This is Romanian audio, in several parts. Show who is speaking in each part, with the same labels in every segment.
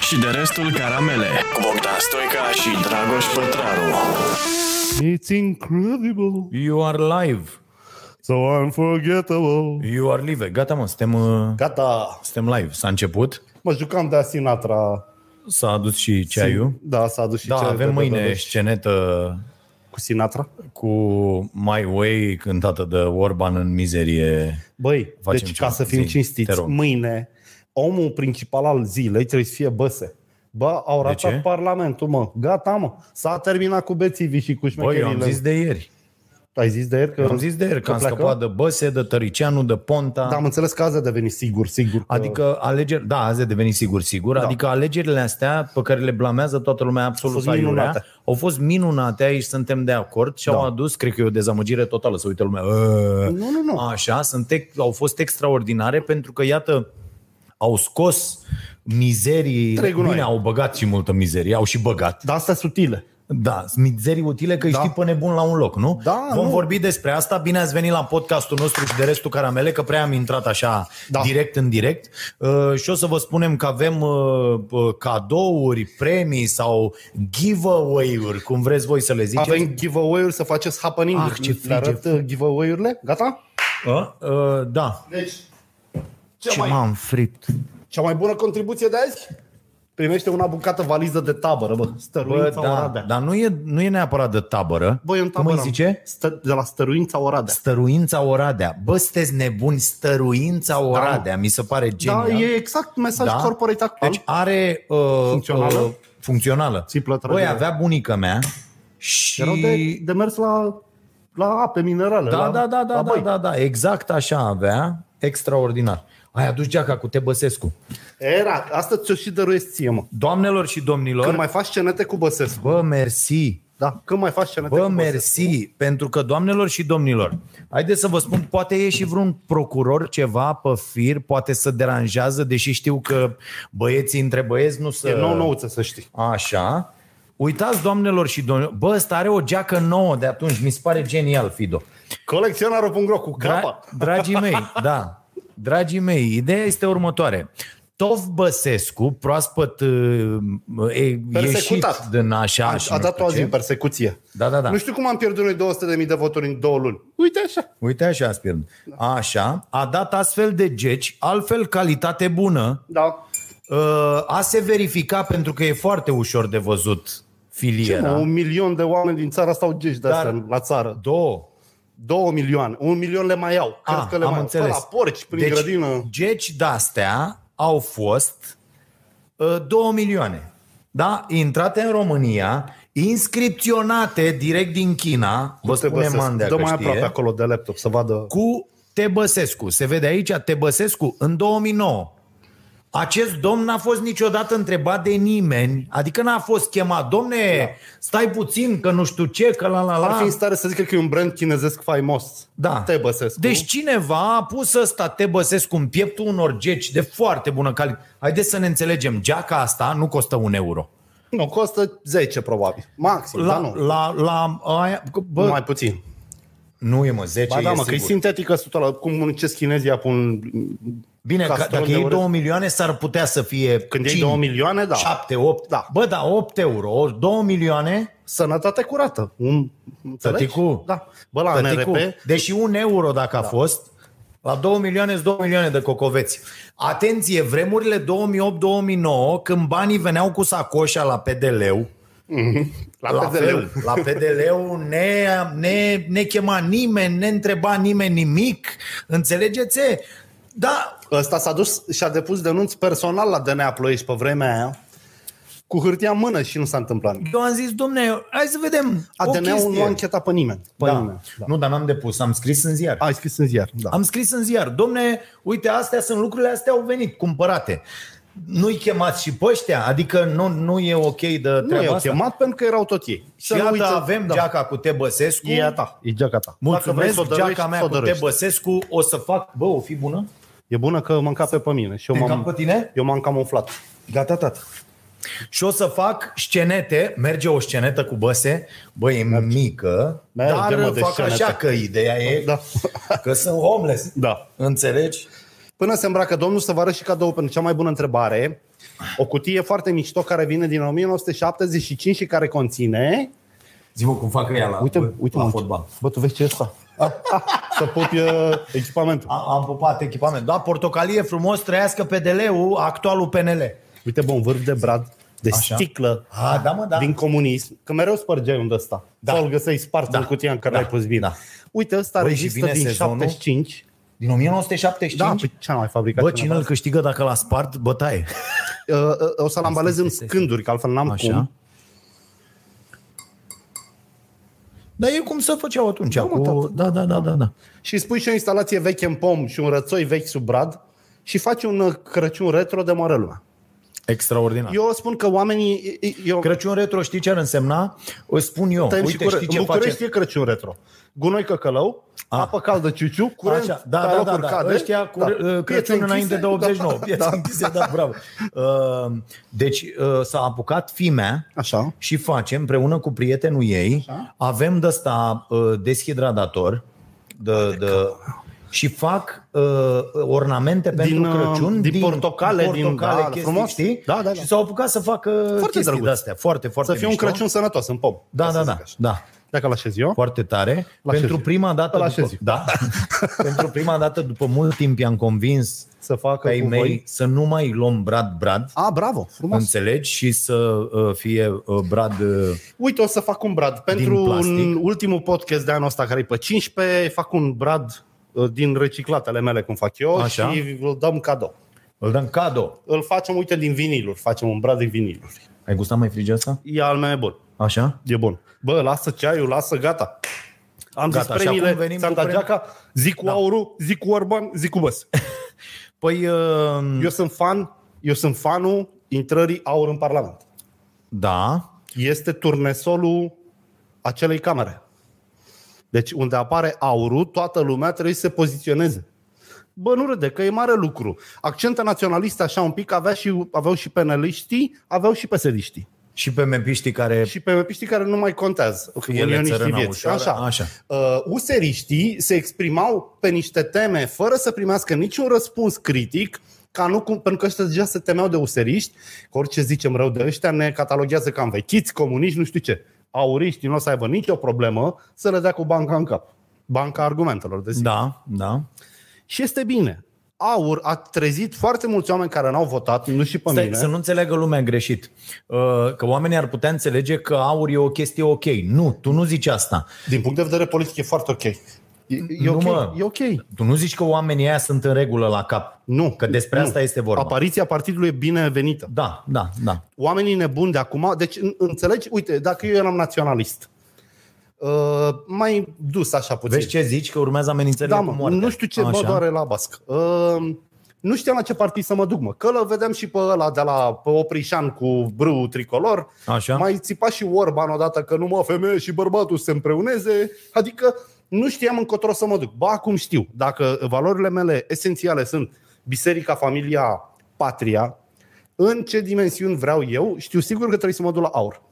Speaker 1: și de restul caramele cu Bogdan Stoica și Dragoș Pătraru.
Speaker 2: It's incredible,
Speaker 3: You are live.
Speaker 2: so unforgettable.
Speaker 3: You are live. Gata, mă, suntem, uh,
Speaker 2: Gata!
Speaker 3: suntem live. S-a început.
Speaker 2: Mă jucam de Sinatra.
Speaker 3: S-a adus și ceaiul.
Speaker 2: Da, s-a adus și
Speaker 3: Da,
Speaker 2: cel de-
Speaker 3: avem
Speaker 2: de-
Speaker 3: mâine
Speaker 2: de-
Speaker 3: scenetă
Speaker 2: Cu Sinatra?
Speaker 3: cu My Way cântată de Orban în mizerie.
Speaker 2: Băi,
Speaker 3: Facem
Speaker 2: deci
Speaker 3: ceva.
Speaker 2: ca să fim
Speaker 3: Zi, te
Speaker 2: cinstiți,
Speaker 3: rog.
Speaker 2: mâine omul principal al zilei trebuie să fie Băse. Bă, au
Speaker 3: ce?
Speaker 2: ratat parlamentul, mă. Gata, mă. S-a terminat cu bețivii și cu
Speaker 3: Băi, eu am
Speaker 2: șmecherile.
Speaker 3: zis de ieri.
Speaker 2: Ai zis de ieri că...
Speaker 3: Eu am zis de ieri că am
Speaker 2: pleacă?
Speaker 3: scăpat de Băse, de Tăricianu, de Ponta.
Speaker 2: Da, am înțeles că azi a devenit sigur, sigur. că-
Speaker 3: Adică alegeri, da, azi a devenit sigur, sigur, da. adică alegerile astea pe care le blamează toată lumea absolut
Speaker 2: Au fost
Speaker 3: aiurea,
Speaker 2: minunate.
Speaker 3: au fost minunate, aici suntem de acord și da. au adus, cred că e o dezamăgire totală, să uite lumea. Ă.
Speaker 2: Nu, nu, nu.
Speaker 3: Așa, sunt, ex- au fost extraordinare pentru că, iată, au scos mizerii,
Speaker 2: Trei gunoaie.
Speaker 3: bine, au băgat și multă mizerie, au și băgat.
Speaker 2: Dar astea sutile.
Speaker 3: Da, mizerii utile că da.
Speaker 2: Da.
Speaker 3: știi pe nebun la un loc, nu?
Speaker 2: Da,
Speaker 3: Vom
Speaker 2: nu.
Speaker 3: vorbi despre asta. Bine ați venit la podcastul nostru și de restul caramele, că prea am intrat așa da.
Speaker 2: Da.
Speaker 3: direct în direct. Uh, și o să vă spunem că avem uh, uh, cadouri, premii sau giveaway-uri, cum vreți voi să le ziceți.
Speaker 2: Avem giveaway-uri să faceți happening.
Speaker 3: Ah, ce frige.
Speaker 2: Le arăt uh, giveaway-urile? Gata?
Speaker 3: Uh, uh, da.
Speaker 2: Deci, cea,
Speaker 3: Ce
Speaker 2: ce mai,
Speaker 3: m-am fript.
Speaker 2: cea mai bună contribuție de azi? Primește una bucată valiză de tabără, bă.
Speaker 3: Bă,
Speaker 2: Stăruința
Speaker 3: da,
Speaker 2: Oradea.
Speaker 3: dar nu e, nu e neapărat de tabără.
Speaker 2: Băi, în tabără.
Speaker 3: Cum îi zice?
Speaker 2: Stă, de la Stăruința Oradea.
Speaker 3: Stăruința Oradea. Bă, sunteți nebuni, Stăruința Oradea. Mi se pare genial.
Speaker 2: Da, e exact mesaj da? corporate actual.
Speaker 3: Deci are uh,
Speaker 2: Funcțională?
Speaker 3: Uh, funcțională.
Speaker 2: Țiplă, trage.
Speaker 3: Băi, avea bunica mea și...
Speaker 2: Deci, Erau de, de mers la, la ape minerale.
Speaker 3: Da,
Speaker 2: la,
Speaker 3: da, da,
Speaker 2: la
Speaker 3: da, da,
Speaker 2: boi.
Speaker 3: da, da, exact așa avea, extraordinar. Ai adus geaca cu Tebăsescu.
Speaker 2: Era, asta ți-o și dăruiesc ție, mă.
Speaker 3: Doamnelor și domnilor,
Speaker 2: Când mai faci cenete cu Băsescu.
Speaker 3: bă, mersi,
Speaker 2: Da, când mai faci cenete
Speaker 3: Bă,
Speaker 2: cu Băsescu.
Speaker 3: mersi, pentru că, doamnelor și domnilor, haideți să vă spun, poate e și vreun procuror ceva pe fir, poate să deranjează, deși știu că băieții între băieți nu se...
Speaker 2: E nou nouță, să știi.
Speaker 3: Așa. Uitați, doamnelor și domnilor, bă, ăsta are o geacă nouă de atunci, mi se pare genial, Fido.
Speaker 2: Colecționarul.ro cu
Speaker 3: Dra-
Speaker 2: capa.
Speaker 3: dragii mei, da, dragii mei, ideea este următoare. Tov Băsescu, proaspăt uh, e, ieșit
Speaker 2: Persecutat.
Speaker 3: din așa
Speaker 2: A,
Speaker 3: și
Speaker 2: a
Speaker 3: nu
Speaker 2: dat o
Speaker 3: știu
Speaker 2: azi
Speaker 3: ce.
Speaker 2: în persecuție.
Speaker 3: Da, da, da.
Speaker 2: Nu știu cum am pierdut noi 200.000 de voturi în două luni. Uite așa.
Speaker 3: Uite așa, Spiron. Așa, a dat astfel de geci, altfel calitate bună,
Speaker 2: Da.
Speaker 3: uh, a se verifica pentru că e foarte ușor de văzut
Speaker 2: Mă,
Speaker 3: filiera.
Speaker 2: Un milion de oameni din țara stau geci de
Speaker 3: Dar-
Speaker 2: astea la țară.
Speaker 3: Două,
Speaker 2: Două milioane. Un milion le mai au. Cred
Speaker 3: Ah,
Speaker 2: că le
Speaker 3: am
Speaker 2: mai
Speaker 3: înțeles.
Speaker 2: au. Pe La porci, prin
Speaker 3: deci,
Speaker 2: grădină.
Speaker 3: geci de-astea au fost uh, 2 milioane. Da? Intrate în România, inscripționate direct din China, vă
Speaker 2: Te
Speaker 3: spune
Speaker 2: băsesc.
Speaker 3: Mandea
Speaker 2: Dă
Speaker 3: că
Speaker 2: mai aproape
Speaker 3: știe,
Speaker 2: acolo de laptop să vadă.
Speaker 3: cu Tebăsescu. Se vede aici Tebăsescu în 2009. Acest domn n-a fost niciodată întrebat de nimeni, adică n-a fost chemat, domne, da. stai puțin că nu știu ce, că la la la.
Speaker 2: Ar fi în stare să zică că e un brand chinezesc faimos.
Speaker 3: Da.
Speaker 2: Te băsesc.
Speaker 3: Deci cineva a pus ăsta te băsescu în pieptul unor geci de foarte bună calitate. Haideți să ne înțelegem, geaca asta nu costă un euro.
Speaker 2: Nu, costă 10 probabil. Maxim,
Speaker 3: La,
Speaker 2: dar Da, nu.
Speaker 3: la, la aia, bă,
Speaker 2: Bă,
Speaker 3: Mai...
Speaker 2: mai puțin.
Speaker 3: nu e mă, 10
Speaker 2: Ba da,
Speaker 3: e
Speaker 2: mă, că e
Speaker 3: sigur.
Speaker 2: sintetică 100%. Cum muncesc chinezii apun...
Speaker 3: Bine, că,
Speaker 2: castron
Speaker 3: dacă
Speaker 2: de
Speaker 3: e
Speaker 2: orez.
Speaker 3: 2 milioane s-ar putea să fie
Speaker 2: Când iei
Speaker 3: 5,
Speaker 2: 2 milioane, da.
Speaker 3: 7, 8.
Speaker 2: Da.
Speaker 3: Bă, da, 8 euro, ori 2 milioane,
Speaker 2: Sănătate curată. Un... înțelegi?
Speaker 3: Tăticu.
Speaker 2: Da. Bă, la
Speaker 3: tăticu,
Speaker 2: NRP,
Speaker 3: deși un euro dacă a da. fost, la 2 milioane sunt 2 milioane de cocoveți. Atenție, vremurile 2008-2009, când banii veneau cu sacoșa la PDL-ul,
Speaker 2: la,
Speaker 3: la
Speaker 2: PDL.
Speaker 3: fel, la PDL-ul ne, ne, ne chema nimeni, ne întreba nimeni nimic, înțelegeți? Da,
Speaker 2: Ăsta s-a dus și a depus denunț personal la DNA Ploiești pe vremea aia cu hârtia în mână și nu s-a întâmplat nimic.
Speaker 3: eu am zis, domne, hai să vedem o
Speaker 2: ADN-ul nu a
Speaker 3: chestie.
Speaker 2: închetat pe nimeni. Pe
Speaker 3: Da.
Speaker 2: nimeni. Da.
Speaker 3: Nu, dar n-am depus, am scris în ziar.
Speaker 2: Ai scris în ziar. Da.
Speaker 3: Am scris în ziar, domne, uite, astea sunt lucrurile, astea au venit, cumpărate. Nu-i chemați și pe ăștia? Adică nu, nu e ok de
Speaker 2: Nu
Speaker 3: treaba
Speaker 2: i-au
Speaker 3: asta?
Speaker 2: chemat pentru că erau tot ei.
Speaker 3: Și iată, avem da. geaca cu Tebăsescu.
Speaker 2: E a ta, e geaca ta.
Speaker 3: Mulțumesc,
Speaker 2: Dacă vrei să o
Speaker 3: geaca mea
Speaker 2: dăruiești, să o
Speaker 3: cu
Speaker 2: dăruiești.
Speaker 3: Tebăsescu. O să fac... Bă, o fi bună?
Speaker 2: E bună că mă încape pe mine și eu
Speaker 3: Te cap pe
Speaker 2: m-am,
Speaker 3: tine?
Speaker 2: eu m-am camuflat.
Speaker 3: Gata, tata. Și o să fac scenete, merge o scenetă cu băse, bă, e mică,
Speaker 2: Merge,
Speaker 3: dar
Speaker 2: mă, de
Speaker 3: fac
Speaker 2: scenete.
Speaker 3: așa că ideea e
Speaker 2: Da.
Speaker 3: că sunt homeless.
Speaker 2: Da.
Speaker 3: Înțelegi?
Speaker 2: Până se îmbracă domnul să vă arăt și cadou pentru cea mai bună întrebare. O cutie foarte mișto care vine din 1975 și care conține...
Speaker 3: Zi-mă cum fac ea la,
Speaker 2: Uite,
Speaker 3: bă,
Speaker 2: uite
Speaker 3: la
Speaker 2: mă,
Speaker 3: fotbal.
Speaker 2: Bă, tu vezi ce e asta? Să pupi uh, echipamentul.
Speaker 3: Am, am pupat echipament. Da, portocalie frumos, trăiască PDL-ul, actualul PNL.
Speaker 2: Uite, bă, un vârf de brad, de
Speaker 3: Așa.
Speaker 2: Așa. sticlă,
Speaker 3: A, da, mă, da.
Speaker 2: din comunism, că mereu spărgeai un ăsta.
Speaker 3: Da.
Speaker 2: Da. Sau îl găseai spart
Speaker 3: Da.
Speaker 2: da. în cutia în care
Speaker 3: Da.
Speaker 2: l-ai pus bine.
Speaker 3: Da.
Speaker 2: Da. Uite, ăsta
Speaker 3: Băi, și
Speaker 2: rezistă
Speaker 3: vine
Speaker 2: din
Speaker 3: sezonul.
Speaker 2: 75.
Speaker 3: Din 1975?
Speaker 2: Da, pe ce am mai fabricat?
Speaker 3: Bă, cine
Speaker 2: cineva?
Speaker 3: îl câștigă dacă l-a spart, bătaie.
Speaker 2: Uh, uh, O să-l ambalez în scânduri, că altfel n-am
Speaker 3: Așa.
Speaker 2: cum.
Speaker 3: Dar e cum să făceau atunci.
Speaker 2: mă,
Speaker 3: Cu...
Speaker 2: tată.
Speaker 3: Da, da, da, da, da.
Speaker 2: Și spui și o instalație veche în pom și un rățoi vechi sub brad și faci un uh, Crăciun retro de mare lumea.
Speaker 3: Extraordinar. Eu...
Speaker 2: Eu spun că oamenii... Eu,
Speaker 3: Crăciun retro, știi ce ar însemna? Îți spun eu.
Speaker 2: Tăiem și
Speaker 3: Uite,
Speaker 2: cură...
Speaker 3: știi ce
Speaker 2: În București
Speaker 3: face?
Speaker 2: e Crăciun retro. Gunoi căcălău,
Speaker 3: Ah.
Speaker 2: A. apă caldă ciuciu, curent,
Speaker 3: Așa, da,
Speaker 2: pe
Speaker 3: da, da,
Speaker 2: locuri
Speaker 3: da.
Speaker 2: cade.
Speaker 3: Ăștia cu
Speaker 2: Da. Piețe
Speaker 3: da. Crăciun înainte
Speaker 2: închise,
Speaker 3: de 89.
Speaker 2: Da.
Speaker 3: Piețe închise, da, bravo. Uh, Deci uh, s-a apucat fimea
Speaker 2: Așa.
Speaker 3: și face împreună cu prietenul ei, Așa?
Speaker 2: Așa.
Speaker 3: avem de ăsta uh, deshidratator de, de, și fac uh, ornamente din, pentru
Speaker 2: uh,
Speaker 3: Crăciun
Speaker 2: din portocale, din-
Speaker 3: portocale
Speaker 2: da,
Speaker 3: chestii,
Speaker 2: frumos.
Speaker 3: știi?
Speaker 2: Da, da, da.
Speaker 3: Și s-au apucat să facă chestii
Speaker 2: drăguț.
Speaker 3: de-astea, foarte, foarte
Speaker 2: Să fie un
Speaker 3: mișto.
Speaker 2: Crăciun sănătos în pom.
Speaker 3: Da,
Speaker 2: Ca să
Speaker 3: da,
Speaker 2: zic
Speaker 3: da,
Speaker 2: așa.
Speaker 3: da.
Speaker 2: Dacă l-așez eu.
Speaker 3: Foarte tare.
Speaker 2: La
Speaker 3: pentru
Speaker 2: șezi.
Speaker 3: prima dată
Speaker 2: La
Speaker 3: după,
Speaker 2: șezi.
Speaker 3: da, pentru prima dată după mult timp i-am convins
Speaker 2: Să facă
Speaker 3: pe ei
Speaker 2: cu
Speaker 3: mei
Speaker 2: voi.
Speaker 3: să nu mai luăm brad brad.
Speaker 2: A, bravo, frumos.
Speaker 3: Înțelegi? Și să uh, fie uh, brad uh,
Speaker 2: Uite, o să fac un brad. Pentru
Speaker 3: plastic.
Speaker 2: un ultimul podcast de anul ăsta, care e pe 15, fac un brad uh, din reciclatele mele, cum fac eu,
Speaker 3: Așa.
Speaker 2: și îl dăm cadou.
Speaker 3: Îl dăm cadou.
Speaker 2: Îl facem, uite, din viniluri. Facem un brad din viniluri.
Speaker 3: Ai gustat mai frige asta?
Speaker 2: E al meu e bun.
Speaker 3: Așa?
Speaker 2: E bun. Bă, lasă ceaiul, lasă, gata. Am
Speaker 3: Gata,
Speaker 2: gata, zis
Speaker 3: și
Speaker 2: premiile,
Speaker 3: acum venim
Speaker 2: ți-am
Speaker 3: cu
Speaker 2: dat
Speaker 3: premii-
Speaker 2: geaca, zic cu da. aurul, zic cu Orban, zic cu Băs.
Speaker 3: Păi, uh,
Speaker 2: Eu sunt fan, eu sunt fanul intrării aur în Parlament.
Speaker 3: da.
Speaker 2: Este turnesolul acelei camere. Deci unde apare aurul, toată lumea trebuie să se poziționeze. Bă, nu râde, că e mare lucru. Accentul naționalist așa un pic avea și, aveau și peneliștii, aveau și pesediștii.
Speaker 3: Și pe mepiștii care...
Speaker 2: și pe mepiștii care nu mai contează.
Speaker 3: ele
Speaker 2: Unioniștii
Speaker 3: țărâna
Speaker 2: vieții.
Speaker 3: ușoară,
Speaker 2: Așa.
Speaker 3: așa.
Speaker 2: Uh, useriștii se exprimau pe niște teme fără să primească niciun răspuns critic, ca nu cum, pentru că ăștia deja se temeau de useriști, că orice zicem rău de ăștia ne cataloghează ca învechiți, comuniști, nu știu ce. Auriștii nu o să aibă nicio problemă să le dea cu banca în cap. Banca argumentelor, desigur.
Speaker 3: Da, da.
Speaker 2: Și este bine. Aur a trezit foarte mulți oameni care n-au votat, nu și pe
Speaker 3: Stai,
Speaker 2: mine.
Speaker 3: să nu înțeleagă lumea greșit. Uh, Că oamenii ar putea înțelege că aur e o chestie ok. Nu, tu nu zici asta.
Speaker 2: Din punct de vedere politic e foarte ok. E, e,
Speaker 3: Nu,
Speaker 2: ok,
Speaker 3: mă.
Speaker 2: e ok.
Speaker 3: Tu nu zici că oamenii aia sunt în regulă la cap.
Speaker 2: Nu.
Speaker 3: Că despre
Speaker 2: nu.
Speaker 3: asta este vorba.
Speaker 2: Apariția partidului e binevenită.
Speaker 3: Da, da, da.
Speaker 2: Oamenii nebuni de acum, deci în- înțelegi, uite, dacă eu eram naționalist, uh, mai dus așa puțin.
Speaker 3: Vezi ce zici? Că urmează amenințările
Speaker 2: da,
Speaker 3: cu
Speaker 2: mă,
Speaker 3: moartea.
Speaker 2: nu știu ce
Speaker 3: Așa.
Speaker 2: mă doare la basc. Uh, nu știam la ce partid să mă duc, mă. Că îl vedem și pe ăla de la pe Oprișan cu brâu tricolor.
Speaker 3: Așa.
Speaker 2: Mai țipa și Orban odată că numai femeie și bărbatul se împreuneze. Adică nu știam încotro să mă duc. Ba, acum știu. Dacă valorile mele esențiale sunt biserica, familia, patria, în ce dimensiuni vreau eu, știu sigur că trebuie să mă duc la aur.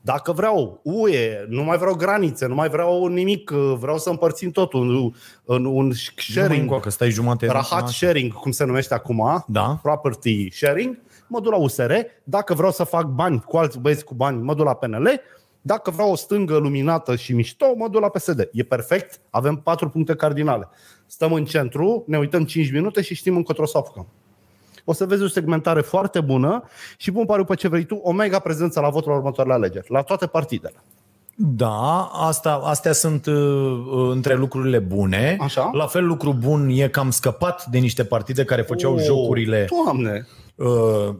Speaker 2: Dacă vreau UE, nu mai vreau granițe, nu mai vreau nimic, vreau să împărțim totul în, în un
Speaker 3: Nu mai
Speaker 2: sharing,
Speaker 3: încoacă, stai jumate.
Speaker 2: rahat sharing, cum se numește acum,
Speaker 3: Da.
Speaker 2: property sharing, mă duc la USR, dacă vreau să fac bani cu alți băieți cu bani, mă duc la PNL, dacă vreau o stângă luminată și mișto, mă duc la PSD. E perfect, avem patru puncte cardinale. Stăm în centru, ne uităm 5 minute și știm încotro să apucăm. O să vezi o segmentare foarte bună și pun pariu pe ce vrei tu, o mega prezență la votul la următoarele alegeri, la toate partidele.
Speaker 3: Da, asta, astea sunt uh, între lucrurile bune.
Speaker 2: Așa.
Speaker 3: La fel, lucru bun e că am scăpat de niște partide care făceau
Speaker 2: O,
Speaker 3: jocurile.
Speaker 2: Oh, Doamne!
Speaker 3: Uh,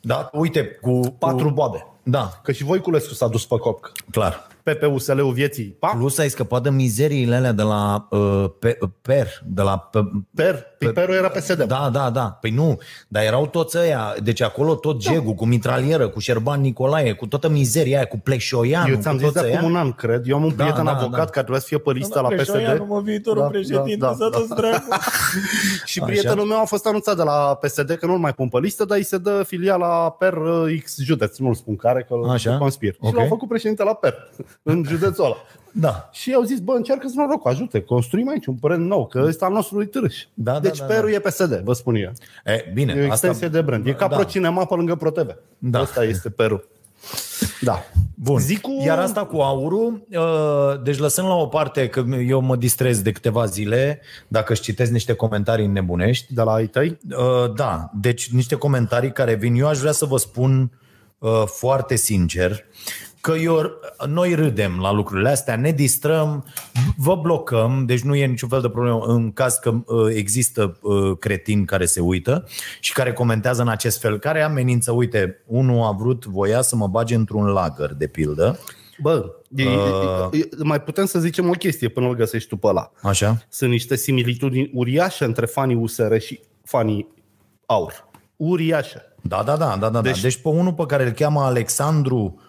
Speaker 3: da, uite, cu
Speaker 2: Patru
Speaker 3: Cu,
Speaker 2: boabe.
Speaker 3: da,
Speaker 2: Că și Voiculescu s-a dus pe copc.
Speaker 3: clar.
Speaker 2: PPUSL-ul vieții. Pa,
Speaker 3: Plus ai scăpat de mizeriile alea de la uh, pe, PER, de la pe,
Speaker 2: per, piperul era PSD.
Speaker 3: Da, da, da. Păi nu, dar erau toți ăia. Deci acolo tot jegul, cu mitralieră, cu Șerban Nicolae, cu toată mizeria aia, cu Pleșoianu,
Speaker 2: Eu ți-am
Speaker 3: cu
Speaker 2: zis
Speaker 3: toți
Speaker 2: de acum
Speaker 3: ăia.
Speaker 2: un an, cred. Eu am un
Speaker 3: Da,
Speaker 2: prieten
Speaker 3: da,
Speaker 2: avocat
Speaker 3: da.
Speaker 2: care trebuia să fie pe listă la PSD.
Speaker 3: viitorul
Speaker 2: Da, președinte, da, s-a da. dus Și prietenul meu a fost anunțat de la PSD că nu-l mai pun pe listă, dar îi se dă filiala per uh, X județ. Nu-l spun care, că
Speaker 3: Așa.
Speaker 2: Așa. conspir.
Speaker 3: Ok.
Speaker 2: Și l-au făcut președinte la per, în județul ăla.
Speaker 3: Da.
Speaker 2: Și au zis, bă, încearcă-ți norocul, ajută, construim aici un brand nou, că ăsta al nostru e târș.
Speaker 3: Da,
Speaker 2: deci
Speaker 3: da, da,
Speaker 2: perul
Speaker 3: da.
Speaker 2: e PSD, vă spun eu.
Speaker 3: E, bine,
Speaker 2: E o
Speaker 3: asta...
Speaker 2: extensie de brand. E ca
Speaker 3: da.
Speaker 2: da. ProCinema pe lângă ProTV.
Speaker 3: Da.
Speaker 2: Asta este perul. Da.
Speaker 3: Bun.
Speaker 2: Zic cu...
Speaker 3: Iar asta cu aurul, uh, deci lăsând la o parte că eu mă distrez de câteva zile, dacă își citesc niște comentarii nebunești,
Speaker 2: De la ai tăi?
Speaker 3: Uh, da, deci niște comentarii care vin. Eu aș vrea să vă spun uh, foarte sincer că eu, noi râdem la lucrurile astea, ne distrăm, vă blocăm, deci nu e niciun fel de problemă în caz că uh, există uh, cretini care se uită și care comentează în acest fel, care amenință, uite, unul a vrut, voia să mă bage într-un lagăr, de pildă,
Speaker 2: Bă, e,
Speaker 3: Uh.
Speaker 2: e, e, mai putem să zicem o chestie până îl găsești tu pe ăla.
Speaker 3: așa?
Speaker 2: Sunt niște similitudini uriașe între fanii USR și fanii AUR. Uriașe.
Speaker 3: Da, da, da, da, da. Deci,
Speaker 2: Deci-
Speaker 3: da. deci pe unul pe care îl cheamă Alexandru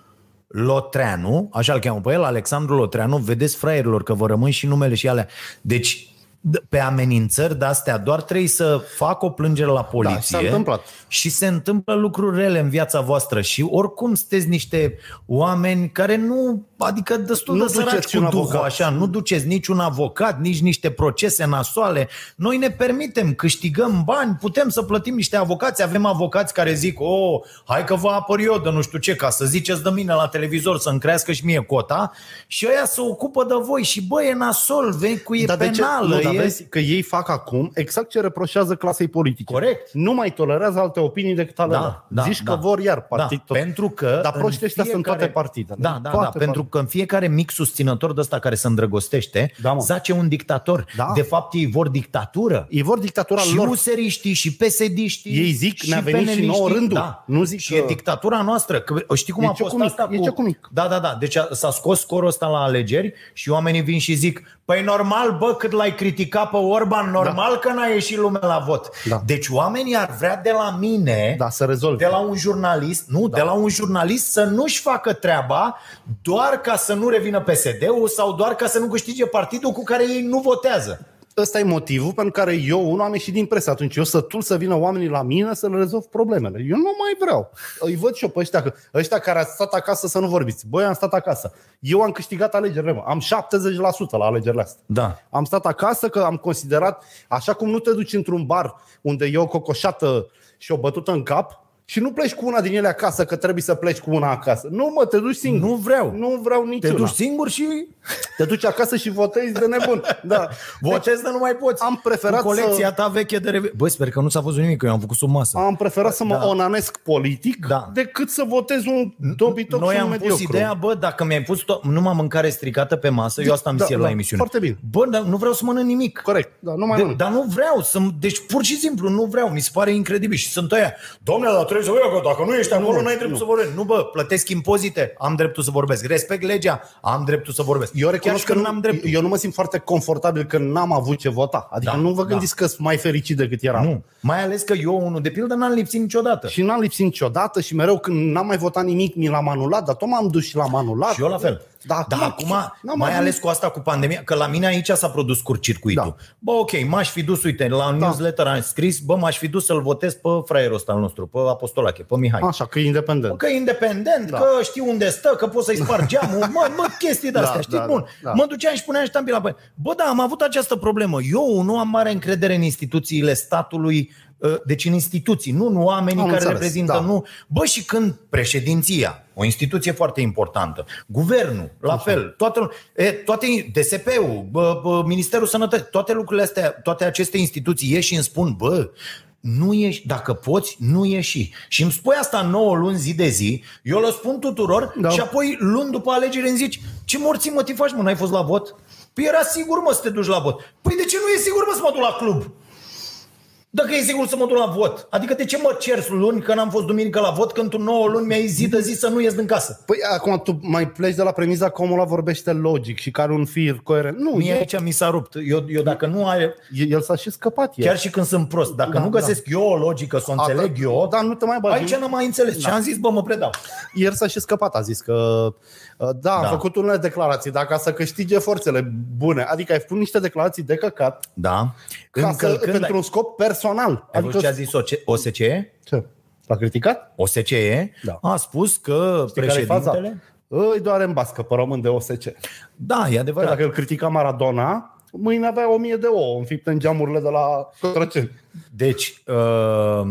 Speaker 3: Lotreanu, așa îl cheamă pe el, Alexandru Lotreanu, vedeți fraierilor că vă rămân și numele și alea. Deci d- pe amenințări de astea doar trebuie să fac o plângere la poliție.
Speaker 2: Da, s-a întâmplat.
Speaker 3: Și se întâmplă lucruri rele în viața voastră și oricum sunteți niște oameni care nu, adică destul
Speaker 2: Nu
Speaker 3: de săraci
Speaker 2: duceți
Speaker 3: cu
Speaker 2: un
Speaker 3: duhul,
Speaker 2: avocat.
Speaker 3: așa, nu duceți niciun avocat, nici niște procese nasoale. Noi ne permitem, câștigăm bani, putem să plătim niște avocați, avem avocați care zic, oh, hai că vă apăr eu de nu știu ce, ca să ziceți de mine la televizor să-mi crească și mie cota și ăia se ocupă de voi și bă, e nasol, vei cu e
Speaker 2: Dar de ce?
Speaker 3: penală,
Speaker 2: Nu, dar
Speaker 3: e...
Speaker 2: vezi că ei fac acum exact ce reproșează clasei politice.
Speaker 3: Corect.
Speaker 2: Nu mai tolerează alte opinii decât ale lor. Zici că vor iar partid
Speaker 3: da,
Speaker 2: tot.
Speaker 3: Pentru că
Speaker 2: Dar
Speaker 3: în
Speaker 2: proștii ăștia sunt
Speaker 3: fiecare-
Speaker 2: toate partidele.
Speaker 3: Da, da,
Speaker 2: Toate
Speaker 3: da, pentru că în fiecare mic susținător de ăsta care se îndrăgostește,
Speaker 2: Da, mă.
Speaker 3: zace un dictator.
Speaker 2: Da.
Speaker 3: De fapt, ei vor dictatură.
Speaker 2: Ei vor dictatura
Speaker 3: și
Speaker 2: lor.
Speaker 3: useriștii, și psd
Speaker 2: Ei zic, ne-a venit și nouă rândul.
Speaker 3: Da.
Speaker 2: Nu zic
Speaker 3: și
Speaker 2: că-
Speaker 3: e dictatura noastră. Că, știi cum
Speaker 2: E
Speaker 3: a fost
Speaker 2: ciocunic,
Speaker 3: asta
Speaker 2: e
Speaker 3: cu...
Speaker 2: ciocunic.
Speaker 3: Da, da, da. Deci a, s-a scos scorul ăsta la alegeri și oamenii vin și zic Păi normal, bă, cât l-ai criticat pe Orban, normal da. că n-a ieșit lumea la vot.
Speaker 2: Da.
Speaker 3: Deci oamenii ar vrea de la mine
Speaker 2: Da, să rezolve.
Speaker 3: de la un jurnalist, nu, da. de la un jurnalist să nu-și facă treaba doar ca să nu revină PSD-ul sau doar ca să nu câștige partidul cu care ei nu votează.
Speaker 2: Ăsta e motivul pentru care eu, unul, am ieșit din presă. Atunci eu sătul să vină oamenii la mine să le rezolv problemele. Eu nu mai vreau. Îi văd și eu pe ăștia, că, ăștia care ați stat acasă să nu vorbiți. Băi, am stat acasă. Eu am câștigat alegerile, mă. Am 70% la alegerile astea.
Speaker 3: Da.
Speaker 2: Am stat acasă că am considerat, așa cum nu te duci într-un bar unde e o cocoșată și o bătută în cap, și nu pleci cu una din ele acasă, că trebuie să pleci cu una acasă. Nu mă, te duci singur.
Speaker 3: Nu vreau.
Speaker 2: Nu vreau
Speaker 3: Te
Speaker 2: niciuna.
Speaker 3: duci singur și
Speaker 2: te duci acasă și votezi de nebun. Da.
Speaker 3: votezi de nu mai poți.
Speaker 2: am preferat
Speaker 3: Cu colecția
Speaker 2: să-
Speaker 3: ta veche de revi... Bă, sper că nu s-a văzut nimic, că eu am făcut sub masă.
Speaker 2: Am preferat să mă
Speaker 3: Da.
Speaker 2: da. onanesc politic
Speaker 3: Da.
Speaker 2: da. decât să votez un dobitoc
Speaker 3: Noi
Speaker 2: și un
Speaker 3: am
Speaker 2: mediocru.
Speaker 3: pus ideea, bă, dacă mi-ai pus to- numai mâncare stricată pe masă, eu asta am
Speaker 2: Da,
Speaker 3: zis da, la
Speaker 2: da,
Speaker 3: emisiune.
Speaker 2: foarte bine.
Speaker 3: Bă, dar nu vreau să mănânc nimic.
Speaker 2: Corect, da, nu mai
Speaker 3: De,
Speaker 2: mănânc.
Speaker 3: dar nu vreau, să, deci pur și simplu nu vreau, mi se pare incredibil și sunt aia, domnule, dar trebuie să vorbesc, că dacă nu ești acolo, nu,
Speaker 2: nu,
Speaker 3: n-ai dreptul
Speaker 2: nu.
Speaker 3: să vorbesc. Nu, bă, plătesc impozite, am dreptul să vorbesc, respect legea, am dreptul să vorbesc.
Speaker 2: Eu
Speaker 3: Chiar
Speaker 2: recunosc
Speaker 3: și
Speaker 2: că
Speaker 3: când
Speaker 2: nu
Speaker 3: n-am dreptul.
Speaker 2: Eu nu mă simt foarte confortabil că n-am avut ce vota. Adică
Speaker 3: Da,
Speaker 2: da, nu vă
Speaker 3: da.
Speaker 2: gândiți da. că sunt mai fericit decât eram.
Speaker 3: Nu, mai ales că eu, unul de pildă, n-am lipsit niciodată.
Speaker 2: Și n-am lipsit niciodată și mereu când n-am mai votat nimic, mi l-am anulat, dar tot m-am dus și l-am anulat.
Speaker 3: Și eu la fel.
Speaker 2: Da,
Speaker 3: Dar acum, mai
Speaker 2: avut-
Speaker 3: ales cu asta cu pandemia, că la mine aici s-a produs curcircuitul. Da.
Speaker 2: Da.
Speaker 3: Bă, ok, m-aș fi dus, uite, la da. newsletter am scris, bă, m-aș fi dus să-l votez pe fraierul ăsta al nostru, pe Apostolache, pe Mihai.
Speaker 2: Așa, că e independent.
Speaker 3: Că e independent, da. că știu unde stă, că poți să-i spargi geamul, mă, mă chestii de-astea, da,
Speaker 2: Da,
Speaker 3: știi?
Speaker 2: da,
Speaker 3: Bun. Da,
Speaker 2: da,
Speaker 3: da.
Speaker 2: da.
Speaker 3: Mă duceam și puneam ștampila pe... Bă, da, am avut această problemă. Eu nu am mare încredere în instituțiile statului, uh, deci în instituții, nu în oamenii
Speaker 2: Am
Speaker 3: care
Speaker 2: înțeles,
Speaker 3: reprezintă,
Speaker 2: da.
Speaker 3: nu. Bă, și când președinția, o instituție foarte importantă, guvernul, la fel, toată, e, toate DSP-ul, bă, bă, Ministerul Sănătății, toate lucrurile astea, toate aceste instituții ieși și îmi spun, bă, nu ieși, dacă poți, nu ieși. Și îmi spui asta 9 luni zi de zi, eu le spun tuturor da.
Speaker 2: Da.
Speaker 3: și apoi luni după alegeri îmi zici, ce morții mă te faci, mă, n-ai fost la vot? Păi era sigur, mă, să te duci la vot. Păi de ce nu e sigur, mă, să mă duc la club? Dacă e sigur să mă duc la vot. Adică de ce mă cer luni că n-am fost duminică la vot când tu 9 luni mi-ai zi de zi să nu ies din casă?
Speaker 2: Păi acum tu mai pleci de la premiza că omul ăla vorbește logic și că are un fir coerent. Nu,
Speaker 3: Mie
Speaker 2: el,
Speaker 3: aici mi s-a rupt. Eu, eu dacă nu ai,
Speaker 2: el s-a și scăpat. el.
Speaker 3: chiar și când sunt prost, dacă
Speaker 2: Da,
Speaker 3: nu găsesc eu o logică să o înțeleg
Speaker 2: Atât.
Speaker 3: eu,
Speaker 2: Dar Da, nu te mai bagi.
Speaker 3: aici n-am mai înțeles.
Speaker 2: Da.
Speaker 3: Și am zis, bă, mă predau.
Speaker 2: Ieri s-a și scăpat, a zis că uh, da, am
Speaker 3: Da.
Speaker 2: făcut unele declarații, dar ca să câștige forțele bune. Adică ai făcut niște declarații de căcat
Speaker 3: Da.
Speaker 2: ca să, pentru
Speaker 3: ai-
Speaker 2: un scop personal.
Speaker 3: Ai văzut ce a
Speaker 2: Adică,
Speaker 3: zis OC- OSCE?
Speaker 2: ce? L-a criticat?
Speaker 3: OSCE
Speaker 2: Da.
Speaker 3: a spus că
Speaker 2: care e faza?
Speaker 3: președintele
Speaker 2: Îi doare în bască pe român de OSC.
Speaker 3: Da, e
Speaker 2: Că
Speaker 3: adevărat.
Speaker 2: dacă îl critica Maradona, mâine avea 1000 de ouă înfipte în geamurile de la Cotrăceni.
Speaker 3: Deci, uh,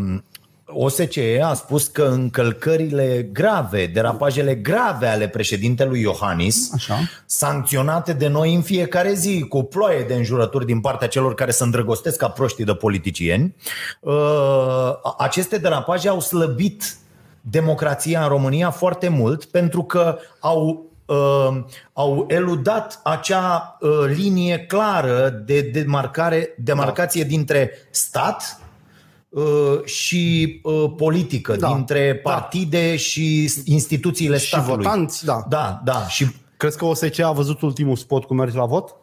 Speaker 3: OSCE a spus că încălcările grave, derapajele grave ale președintelui Iohannis,
Speaker 2: Așa.
Speaker 3: sancționate de noi în fiecare zi, cu ploaie de înjurături din partea celor care se îndrăgostesc ca proștii de politicieni, uh, aceste derapaje au slăbit democrația în România foarte mult pentru că au uh, au eludat acea uh, linie clară de demarcare, demarcație
Speaker 2: Da.
Speaker 3: dintre stat uh, și uh, politică,
Speaker 2: Da.
Speaker 3: dintre partide și instituțiile
Speaker 2: Și
Speaker 3: statului.
Speaker 2: votanți, da.
Speaker 3: Da, da, și
Speaker 2: Crezi că OSC a văzut ultimul spot cu mergi la vot?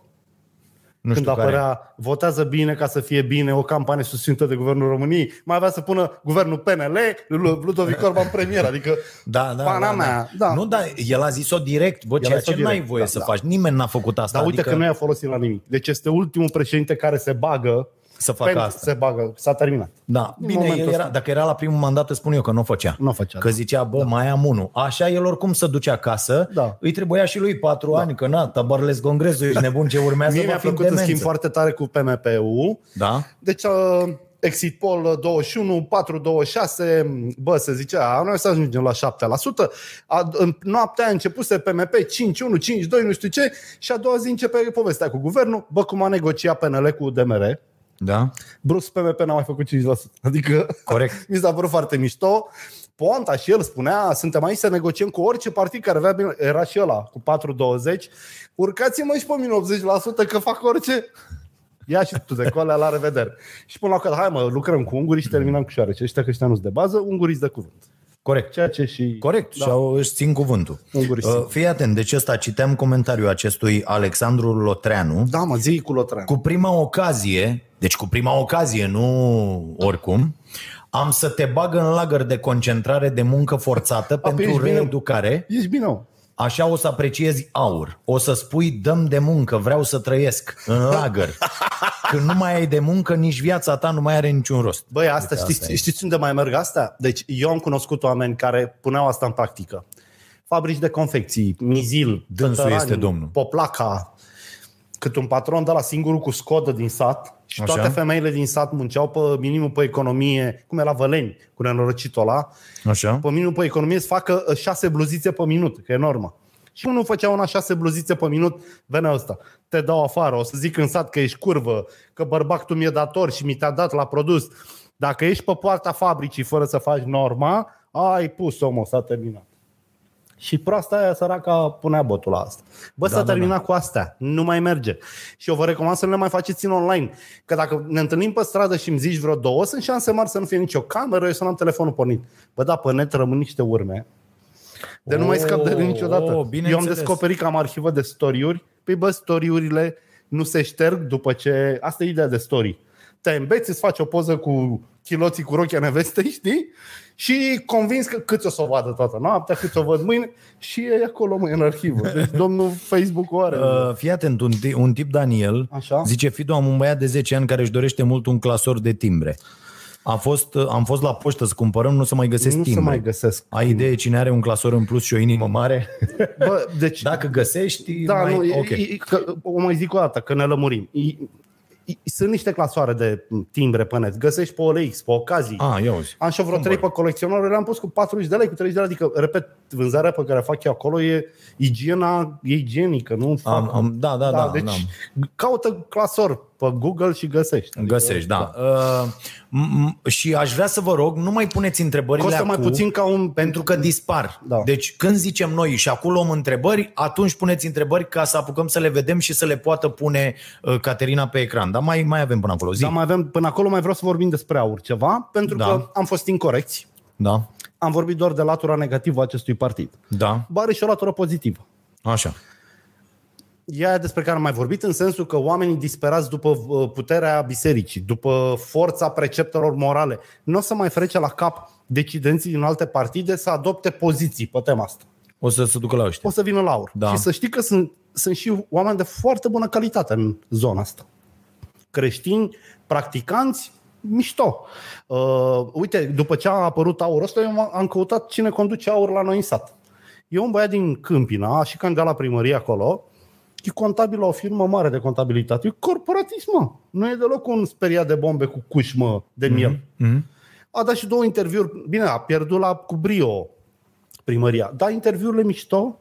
Speaker 3: nu
Speaker 2: Când
Speaker 3: știu care.
Speaker 2: apărea votează bine ca să fie bine o campanie susținută de Guvernul României, mai avea să pună Guvernul PNL, Lu- Ludovic Orban premier, adică
Speaker 3: Da, da,
Speaker 2: pana
Speaker 3: da,
Speaker 2: mea.
Speaker 3: Da.
Speaker 2: Da.
Speaker 3: Nu, da, el a zis-o direct, bă,
Speaker 2: a
Speaker 3: ceea
Speaker 2: zis-o
Speaker 3: ce n-ai
Speaker 2: direct,
Speaker 3: voie
Speaker 2: da,
Speaker 3: să
Speaker 2: da.
Speaker 3: faci. Nimeni n-a făcut asta.
Speaker 2: Dar uite
Speaker 3: adică
Speaker 2: că nu i-a folosit la nimic. Deci este ultimul președinte care se bagă
Speaker 3: Să facă
Speaker 2: pentru-
Speaker 3: asta.
Speaker 2: Se bagă, s-a terminat.
Speaker 3: Da,
Speaker 2: În
Speaker 3: bine, el
Speaker 2: momentul
Speaker 3: era,
Speaker 2: ăsta.
Speaker 3: dacă era la primul mandat, îți spun eu că nu o făcea.
Speaker 2: Nu o făcea,
Speaker 3: Că
Speaker 2: da.
Speaker 3: zicea, bă, da. mai am unul. Așa el oricum se duce acasă,
Speaker 2: Da.
Speaker 3: îi trebuia și lui patru da. ani, că na, tabarles congresul, ești nebun ce urmează,
Speaker 2: Mie
Speaker 3: va
Speaker 2: mi-a
Speaker 3: fi
Speaker 2: plăcut în schimb
Speaker 3: demență.
Speaker 2: foarte tare cu PMPU.
Speaker 3: Da?
Speaker 2: Deci uh, exit poll uh, 21, 4, 26, bă, se zicea, noi să ajungem la 7%. A, în noaptea aia începuse PMP 5, 1, 5, 2, nu știu ce, și a doua zi începe povestea cu guvernul, bă, cum a negociat PNL cu DMR.
Speaker 3: Da?
Speaker 2: Brus PMP n-a mai făcut 5%. Adică
Speaker 3: Corect.
Speaker 2: mi s-a părut foarte mișto. Poanta și el spunea, suntem aici să negociem cu orice partid care avea bine, era și ăla, cu 4,20. Urcați-mă și pe mine 80% că fac orice. Ia și tu de coalea, la revedere. Și până la că, hai mă, lucrăm cu ungurii și terminăm cu șoarece. Ăștia că ăștia nu de bază, ungurii de cuvânt.
Speaker 3: Corect.
Speaker 2: Ceea ce și...
Speaker 3: Corect, da. și au, își țin cuvântul.
Speaker 2: Ungurii țin.
Speaker 3: Uh, Fii atent, deci ăsta citeam comentariul acestui Alexandru Lotreanu.
Speaker 2: Da, mă, zi cu Lotrean.
Speaker 3: Cu prima ocazie, deci cu prima ocazie, nu oricum, am să te bag în lagăr de concentrare de muncă forțată pentru
Speaker 2: Ah, păi ești bine.
Speaker 3: reeducare.
Speaker 2: Ești bine, mă.
Speaker 3: Așa o să apreciezi aur. O să spui, dăm de muncă, vreau să trăiesc în lagăr. Când nu mai ai de muncă, nici viața ta nu mai are niciun rost.
Speaker 2: Băi, asta,
Speaker 3: Uite,
Speaker 2: știți,
Speaker 3: asta
Speaker 2: asta
Speaker 3: e.
Speaker 2: știți unde mai merg asta? Deci eu am cunoscut oameni care puneau asta în practică. Fabrici de confecții, mizil,
Speaker 3: Dânsul
Speaker 2: tătărani,
Speaker 3: este domnul.
Speaker 2: poplaca, cât un patron de la singurul cu scodă din sat și
Speaker 3: Așa.
Speaker 2: Așa. toate femeile din sat munceau pe minimul pe economie, cum e la Văleni, cu nenorocitul ăla,
Speaker 3: Așa?
Speaker 2: pe minimul pe economie să facă uh, șase bluzițe pe minut, că e normă. Și nu făcea una șase bluzițe pe minut, venea ăsta. Te dau afară, o să zic în sat că ești curvă, că bărbactul mi-e dator și mi te-a dat la produs. Dacă ești pe poarta fabricii fără să faci norma, ai pus omul, s-a terminat. Și proasta aia săraca punea botul la asta. Bă, s-a
Speaker 3: da,
Speaker 2: terminat cu astea. Nu mai merge. Și eu vă recomand să nu le mai faceți în online. Că dacă ne întâlnim pe stradă și îmi zici vreo două, sunt șanse mari să nu fie nicio cameră, eu să nu am telefonul pornit. Bă, da, pe net rămân niște urme. De nu mai
Speaker 3: Oh,
Speaker 2: scap de ele niciodată.
Speaker 3: oh,
Speaker 2: Oh, eu am
Speaker 3: bineînțeles.
Speaker 2: descoperit că am arhivă de storiuri. Păi bă, storiurile nu se șterg după ce... Asta e ideea de story. Te îmbeți, îți faci o poză cu chiloții cu rochia nevestei, știi? Și convins că cât o să o vadă toată noaptea, cât o văd mâine și e acolo mâine în arhivă. Deci domnul Facebook o are.
Speaker 3: Uh, fii atent, un, ti- un tip Daniel
Speaker 2: Așa.
Speaker 3: zice Fido, am un băiat de 10 ani care își dorește mult un clasor de timbre. A fost, am fost la poștă să cumpărăm, nu se mai găsesc
Speaker 2: nu se
Speaker 3: timbre.
Speaker 2: mai găsesc.
Speaker 3: Ai idee cine are un clasor în plus și o inimă mare?
Speaker 2: Bă, deci
Speaker 3: Dacă găsești,
Speaker 2: Da,
Speaker 3: mai...
Speaker 2: nu, e-
Speaker 3: ok.
Speaker 2: e, că, o mai zic o dată, că ne lămurim. E, e, sunt niște clasoare de timbre pe net. Găsești pe OLX, pe ocazii.
Speaker 3: A, Ah, ia uzi.
Speaker 2: Am și vreo trei pe colecționare, le-am pus cu 40 de lei, cu 30 de lei. Adică, repet, vânzarea pe care fac eu acolo e igiena, e igienică, nu fac...
Speaker 3: Am, am, da, da, da. da
Speaker 2: deci
Speaker 3: da.
Speaker 2: caută clasor pe Google și găsești. Adică
Speaker 3: Găsești, da. Uh, m- m- și aș vrea să vă rog, nu mai puneți întrebările
Speaker 2: Costă
Speaker 3: acum,
Speaker 2: mai puțin ca un...
Speaker 3: pentru că dispar.
Speaker 2: Da.
Speaker 3: Deci când zicem noi și acum luăm întrebări, atunci puneți întrebări ca să apucăm să le vedem și să le poată pune uh, Caterina pe ecran. Dar mai, mai avem până acolo. Zi.
Speaker 2: Dar mai avem, până acolo mai vreau să vorbim despre aur ceva, pentru
Speaker 3: Da.
Speaker 2: că am fost incorrecți.
Speaker 3: Da,
Speaker 2: Am vorbit doar de latura negativă a acestui partid.
Speaker 3: da,
Speaker 2: Bă, are și o latură pozitivă.
Speaker 3: așa.
Speaker 2: ea e despre care am mai vorbit, în sensul că oamenii disperați după uh, puterea bisericii, după forța preceptelor morale, nu o să mai frece la cap decidenții din alte partide să adopte poziții pe tema asta.
Speaker 3: O să se ducă la ăștia.
Speaker 2: O să vină la aur.
Speaker 3: Da.
Speaker 2: Și să știi că sunt, sunt și oameni de foarte bună calitate în zona asta. Creștini, practicanți, mișto. Uh, uite, după ce a apărut aurul ăsta, eu m- am căutat cine conduce aur la noi în sat. E un băiat din Câmpina, a și candidat la primărie acolo, e contabil la o firmă mare de contabilitate. E corporatism, mă. Nu e deloc un speriat de bombe cu cușmă de miel.
Speaker 3: Mm?
Speaker 2: A dat și două interviuri. Bine, a pierdut la cu brio primăria. Dar interviurile mișto.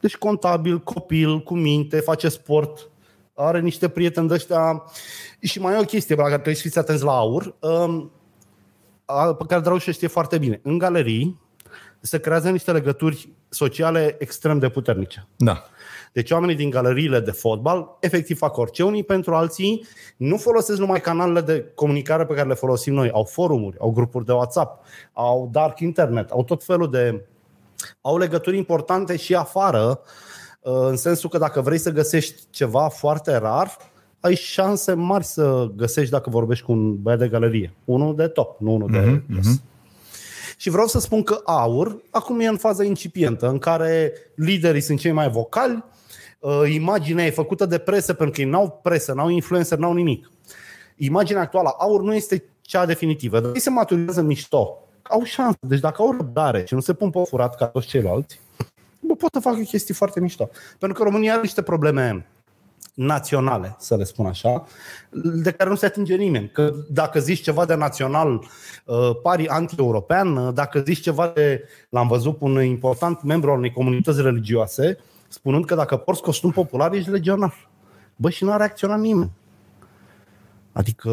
Speaker 2: Deci contabil, copil, cu minte, face sport. Are niște prieteni de ăștia. Și mai e o chestie pe care trebuie să fiți atenți la aur, um, a- pe care Dragoș o știe foarte bine. În galerii se creează niște legături sociale extrem de puternice.
Speaker 3: Da.
Speaker 2: Deci oamenii din galeriile de fotbal efectiv fac orice unii pentru alții, nu folosesc numai canalele de comunicare pe care le folosim noi, au forumuri, au grupuri de WhatsApp, au dark internet, au tot felul de au legături importante și afară, uh, în sensul că dacă vrei să găsești ceva foarte rar, ai șanse mari să găsești dacă vorbești cu un băiat de galerie. Unul de top, nu unul de jos. Și vreau să spun că AUR acum e în faza incipientă, în care liderii sunt cei mai vocali, uh, imaginea e făcută de presă, pentru că ei n-au presă, n-au influencer, n-au nimic. Imaginea actuală a AUR nu este cea definitivă, dar ei se maturizează mișto. Au șansă. Deci dacă au răbdare și nu se pun pe furat ca toți ceilalți, bă, pot să facă chestii foarte mișto. Pentru că România are niște probleme naționale, să le spun așa, de care nu se atinge nimeni. Că dacă zici ceva de național, uh, pari anti-european, uh, dacă zici ceva de, l-am văzut pe un important membru al unei comunități religioase, spunând că dacă porți costum popular ești legionar. Bă, și nu a reacționat nimeni. Adică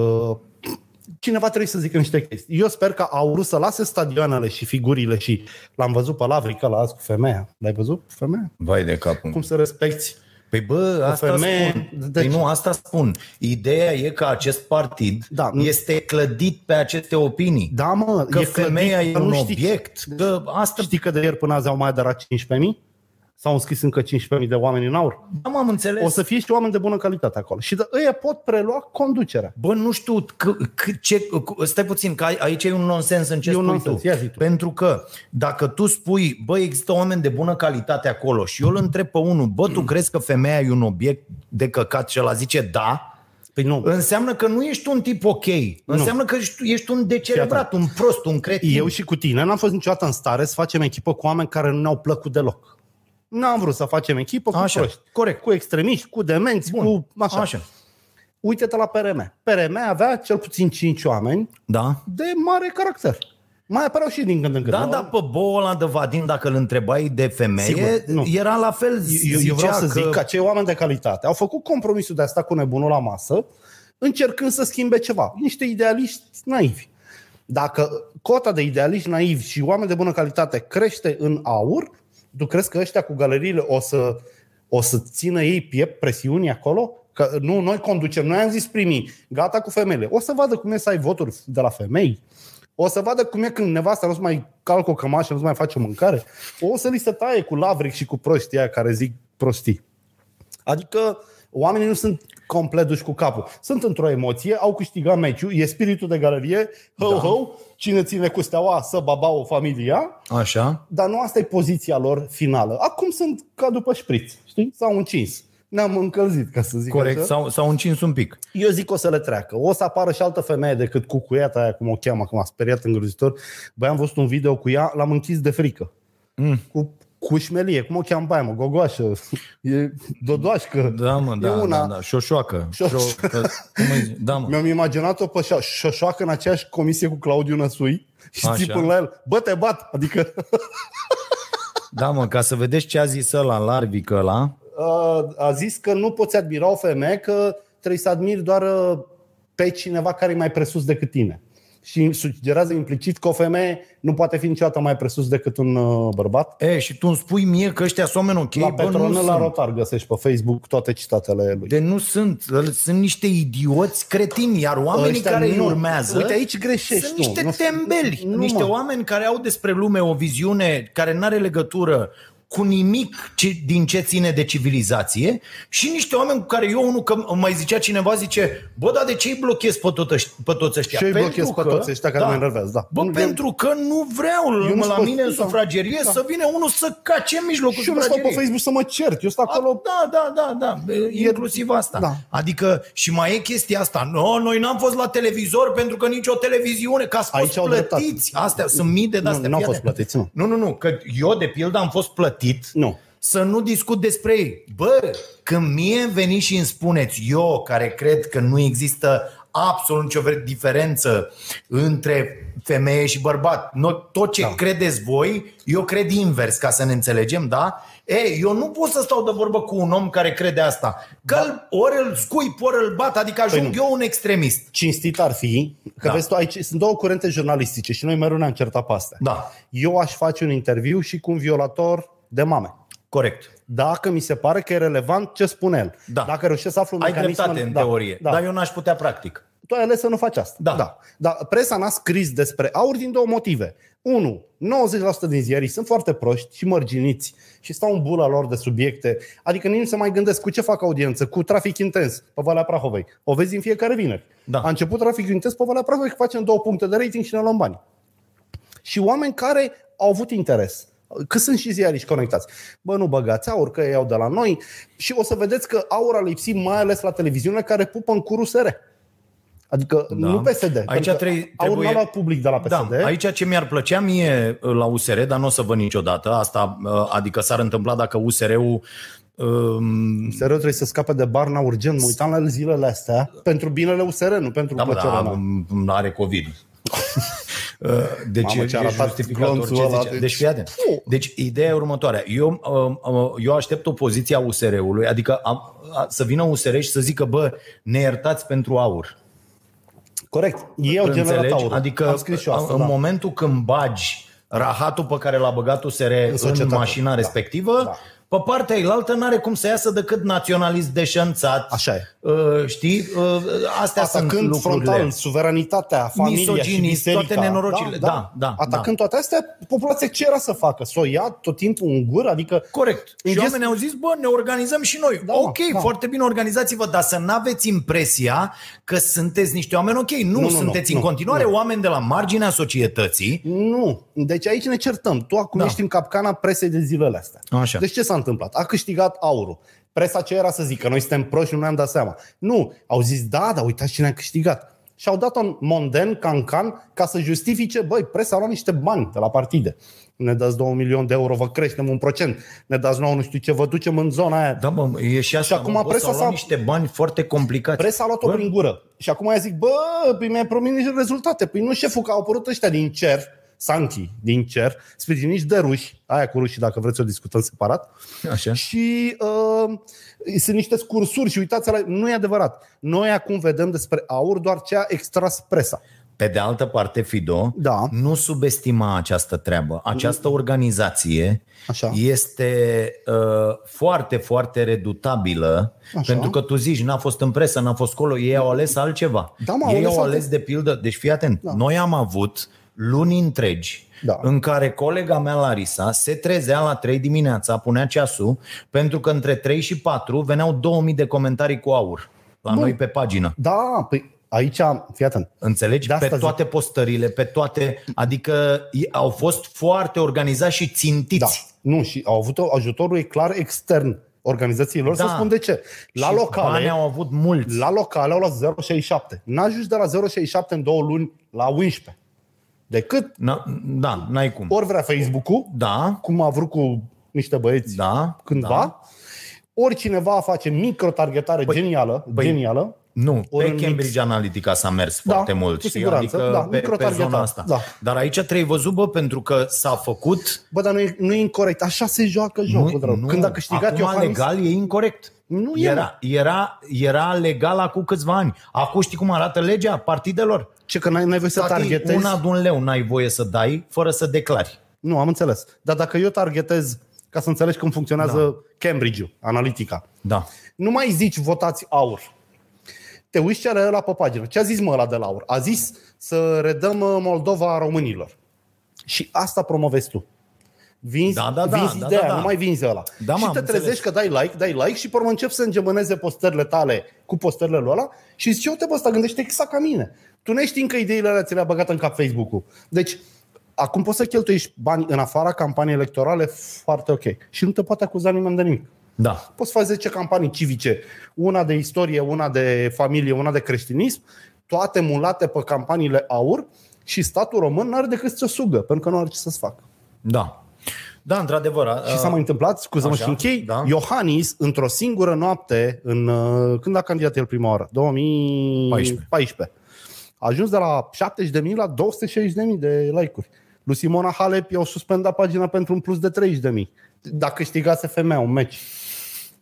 Speaker 2: cineva trebuie să zică niște chestii. Eu sper că au vrut să lase stadioanele și figurile și l-am văzut pe Lavrica la azi cu femeia. L-ai văzut cu femeia?
Speaker 3: Vai de capul.
Speaker 2: Cum să respecti
Speaker 3: Păi bă, asta
Speaker 2: femeie,
Speaker 3: spun.
Speaker 2: deci-
Speaker 3: Păi nu, asta spun. Ideea e că acest partid
Speaker 2: Da, nu-
Speaker 3: este clădit pe aceste opinii.
Speaker 2: Da, mă,
Speaker 3: Că
Speaker 2: e
Speaker 3: femeia
Speaker 2: clădit,
Speaker 3: e
Speaker 2: dar
Speaker 3: un
Speaker 2: nu știi-
Speaker 3: obiect, că asta-
Speaker 2: Știi că de ieri până azi au mai aderat 15.000? S-au înscris încă 15.000 de oameni în aur?
Speaker 3: Am, am Da, înțeles.
Speaker 2: O să fie și oameni de bună calitate acolo. Și de, ei pot prelua conducerea.
Speaker 3: Bă, nu știu, că, că, ce, că, stai puțin, că ai- aici e un nonsens în ce
Speaker 2: E un
Speaker 3: spui
Speaker 2: nonsens,
Speaker 3: tu.
Speaker 2: ia zi tu.
Speaker 3: Pentru că dacă tu spui, bă, există oameni de bună calitate acolo și eu îl întreb pe unul, bă, tu crezi că femeia e un obiect de căcat și ăla zice da,
Speaker 2: Păi nu.
Speaker 3: înseamnă că nu ești un tip ok. Înseamnă că ești, ești un decerebrat, un prost, un cretin.
Speaker 2: Eu și cu tine n-am fost niciodată în stare să facem echipă cu oameni care nu ne-au plăcut deloc. N-am vrut să facem echipă cu
Speaker 3: Așa,
Speaker 2: proști.
Speaker 3: corect.
Speaker 2: Cu extremiști, cu demenți,
Speaker 3: Bun,
Speaker 2: cu
Speaker 3: așa.
Speaker 2: așa.
Speaker 3: așa.
Speaker 2: Uite-te la PRM. PRM avea cel puțin 5 oameni
Speaker 3: Da?
Speaker 2: de mare caracter. Mai apăreau și din când în când.
Speaker 3: Da, da, pe boul ăla de Vadim, dacă îl întrebai de femeie,
Speaker 2: Sigur, nu.
Speaker 3: era la fel.
Speaker 2: eu, eu vreau
Speaker 3: zicea
Speaker 2: să zic că acei oameni de calitate au făcut compromisul de a sta cu nebunul la masă, încercând să schimbe ceva. Niște idealiști naivi. Dacă cota de idealiști naivi și oameni de bună calitate crește în aur, tu crezi că ăștia cu galeriile o să, o să țină ei piept presiunii acolo? Că nu, noi conducem, noi am zis primii, gata cu femeile. O să vadă cum e să ai voturi de la femei, o să vadă cum e când nevasta nu-ți mai calcă o cămașă, nu-ți mai face o mâncare. O să li se taie cu lavric și cu proștii aia care zic prostii. Adică oamenii nu sunt complet duși cu capul. Sunt într-o emoție, au câștigat meciul, e spiritul de galerie, ho, da. ho, cine ține cu steaua să baba o familia,
Speaker 3: Așa.
Speaker 2: dar nu asta e poziția lor finală. Acum sunt ca după șpriț, știi? S-au încins. Ne-am încălzit, ca să zic
Speaker 3: Corect,
Speaker 2: așa.
Speaker 3: sau, sau încins un pic.
Speaker 2: Eu zic că o să le treacă. O să apară și altă femeie decât cucuiata aia, cum o cheamă, cum a speriat îngrozitor. Băi, am văzut un video cu ea, l-am închis de frică. Mm. Cu, cu șmelie, cum o cheamă pe aia, mă, gogoașă, e dodoașcă.
Speaker 3: Da, mă, da,
Speaker 2: e una.
Speaker 3: da, da. Șoșoacă.
Speaker 2: Șo-
Speaker 3: Șo- că- cum îi zice? Da, mă.
Speaker 2: Mi-am imaginat-o pe șo- șoșoacă în aceeași comisie cu Claudiu Năsui și
Speaker 3: Așa.
Speaker 2: țipând la el, bă, te bat! Adică,
Speaker 3: da, mă, ca să vedeți ce a zis ăla, larvic ăla.
Speaker 2: a, a zis că nu poți admira o femeie, că trebuie să admiri doar uh, pe cineva care e mai presus decât tine. Și sugerează implicit că o femeie nu poate fi niciodată mai presus decât un uh, bărbat.
Speaker 3: E, și tu îmi spui mie că ăștia sunt oameni ok,
Speaker 2: La
Speaker 3: bă, nu
Speaker 2: Petronel la
Speaker 3: sunt.
Speaker 2: Rotar găsești pe Facebook toate citatele lui.
Speaker 3: De nu sunt, ă, sunt niște idioți cretini, iar oamenii
Speaker 2: Ăștia
Speaker 3: care îi
Speaker 2: nu.
Speaker 3: urmează
Speaker 2: Uite, aici greșești
Speaker 3: sunt
Speaker 2: tu.
Speaker 3: niște
Speaker 2: Nu-
Speaker 3: tembeli,
Speaker 2: nu,
Speaker 3: niște
Speaker 2: mă.
Speaker 3: oameni care au despre lume o viziune care nu are legătură cu nimic ce, din ce ține de civilizație și niște oameni cu care eu unul, că îmi mai zicea cineva, zice, bă, dar de ce îi blochez pe, tot ăș- pe toți ăștia?
Speaker 2: Și eu îi
Speaker 3: Pentru
Speaker 2: blochez pe
Speaker 3: că-
Speaker 2: toți ăștia care mă enervează, da.
Speaker 3: Bă,
Speaker 2: Nu vreau-
Speaker 3: pentru că nu vreau
Speaker 2: Eu nu
Speaker 3: la
Speaker 2: stau-
Speaker 3: mine în
Speaker 2: da,
Speaker 3: sufragerie
Speaker 2: da.
Speaker 3: să vină unul să cace în mijlocul
Speaker 2: Și eu nu stau pe
Speaker 3: sufrageriei.
Speaker 2: Facebook să mă cert. Eu stau acolo
Speaker 3: A, Da, da, da, da, e- inclusiv asta.
Speaker 2: da.
Speaker 3: Adică și mai e chestia asta. No, noi n-am fost la televizor pentru că nicio televiziune, că ați fost
Speaker 2: Aici au
Speaker 3: plătiți. Astea sunt mii de
Speaker 2: Nu,
Speaker 3: astea.
Speaker 2: n-au
Speaker 3: Fii
Speaker 2: fost
Speaker 3: atent.
Speaker 2: plătiți, nu.
Speaker 3: Nu, nu, nu, că eu de pildă am fost plătit
Speaker 2: Nu.
Speaker 3: să nu discut despre ei. Bă, când mie îmi veni și îmi spuneți, eu care cred că nu există absolut nicio diferență între femeie și bărbat, no, tot ce da. credeți voi, eu cred invers, ca să ne înțelegem, da? Ei, eu nu pot să stau de vorbă cu un om care crede asta. Că da. ori îl scuip, ori îl bat, adică ajung păi
Speaker 2: nu.
Speaker 3: eu un extremist.
Speaker 2: cinstit ar fi, că
Speaker 3: Da.
Speaker 2: da. vezi tu, aici sunt două curente jurnalistice și noi mereu ne-am certat pe astea.
Speaker 3: Da,
Speaker 2: Eu aș face un interviu și cu un violator de mame.
Speaker 3: corect.
Speaker 2: Dacă mi se pare că e relevant ce spune el.
Speaker 3: Da.
Speaker 2: Dacă reușesc să aflu un
Speaker 3: Ai
Speaker 2: mecanism...
Speaker 3: dreptate în
Speaker 2: da,
Speaker 3: teorie,
Speaker 2: Da.
Speaker 3: dar eu n-aș putea practic.
Speaker 2: Tu ai ales să nu faci asta.
Speaker 3: Da.
Speaker 2: da. Dar presa n-a scris despre aur din două motive. Unu, 90% din ziarii sunt foarte proști și mărginiți și stau în bula lor de subiecte. Adică nici nu se mai gândesc cu ce fac audiență, cu trafic intens pe Valea Prahovei. O vezi în fiecare vineri.
Speaker 3: Da.
Speaker 2: A început traficul intens pe Valea Prahovei, că facem două puncte de rating și ne luăm bani și oameni care au avut interes. Că sunt și ziariști conectați. Bă, nu băgați aur, că iau de la noi. Și o să vedeți că aur a lipsit mai ales la televiziune care pupă în curul SR. Adică da. nu PSD.
Speaker 3: Aici
Speaker 2: pentru că
Speaker 3: trebuie-
Speaker 2: aur
Speaker 3: trebuie-
Speaker 2: n-a luat public de la PSD.
Speaker 3: Da, aici ce mi-ar plăcea mie uh, la USR, dar nu o să văd niciodată, asta uh, adică s-ar întâmpla dacă USR-ul um,
Speaker 2: USR trebuie să scape de barna urgent. Mă uitam la el zilele astea pentru binele USR, nu pentru
Speaker 3: da,
Speaker 2: da,
Speaker 3: bă,
Speaker 2: plăcerea
Speaker 3: da,
Speaker 2: mea.
Speaker 3: m- are COVID. Uh, Deci,
Speaker 2: Mamă, ce a
Speaker 3: e
Speaker 2: arătat
Speaker 3: justificat
Speaker 2: glonțul
Speaker 3: orice
Speaker 2: ăla,
Speaker 3: zice.
Speaker 2: deci-
Speaker 3: deci, fii atent.
Speaker 2: Puh!
Speaker 3: deci ideea e următoarea. Eu, um, um, eu aștept o poziție a USR-ului, adică am, a, să vină USR și să zică, bă, ne iertați pentru aur.
Speaker 2: Corect. Ei au generat
Speaker 3: Înțelegi?
Speaker 2: aur.
Speaker 3: Adică
Speaker 2: Am scris și eu asta,
Speaker 3: în
Speaker 2: da.
Speaker 3: momentul când bagi rahatul pe care l-a băgat USR în, în
Speaker 2: societate.
Speaker 3: mașina
Speaker 2: Da.
Speaker 3: respectivă,
Speaker 2: Da.
Speaker 3: pe partea ailaltă n-are cum să iasă decât naționalist deșanțat.
Speaker 2: Așa e.
Speaker 3: Uh, știi? Uh, astea
Speaker 2: Asta
Speaker 3: sunt
Speaker 2: când
Speaker 3: lucrurile.
Speaker 2: frontal, suveranitatea, familia și
Speaker 3: Misoginii,
Speaker 2: biserica,
Speaker 3: toate nenorocile. Da, da,
Speaker 2: Atacând toate astea, populația ce era să facă? Să o ia tot timpul în gură? Adică
Speaker 3: Corect.
Speaker 2: În
Speaker 3: Și
Speaker 2: gest-
Speaker 3: oamenii au zis, bă, ne organizăm și noi.
Speaker 2: Da,
Speaker 3: Da, ok,
Speaker 2: da.
Speaker 3: da. foarte bine, organizați-vă, dar să nu aveți impresia că sunteți niște oameni ok. Nu,
Speaker 2: nu, nu,
Speaker 3: nu sunteți în
Speaker 2: nu,
Speaker 3: continuare oameni de la marginea societății.
Speaker 2: nu. Deci aici ne certăm. Tu acum da.
Speaker 3: Da.
Speaker 2: ești în capcana presei de zilele astea.
Speaker 3: Așa.
Speaker 2: Deci ce s-a întâmplat? A câștigat aurul. Presa ce era să zică? Noi suntem proști, nu ne-am dat seama. Nu. Au zis, da, dar uitați cine a câștigat. Și au dat un monden, cancan, ca să justifice, băi, presa a luat niște bani de la partide. Ne dați 2 milioane de euro, vă creștem un procent. Ne dați nouă nu știu ce, vă ducem în zona aia.
Speaker 3: Da, bă, e și asta.
Speaker 2: Și acum
Speaker 3: bă, bă,
Speaker 2: presa
Speaker 3: s-au luat
Speaker 2: s-a-
Speaker 3: niște bani foarte complicați.
Speaker 2: Presa a luat-o
Speaker 3: Bă,
Speaker 2: prin gură. Și acum ea zic, bă, păi mi-ai promis niște rezultate. Păi nu șeful, că au apărut ăștia din cer, Sanchi din cer, sprijiniți de ruși, aia cu rușii, dacă vreți o discutăm separat,
Speaker 3: Așa.
Speaker 2: și uh, sunt niște scursuri și uitați la... Nu e adevărat. Noi acum vedem despre aur doar ce a extras presa.
Speaker 3: Pe de altă parte, Fido,
Speaker 2: Da. Mm.
Speaker 3: nu subestima această treabă. Această organizație
Speaker 2: Așa.
Speaker 3: este uh, foarte, foarte redutabilă,
Speaker 2: Așa.
Speaker 3: Așa. pentru că tu zici, n-a fost în presă, n-a fost colo, ei au ales altceva.
Speaker 2: Da, mă, au
Speaker 3: ei
Speaker 2: ales
Speaker 3: au
Speaker 2: alte-
Speaker 3: ales de pildă, deci fii atent, da. noi am avut luni întregi
Speaker 2: Da.
Speaker 3: în care colega mea Larisa se trezea la 3 dimineața, punea ceasul, pentru că între 3 și 4 veneau 2000 de comentarii cu aur la Bun. noi pe pagină.
Speaker 2: Da, păi aici, fii atent,
Speaker 3: Înțelegi?
Speaker 2: De asta
Speaker 3: Pe
Speaker 2: zic.
Speaker 3: toate postările, pe toate. Adică i- au fost foarte organizați și
Speaker 2: Da.
Speaker 3: țintiți.
Speaker 2: Nu, și au avut ajutorul, e clar, extern organizațiilor,
Speaker 3: Da.
Speaker 2: să spun de ce. La
Speaker 3: și
Speaker 2: locale,
Speaker 3: Bani au avut mulți.
Speaker 2: La locale au luat 0,67. N-ajungi de la 0,67 în două luni la 11. Decât
Speaker 3: Na, da, n-ai cum.
Speaker 2: ori vrea Facebook-ul,
Speaker 3: Da,
Speaker 2: cum a vrut cu niște băieți
Speaker 3: da.
Speaker 2: cândva,
Speaker 3: Da.
Speaker 2: ori cineva face microtargetare păi, genială, păi, genială,
Speaker 3: Nu,
Speaker 2: Ori
Speaker 3: pe
Speaker 2: în mix.
Speaker 3: Cambridge Analytica s-a mers
Speaker 2: Da,
Speaker 3: foarte mult.
Speaker 2: cu
Speaker 3: știi?
Speaker 2: siguranță,
Speaker 3: adică
Speaker 2: da,
Speaker 3: pe, pe
Speaker 2: microtargetat,
Speaker 3: zona asta.
Speaker 2: da.
Speaker 3: Dar aici trebuie văzut, bă, pentru că s-a făcut...
Speaker 2: bă, dar nu e, nu e incorrect. Așa se joacă jocul, dragul. Când a câștigat
Speaker 3: Acum
Speaker 2: Iohannis,
Speaker 3: legal e incorrect.
Speaker 2: Nu e,
Speaker 3: era, era, era legal acum câțiva ani. Acum știi cum arată legea partidelor?
Speaker 2: ce că n-ai, n-ai voie să
Speaker 3: Tati,
Speaker 2: targetezi.
Speaker 3: una de un leu n-ai voie să dai fără să declari.
Speaker 2: Nu, am înțeles. Dar dacă eu targetez, ca să înțelegi cum funcționează da. Cambridge-ul, analitica,
Speaker 3: Da.
Speaker 2: Nu mai zici votați aur. Te uiți ce are ăla pe pagină. Ce a zis mă ăla de la aur? A zis să redăm uh, Moldova românilor. Și asta promovezi tu. Vinzi, da, da, da, vinzi da, ideea, da, da. nu mai vinzi ăla.
Speaker 3: Da,
Speaker 2: și
Speaker 3: mă,
Speaker 2: te
Speaker 3: am
Speaker 2: trezești
Speaker 3: înțeles.
Speaker 2: că dai like, dai like și pe urmă încep să îngemâneze postările tale cu postările lui ăla și zici, uite bă, ăsta gândește exact ca mine. Tu nu știi că ideile alea ți le-a băgat în cap Facebook-ul. Deci, acum poți să cheltuiești bani în afara campaniei electorale foarte ok. Și nu te poate acuza nimeni de nimic.
Speaker 3: Da.
Speaker 2: Poți face 10 campanii civice, una de istorie, una de familie, una de creștinism, toate mulate pe campaniile aur și statul român n-are decât să sugă, pentru că nu are ce să-ți facă.
Speaker 3: Da. Da, într-adevăr. a-
Speaker 2: Și s-a mai întâmplat, scuză-mă
Speaker 3: așa,
Speaker 2: și închei,
Speaker 3: da.
Speaker 2: da. Iohannis, într-o singură noapte, în, uh, când a candidat el prima oară? 2014. A ajuns de la 70.000 la 260.000 de like-uri. Lui Simona Halep i-au suspendat pagina pentru un plus de 30.000. Dacă câștigase femeia un meci.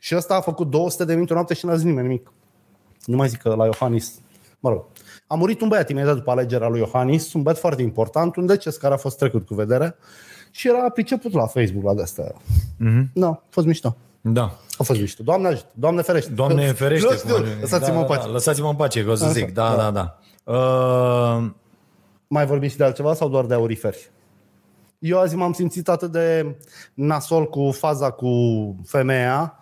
Speaker 2: Și ăsta a făcut 200.000 într-o noapte și n-a zis nimeni nimic. Nu mai zic că la Iohannis. Mă rog. A murit un băiat imediat după alegerea lui Iohannis, un băiat foarte important, un deces care a fost trecut cu vedere și era priceput la Facebook la de-astea. Mm-hmm. Da, a fost mișto.
Speaker 3: Da.
Speaker 2: A fost mișto. Doamne ajută, doamne ferește.
Speaker 3: Doamne ferește.
Speaker 2: Nu știu,
Speaker 3: cum ar-
Speaker 2: Lăsați-mă
Speaker 3: da,
Speaker 2: în
Speaker 3: Da,
Speaker 2: pace.
Speaker 3: da, lăsați-mă în pace, că o să zic. Da, da, da. Uh,
Speaker 2: Mai vorbim și de altceva sau doar de auriferi? Eu azi m-am simțit atât de nasol cu faza cu femeia,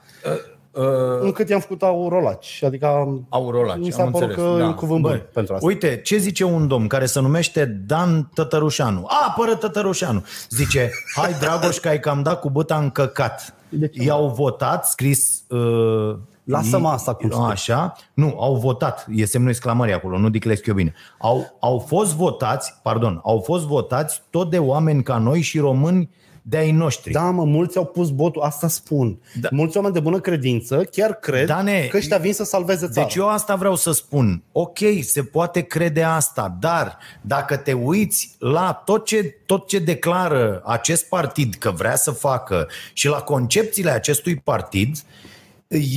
Speaker 3: uh,
Speaker 2: încât i-am făcut aurolaci. Adică am-
Speaker 3: Aurolaci,
Speaker 2: Mi s-a
Speaker 3: am
Speaker 2: părut
Speaker 3: înțeles.
Speaker 2: că
Speaker 3: da.
Speaker 2: e un cuvânt
Speaker 3: Băi,
Speaker 2: bun pentru asta.
Speaker 3: Uite, ce zice un domn care se numește Dan Tătărușanu. Apără Tătărușanu. Zice, hai Dragoș că ai cam dat cu băta în căcat.
Speaker 2: De ce?
Speaker 3: I-au votat, scris... Uh,
Speaker 2: Lasă-mă
Speaker 3: i-
Speaker 2: asta cu scris.
Speaker 3: Așa. Nu, au votat. E semnul exclamării acolo, nu diclesc eu bine. Au, au fost votați, pardon, au fost votați tot de oameni ca noi și români de-ai noștri.
Speaker 2: Da, mă, mulți au pus botul, asta spun.
Speaker 3: Da.
Speaker 2: Da. Mulți oameni de bună credință chiar cred
Speaker 3: Dane,
Speaker 2: că ăștia vin să salveze țara.
Speaker 3: Deci eu asta vreau să spun. Ok, se poate crede asta, dar dacă te uiți la tot ce, tot ce declară acest partid că vrea să facă și la concepțiile acestui partid,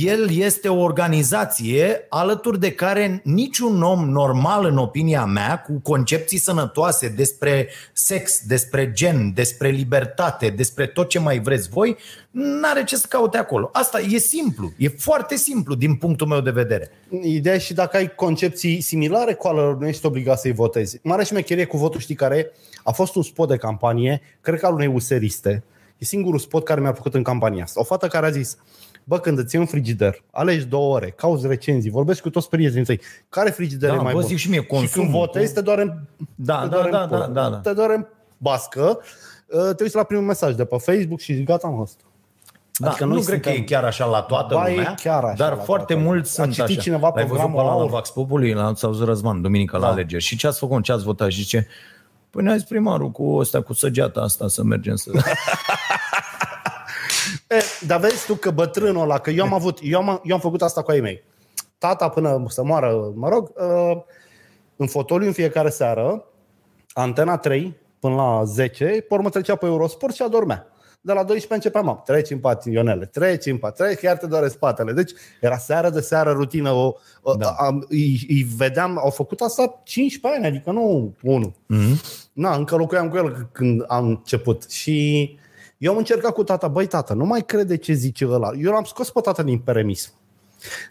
Speaker 3: el este o organizație alături de care niciun om normal, în opinia mea, cu concepții sănătoase despre sex, despre gen, despre libertate, despre tot ce mai vreți voi, n-are ce să caute acolo. Asta e simplu, e foarte simplu din punctul meu de vedere.
Speaker 2: Ideea e și dacă ai concepții similare cu ale lor, nu ești obligat să-i votezi. Mare șmecherie cu votul, știi care e? A fost un spot de campanie, cred că al unei useriste. E singurul spot care mi-a făcut în campania asta. O fată care a zis, bă, când îți iei un frigider, alegi două ore, cauți recenzii, vorbești cu toți prietenii tăi, care frigider
Speaker 3: Da,
Speaker 2: e mai
Speaker 3: bă,
Speaker 2: bun?
Speaker 3: zic și mie,
Speaker 2: și când
Speaker 3: consumul,
Speaker 2: votezi, te doare în,
Speaker 3: Da,
Speaker 2: te
Speaker 3: da,
Speaker 2: doare
Speaker 3: da,
Speaker 2: în pulă,
Speaker 3: da, da, da.
Speaker 2: te doare în bască, te uiți la primul mesaj de pe Facebook și zici, gata, am asta.
Speaker 3: Da, adică nu
Speaker 2: noi
Speaker 3: cred
Speaker 2: suntem-
Speaker 3: că e chiar așa la toată
Speaker 2: Ba, e
Speaker 3: lumea,
Speaker 2: chiar așa
Speaker 3: dar
Speaker 2: la
Speaker 3: foarte
Speaker 2: toată
Speaker 3: mulți
Speaker 2: lumea. A
Speaker 3: sunt
Speaker 2: citit
Speaker 3: așa.
Speaker 2: cineva
Speaker 3: L-ai văzut pe
Speaker 2: programul
Speaker 3: la
Speaker 2: Aur?
Speaker 3: Novax Populi, la sau Răzvan, duminică la
Speaker 2: Da.
Speaker 3: alegeri. Și ce ați făcut, ce ați votat? Și zice, păi ne-a zis primarul cu ăsta, cu săgeata asta să mergem să...
Speaker 2: E, dar vezi tu că bătrânul ăla, că eu am avut, eu am, eu am făcut asta cu ai mei. Tata până să moară, mă rog, uh, în fotoliu în fiecare seară, antena 3 până la 10, pe urmă trecea pe Eurosport și adormea. De la 12 începeam, am, treci în pat, Ionele, treci în pat, treci, chiar te doare spatele. Deci era seară de seară, rutină, o, da. am, îi, îi, vedeam, au făcut asta 15 ani, adică nu unul.
Speaker 3: Mhm.
Speaker 2: Na, încă locuiam cu el când am început și eu am încercat cu tata, băi tata, nu mai crede ce zice ăla. Eu l-am scos pe tata din peremism.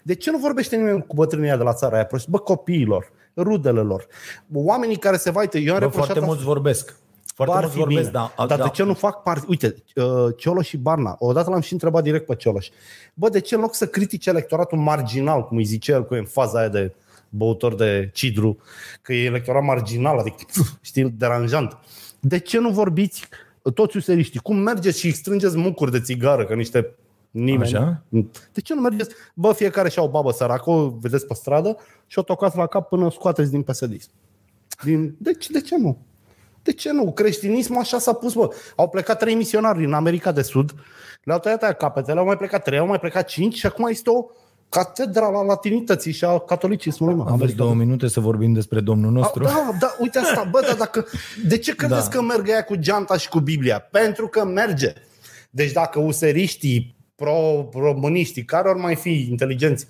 Speaker 2: De ce nu vorbește nimeni cu bătrânia de la țara aia prost? Bă, copiilor, rudele lor, oamenii care se vaită. Eu am
Speaker 3: Bă,
Speaker 2: reproșat
Speaker 3: foarte
Speaker 2: asta-
Speaker 3: mulți vorbesc. Foarte
Speaker 2: Bar
Speaker 3: mulți
Speaker 2: fi
Speaker 3: vorbesc,
Speaker 2: bine.
Speaker 3: da. a-
Speaker 2: Dar
Speaker 3: da.
Speaker 2: de ce nu fac parte? Uite, uh, Cioloș și Barna, odată l-am și întrebat direct pe Cioloș. Bă, de ce în loc să critice electoratul marginal, cum îi zice el, cu e în faza aia de băutor de cidru, că e electorat marginal, adică, știi, deranjant. De ce nu vorbiți toți useriștii? Cum mergeți și strângeți mucuri de țigară, că niște nimeni.
Speaker 3: Așa.
Speaker 2: De ce nu mergeți? Bă, fiecare și-a o babă săracă, o vedeți pe stradă și o tocați la cap până o scoateți din psd din... Deci, de ce nu? De ce nu? Creștinismul așa s-a pus, bă. Au plecat trei misionari din America de Sud, le-au tăiat aia capetele, au mai plecat trei, au mai plecat cinci și acum este o catedra la latinității și a catolicismului. Mă,
Speaker 3: Aveți două minute să vorbim despre domnul
Speaker 2: A,
Speaker 3: nostru.
Speaker 2: da, da, uite asta, bă, dar dacă... De ce credeți
Speaker 3: Da.
Speaker 2: da. că merg aia cu geanta și cu Biblia? Pentru că merge. Deci dacă useriștii, pro-româniștii, care ori mai fi inteligenți,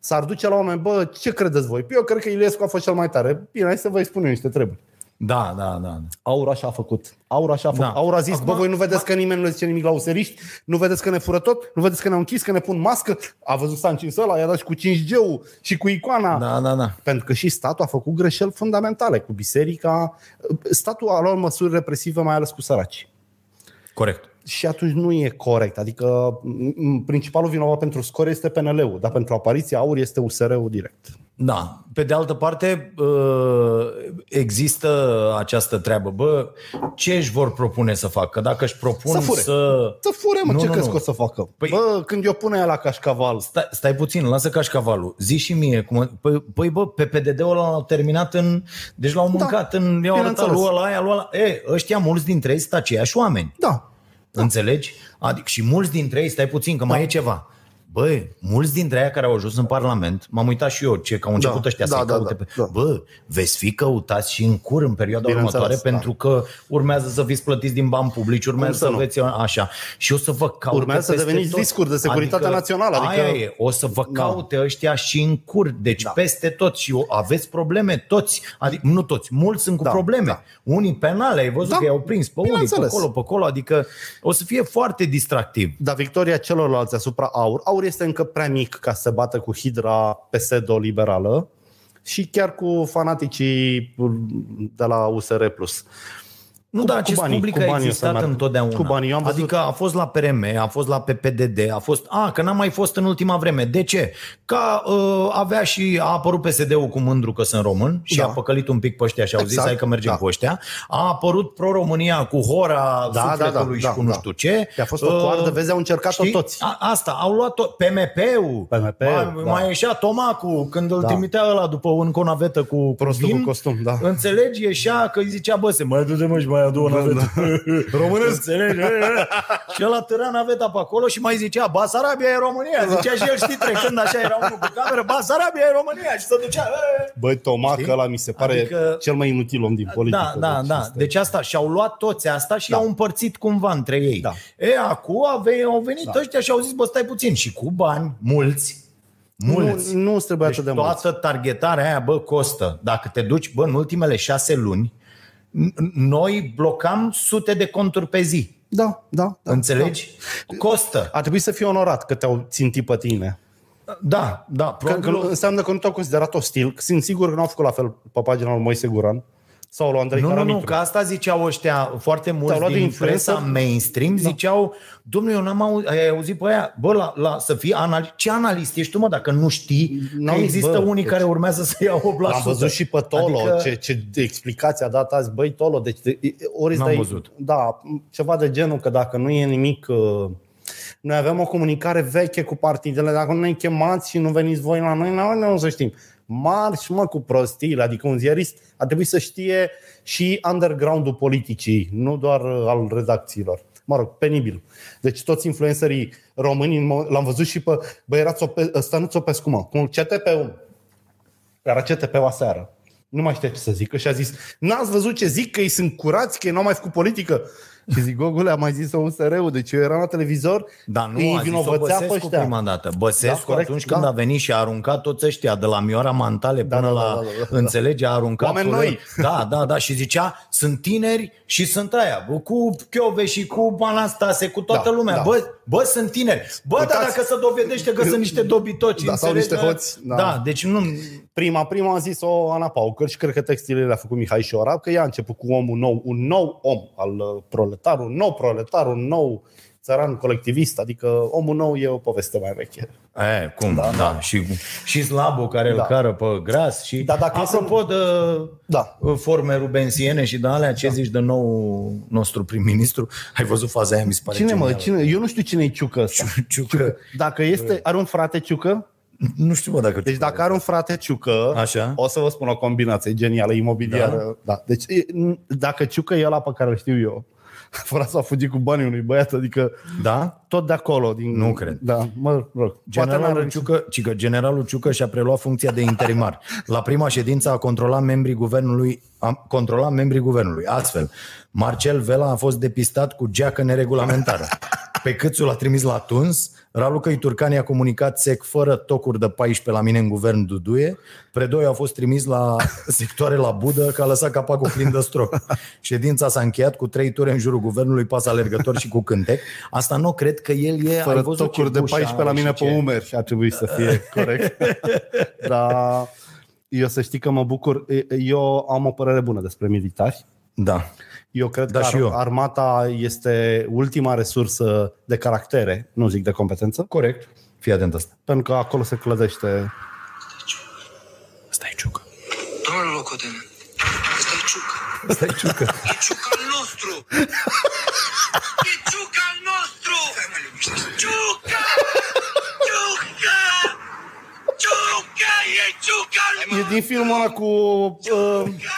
Speaker 2: s-ar duce la oameni, bă, ce credeți voi? Păi Eu cred că Iliescu a fost cel mai tare. Bine, hai să vă spun eu niște treburi.
Speaker 3: Da, da, da. da.
Speaker 2: Aur așa a făcut. Aur așa a făcut.
Speaker 3: Da.
Speaker 2: Da. Aur a zis,
Speaker 3: Acum-
Speaker 2: Acum, bă, voi nu vedeți că nimeni nu le zice nimic la useriști, nu vedeți că ne fură tot, nu vedeți că ne-au închis, că ne pun mască. A văzut s-a încins ăla, i-a dat și cu 5G-ul și cu icoana.
Speaker 3: Da, da, da.
Speaker 2: Pentru că și statul a făcut greșeli fundamentale cu biserica. Statul a luat măsuri represive, mai ales cu săraci.
Speaker 3: Corect.
Speaker 2: și atunci nu e corect. Adică m- m- principalul vinovat pentru scor este PNL-ul, dar pentru apariția aur este USR-ul direct.
Speaker 3: Da. Pe de altă parte, uh, există această treabă. Bă, ce își vor propune să facă? Că Dacă își propun
Speaker 2: Să
Speaker 3: să...
Speaker 2: fure. Să fure, mă,
Speaker 3: Nu,
Speaker 2: ce
Speaker 3: nu,
Speaker 2: crezi
Speaker 3: nu.
Speaker 2: că o să facă?
Speaker 3: Păi-
Speaker 2: Bă, când eu pune aia la cașcaval,
Speaker 3: Stai, stai puțin, lasă cașcavalul. Zi și mie. Cum, păi, păi bă, pe PDD-ul ăla l-au terminat în... Deci l-au mâncat în... I-au arătat
Speaker 2: Da. bineînțeles.
Speaker 3: lui ăla, aia, lui ăla. E, ăștia mulți dintre ei sunt aceiași oameni.
Speaker 2: da,
Speaker 3: Da. Înțelegi? Adică și mulți dintre ei, stai puțin, că da. mai e ceva. Băi, mulți dintre ei care au ajuns în Parlament, m-am uitat și eu ce că au început
Speaker 2: Da,
Speaker 3: ăștia
Speaker 2: da,
Speaker 3: să
Speaker 2: da,
Speaker 3: caute
Speaker 2: da,
Speaker 3: pe...
Speaker 2: da.
Speaker 3: Bă, veți fi căutați și în cur în perioada
Speaker 2: Bineînțeles,
Speaker 3: următoare
Speaker 2: da.
Speaker 3: pentru că urmează să fiți plătiți din bani publici, urmează
Speaker 2: să
Speaker 3: să
Speaker 2: nu?
Speaker 3: veți așa. Și o să vă caute
Speaker 2: Urmează să
Speaker 3: peste
Speaker 2: deveniți
Speaker 3: tot.
Speaker 2: discuri de securitate națională, adică-
Speaker 3: Aia e, o să vă caute ăștia și în cur, deci da. peste tot și o- aveți probleme toți, adică nu toți, mulți sunt cu
Speaker 2: Da,
Speaker 3: probleme.
Speaker 2: da.
Speaker 3: Unii penale, ai văzut
Speaker 2: Da.
Speaker 3: că i-au prins pe unii, pe
Speaker 2: Bineînțeles.
Speaker 3: acolo, pe acolo, adică o să fie foarte distractiv.
Speaker 2: dar victoria celorlalți asupra aur, aur este încă prea mic ca să se bată cu Hidra PSD-o liberală și chiar cu fanaticii de la USR+.
Speaker 3: Nu,
Speaker 2: Cu-
Speaker 3: dar
Speaker 2: cu
Speaker 3: acest
Speaker 2: banii,
Speaker 3: public
Speaker 2: cu
Speaker 3: a
Speaker 2: banii o să
Speaker 3: existat
Speaker 2: meargă.
Speaker 3: întotdeauna.
Speaker 2: Cu banii, eu am văzut-
Speaker 3: Adică a fost la PRM, a fost la PPDD, a fost... A, că n-a mai fost în ultima vreme. De ce? Ca uh, avea și... A apărut PSD-ul cu mândru că sunt român și
Speaker 2: Da.
Speaker 3: a păcălit un pic pe ăștia și au zis
Speaker 2: Exact,
Speaker 3: hai că mergem
Speaker 2: da.
Speaker 3: cu ăștia. A apărut pro-România cu hora
Speaker 2: Da, da, da,
Speaker 3: sufletului
Speaker 2: da,
Speaker 3: și cu nu
Speaker 2: da.
Speaker 3: știu ce.
Speaker 2: I-a fost o coardă, vezi, au încercat-o
Speaker 3: Uh, știi?
Speaker 2: toți.
Speaker 3: A, asta, au luat tot. PMP-ul.
Speaker 2: PMP-ul,
Speaker 3: mai,
Speaker 2: da.
Speaker 3: mai ieșea Tomacu când îl
Speaker 2: Da.
Speaker 3: trimitea ăla după un conavetă cu
Speaker 2: Prostul
Speaker 3: vin,
Speaker 2: cu costum, da.
Speaker 3: Înțelegi? Ieșea că îi zicea, bă, se mai du-te mă și mai adu o navetă. Românesc. Înțelegi? Ă, și ăla târa naveta pe acolo și mai zicea, Basarabia e România.
Speaker 2: Da.
Speaker 3: Zicea și el, știi, trecând așa, era unul cu cameră, Basarabia e România. Și se ducea, ă, "E".
Speaker 2: Băi, Tomac
Speaker 3: Știi?
Speaker 2: ăla mi se pare
Speaker 3: Adică-
Speaker 2: adică... cel mai inutil om din politică.
Speaker 3: da, da,
Speaker 2: deci
Speaker 3: da.
Speaker 2: este-
Speaker 3: Deci asta, și-au luat toți asta și
Speaker 2: Da.
Speaker 3: i-au împărțit cumva între ei.
Speaker 2: Da.
Speaker 3: E, acum ave- au venit
Speaker 2: Da.
Speaker 3: ăștia și au zis, bă, stai puțin. Și cu bani, mulți, mulți.
Speaker 2: Nu, nu îți trebuie
Speaker 3: Deci
Speaker 2: atât de mult.
Speaker 3: toată targetarea aia, bă, costă. Dacă te duci, bă, în ultimele șase luni, n- n- noi blocam sute de conturi pe zi.
Speaker 2: Da, da, da.
Speaker 3: Înțelegi? Costă.
Speaker 2: Ar trebui să fii onorat că te-au țintit pe tine.
Speaker 3: Da, da.
Speaker 2: Că, că
Speaker 3: probabil-
Speaker 2: înseamnă că nu te-au considerat ostil. că Sunt sigur că nu au făcut la fel pe pagina lui Moise Guran sau lui Andrei
Speaker 3: Nu, nu,
Speaker 2: Caramitru.
Speaker 3: nu, că asta ziceau ăștia foarte mulți
Speaker 2: Te-au luat
Speaker 3: din,
Speaker 2: din
Speaker 3: presa
Speaker 2: presă?
Speaker 3: mainstream, da. ziceau, domnule, eu n-am auzit, ai auzit pe aia, bă, la, la, să fii analist, ce analist ești tu, mă, dacă nu știi
Speaker 2: N-am-
Speaker 3: că există
Speaker 2: bă,
Speaker 3: unii
Speaker 2: deci-
Speaker 3: care urmează să iau 8%.
Speaker 2: L-am văzut și pe Tolo, adică... ce, ce explicație a dat azi, băi Tolo, deci de- ori îți
Speaker 3: N-am
Speaker 2: dai,
Speaker 3: văzut.
Speaker 2: Da, ceva de genul că dacă nu e nimic, uh, noi avem o comunicare veche cu partidele, dacă nu ne chemați și nu veniți voi la noi, noi nu o să știm. Marș, mă, cu prostiile, adică un ziarist ar trebui să știe și underground-ul politicii, nu doar uh, al redacțiilor. Mă rog, penibil. Deci toți influencerii români, în mo- l-am văzut și pe... Bă, era țope, ăsta nu țopescu, mă, cu CTP-ul era CTP-ul aseară. Nu mai știa ce să zică și a zis N-ați văzut ce zic că ei sunt curați, că ei n-au mai făcut politică? Și zic, Gogule, a mai zis o USR-ul, deci eu eram la televizor,
Speaker 3: Dar Da, nu
Speaker 2: îi
Speaker 3: a zis-o
Speaker 2: vinovățea pe
Speaker 3: Băsescu
Speaker 2: ăștia.
Speaker 3: prima dată. Băsescu
Speaker 2: Da,
Speaker 3: da,
Speaker 2: corect,
Speaker 3: atunci
Speaker 2: da.
Speaker 3: când a venit și a aruncat toți ăștia de la Miora Mantale până da, da, la, da, da, da. înțelege, a aruncat
Speaker 2: Oameni
Speaker 3: Tudor.
Speaker 2: noi.
Speaker 3: Da, da, da, și zicea, sunt tineri și sunt aia, bă, cu Chiove și cu Anastase, cu toată da,
Speaker 2: Da,
Speaker 3: lumea. Da.
Speaker 2: da.
Speaker 3: Bă, bă, sunt tineri. Bă, dar
Speaker 2: Uitați-
Speaker 3: dacă se dovedește că sunt niște dobitoci,
Speaker 2: Da, sau
Speaker 3: înțelegi,
Speaker 2: niște hoți,
Speaker 3: Da.
Speaker 2: da.
Speaker 3: da, deci nu...
Speaker 2: prima, prima a zis-o Ana Paucăr și cred că textile le-a făcut Mihai Șora, că ea a început cu omul nou, un nou om al uh, proletar, un nou proletar, un nou țăran colectivist, adică omul nou e o poveste mai veche.
Speaker 3: E, cum, da, da. da. Și, și slabul care da. îl
Speaker 2: Da.
Speaker 3: cară pe gras și...
Speaker 2: Dar dacă e să-
Speaker 3: Apropo de...
Speaker 2: Da.
Speaker 3: forme rubensiene și de alea, ce da. zici de nou nostru prim-ministru? Ai văzut faza aia, mi se pare
Speaker 2: Cine mă?
Speaker 3: genială.
Speaker 2: Cine? Eu nu știu cine e Ciucă ăsta.
Speaker 3: Ciucă.
Speaker 2: Dacă este, are un frate Ciucă?
Speaker 3: Nu știu, mă, dacă...
Speaker 2: Deci dacă are un frate Ciucă,
Speaker 3: Așa.
Speaker 2: o să vă spun o combinație genială, imobiliară. Da? da. Deci e, n- dacă Ciucă e ăla pe care îl știu eu, fără să a fugit cu banii unui băiat, adică
Speaker 3: Da?
Speaker 2: tot de acolo. Din...
Speaker 3: Nu cred.
Speaker 2: Da, mă rog. Poate
Speaker 3: Generalul
Speaker 2: n-are-
Speaker 3: Ciucă, cică, generalul Ciucă și-a preluat funcția de interimar. La prima ședință a controlat membrii guvernului, a controlat membrii guvernului. Astfel, Marcel Vela a fost depistat cu geacă neregulamentară. Pe câțul l-a trimis la Tuns, Ralu Căiturcani a comunicat sec fără tocuri de 14 la mine în guvern Duduie, Predoi au fost trimis la sectoare la Budă că a lăsat capacul plin de stroc. Ședința s-a încheiat cu trei ture în jurul guvernului, pas alergător și cu cântec. Asta nu cred că el e...
Speaker 2: fără
Speaker 3: ai văzut
Speaker 2: tocuri
Speaker 3: ce
Speaker 2: de
Speaker 3: bușa
Speaker 2: 14 la
Speaker 3: și
Speaker 2: mine
Speaker 3: ce-
Speaker 2: pe umeri și ar trebui să fie corect. Da, Dar eu să știi că mă bucur. Eu am o părere bună despre militari.
Speaker 3: Da.
Speaker 2: Eu cred
Speaker 3: Da,
Speaker 2: că
Speaker 3: și
Speaker 2: ar-
Speaker 3: eu.
Speaker 2: armata este ultima resursă de caractere, nu zic de competență,
Speaker 3: Corect. Fii atent asta.
Speaker 2: pentru că acolo se clădește.
Speaker 1: Stai, ciucă.
Speaker 4: Domnule locotenent, ăsta e ciucă.
Speaker 3: Stai ciucă.
Speaker 4: E ciucă al nostru! E ciucă al nostru! Ciucă! Ciucă! Ciucă! E ciucă al nostru!
Speaker 2: E din filmul ăla cu uh,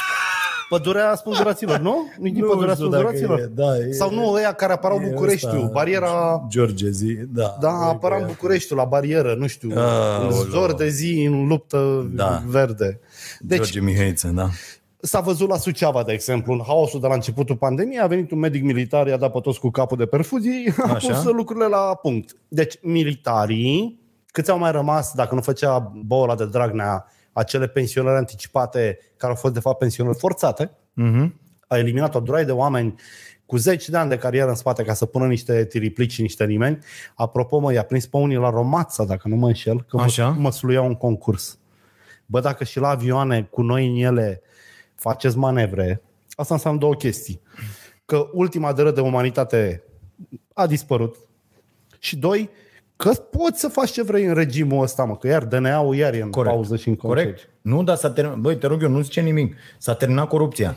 Speaker 2: Pădurea Spânzuraților, nu? Nu e din Pădurea Spânzuraților?
Speaker 3: da, e,
Speaker 2: Sau nu, ăia care apărau
Speaker 3: e
Speaker 2: Bucureștiul,
Speaker 3: ăsta,
Speaker 2: bariera...
Speaker 3: George zi, da.
Speaker 2: Da,
Speaker 3: E
Speaker 2: apăra
Speaker 3: cu
Speaker 2: în
Speaker 3: ea.
Speaker 2: Bucureștiul, la barieră, nu știu, în
Speaker 3: Aoleu.
Speaker 2: zor de zi, în luptă
Speaker 3: Da.
Speaker 2: verde. Deci,
Speaker 3: George Mihaiță, da.
Speaker 2: S-a văzut la Suceava, de exemplu, în haosul de la începutul pandemiei, a venit un medic militar, i-a dat pe toți cu capul de perfuzii, a
Speaker 3: Așa.
Speaker 2: pus lucrurile la punct. Deci, militarii, câți au mai rămas, dacă nu făcea boala de Dragnea, acele pensionări anticipate, care au fost, de fapt, pensionări forțate,
Speaker 3: Mm-hmm.
Speaker 2: a eliminat o droaie de oameni cu zeci de ani de carieră în spate ca să pună niște tiriplici și niște nimeni. Apropo, mă, i-a prins pe unii la Romața, dacă nu mă înșel, că
Speaker 3: Așa.
Speaker 2: Așa. mă sluiau un concurs. Bă, dacă și la avioane, cu noi în ele, faceți manevre, asta înseamnă două chestii. Că ultima dără de umanitate a dispărut și doi, că poți să faci ce vrei în regimul ăsta, mă, că iar DNA-ul iar e în
Speaker 3: Corect.
Speaker 2: pauză și în concediu.
Speaker 3: Corect. Nu, dar s-a terminat. Băi, te rog eu, nu zice nimic. S-a terminat corupția.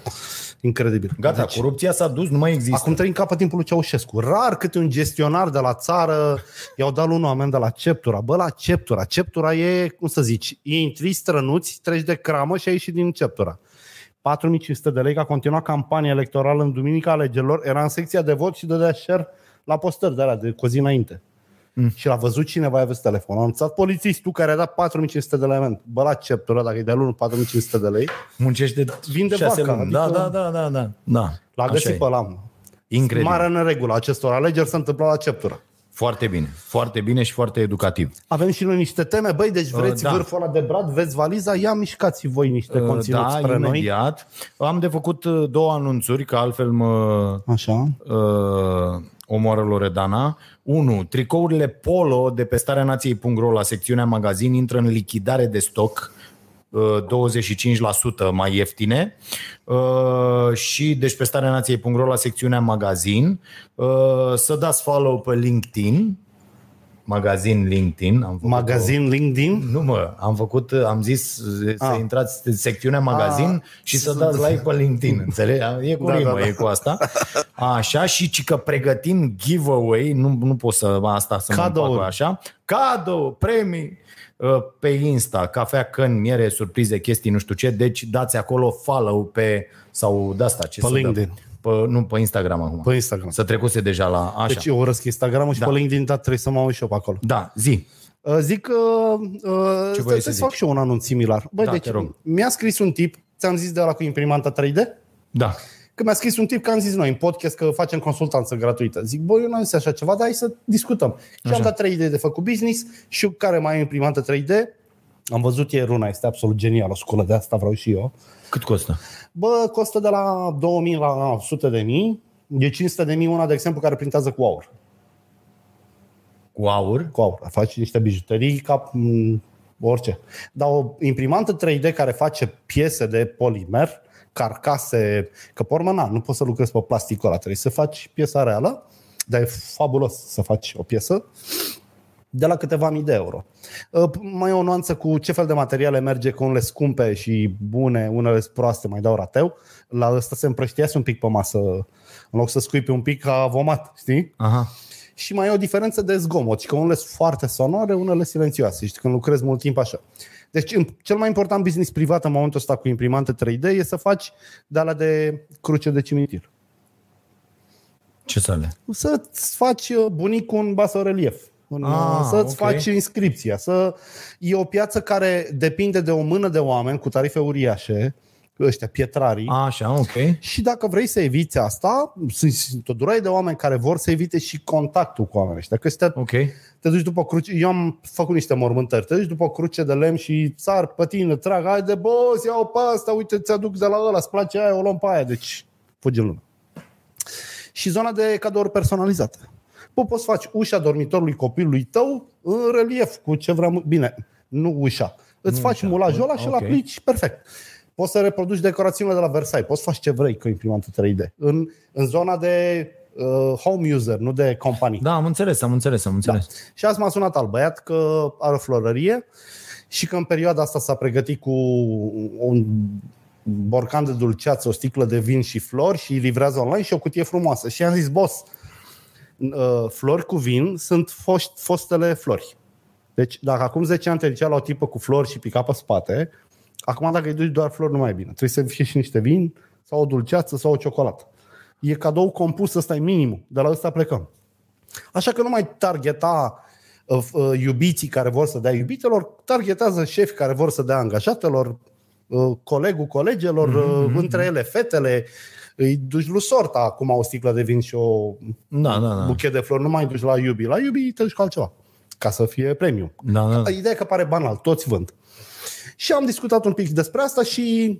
Speaker 2: Incredibil.
Speaker 3: Gata,
Speaker 2: Deci-
Speaker 3: corupția s-a dus, nu mai există.
Speaker 2: Acum trăim capăt timpul lui Ceaușescu. Rar câte un gestionar de la țară i-au dat lui unul amendă la Ceptura. Bă, la Ceptura. Ceptura e, cum să zici, intri strănuți, treci de cramă și ai ieșit din Ceptura. 4500 de lei, că a continuat campania electorală în duminica alegerilor, era în secția de vot și dădea share la postări de alea de cu o zi înainte. Mm. Și l-a văzut cineva, i-a văzut telefonul. A anunțat polițistul care a dat 4500 de lei amendă. Bă, la Ceptura, dacă îi dea lui 4500 de lei,
Speaker 3: Muncește
Speaker 2: Vinde
Speaker 3: șase
Speaker 2: vaca,
Speaker 3: luni. Da,
Speaker 2: adică-
Speaker 3: da, da, da, da. da.
Speaker 2: l-a
Speaker 3: Așa e.
Speaker 2: găsit pe la mă.
Speaker 3: Incredibil.
Speaker 2: Mare în regulă acestor alegeri s-a întâmplat la Ceptura.
Speaker 3: Foarte bine. Foarte bine și foarte educativ.
Speaker 2: Avem și noi niște teme, băi, deci vreți
Speaker 3: da.
Speaker 2: uh, da. vârful ăla de brad, veți valiza, ia mișcați voi niște uh, conținut
Speaker 3: da,
Speaker 2: spre noi.
Speaker 3: imediat. Noi. Am de făcut uh, două anunțuri, că altfel mă
Speaker 2: Așa.
Speaker 3: uh, omoară Loredana. 1. Tricourile Polo de pe starea nației.ro la secțiunea magazin intră în lichidare de stoc uh, 25% mai ieftine uh, și deci pe starea nației.ro la secțiunea magazin uh, să dați follow pe LinkedIn magazin LinkedIn am făcut
Speaker 2: Magazin LinkedIn.
Speaker 3: nu mă, am făcut, am zis uh, să
Speaker 2: Ah.
Speaker 3: intrați în secțiunea magazin
Speaker 2: Ah.
Speaker 3: și să dați like pe LinkedIn, înțelegi? E cu da,
Speaker 2: Da,
Speaker 3: rimă,
Speaker 2: da, da.
Speaker 3: e cu asta. Așa și ci că pregătim giveaway, nu, nu pot să asta să mă
Speaker 2: Cadouri.
Speaker 3: fac așa, cadou, premii uh, pe Insta, cafea, căni, miere, surprize, chestii, nu știu ce, deci dați acolo follow pe, sau de asta, ce
Speaker 2: Pe
Speaker 3: să dăm?
Speaker 2: LinkedIn.
Speaker 3: Pe, nu, pe Instagram acum.
Speaker 2: Pe Instagram.
Speaker 3: Să trecuse deja la așa.
Speaker 2: Deci
Speaker 3: Deci,
Speaker 2: eu urăsc Instagram și
Speaker 3: Da.
Speaker 2: da. pe LinkedIn, dar trebuie să mă uit și eu pe acolo.
Speaker 3: da, zi.
Speaker 2: Uh, Zic că uh,
Speaker 3: să
Speaker 2: trebuie să
Speaker 3: zici?
Speaker 2: fac și eu un anunț similar. Băi,
Speaker 3: Da, te
Speaker 2: deci
Speaker 3: rog.
Speaker 2: mi-a scris un tip, ți-am zis de la cu imprimanta 3D,
Speaker 3: Da.
Speaker 2: Că mi-a scris un tip că am zis noi în podcast că facem consultanță gratuită. Zic, băi, eu n-am zis așa ceva, dar hai să discutăm. Și am dat 3 idei de făcut business și care mai e imprimantă 3D. Am văzut ieri una, este absolut genială o sculă, de asta vreau și eu.
Speaker 3: Cât costă?
Speaker 2: Bă, costă de la 2000 la 100 de mii. E 500 de mii una, de exemplu, care printează cu aur.
Speaker 3: Cu aur?
Speaker 2: Cu aur. Faci niște bijuterii ca m, orice. Dar o imprimantă 3D care face piese de polimer, carcase, că pe urmă, na, nu poți să lucrezi pe plasticul ăla, trebuie să faci piesa reală, dar e fabulos să faci o piesă de la câteva mii de euro. Uh, Mai e o nuanță cu ce fel de materiale merge, că unele sunt scumpe și bune, unele sunt proaste, mai dau rateu. La ăsta se împrăștiase un pic pe masă, în loc să scuipi un pic ca vomat, știi?
Speaker 3: Aha.
Speaker 2: Și mai e o diferență de zgomot, și că unele sunt foarte sonore, unele silențioase, și când lucrezi mult timp așa. Deci în- cel mai important business privat în momentul ăsta cu imprimante 3D e să faci de alea de cruce de cimitir.
Speaker 3: Ce să le?
Speaker 2: Să-ți faci uh, bunicul în basorelief, în,
Speaker 3: Ah,
Speaker 2: ah, să-ți
Speaker 3: ok.
Speaker 2: okay. faci inscripția. Să... E o piață care depinde de o mână de oameni cu tarife uriașe, ăștia pietrarii,
Speaker 3: Așa, ok.
Speaker 2: Și dacă vrei să eviți asta, sunt, sunt o durere de oameni care vor să evite și contactul cu oamenii ăștia. Că este
Speaker 3: Ok.
Speaker 2: te duci după cruce, eu am făcut niște mormântări, te duci după cruce de lemn și țar pe tine, trag, hai de boss, iau pe asta, uite, ți-aduc de la ăla, îți place aia, o luăm pe aia, deci fugi în lună. Și zona de cadouri personalizate. Bă, poți să faci ușa dormitorului copilului tău în relief, cu ce vrea, mu- bine, nu ușa. Îți faci mulajul ăla și îl
Speaker 3: ok.
Speaker 2: aplici perfect. Poți să reproduci decorațiunile de la Versailles, poți să faci ce vrei cu imprimantă 3D. În, în zona de uh, home user, nu de companii.
Speaker 3: Da, am înțeles, am înțeles, am înțeles. Da.
Speaker 2: Și azi m-a sunat al băiat că are o florărie și că în perioada asta s-a pregătit cu un borcan de dulceață, o sticlă de vin și flori și îi livrează online și o cutie frumoasă. Și am zis, boss, uh, flori cu vin sunt fost, fostele flori. Deci dacă acum 10 ani te ducea la o tipă cu flori și pica pe spate, acum dacă îi duci doar flori, nu mai e bine. Trebuie să fie și niște vin sau o dulceață sau o ciocolată. E cadou compus, ăsta e minimul. De la ăsta plecăm. Așa că nu mai targeta uh, uh, iubiții care vor să dea iubitelor, targetează șefi care vor să dea angajatelor, uh, colegul colegelor, mm-hmm. între ele fetele, îi duci lui sorta acum o sticlă de vin și o
Speaker 3: Da, da, da.
Speaker 2: buchet de flori, nu mai duci la iubi. La iubi te duci cu altceva, ca să fie premium.
Speaker 3: Da, da, da.
Speaker 2: Ideea e că pare banal, toți vând. Și am discutat un pic despre asta și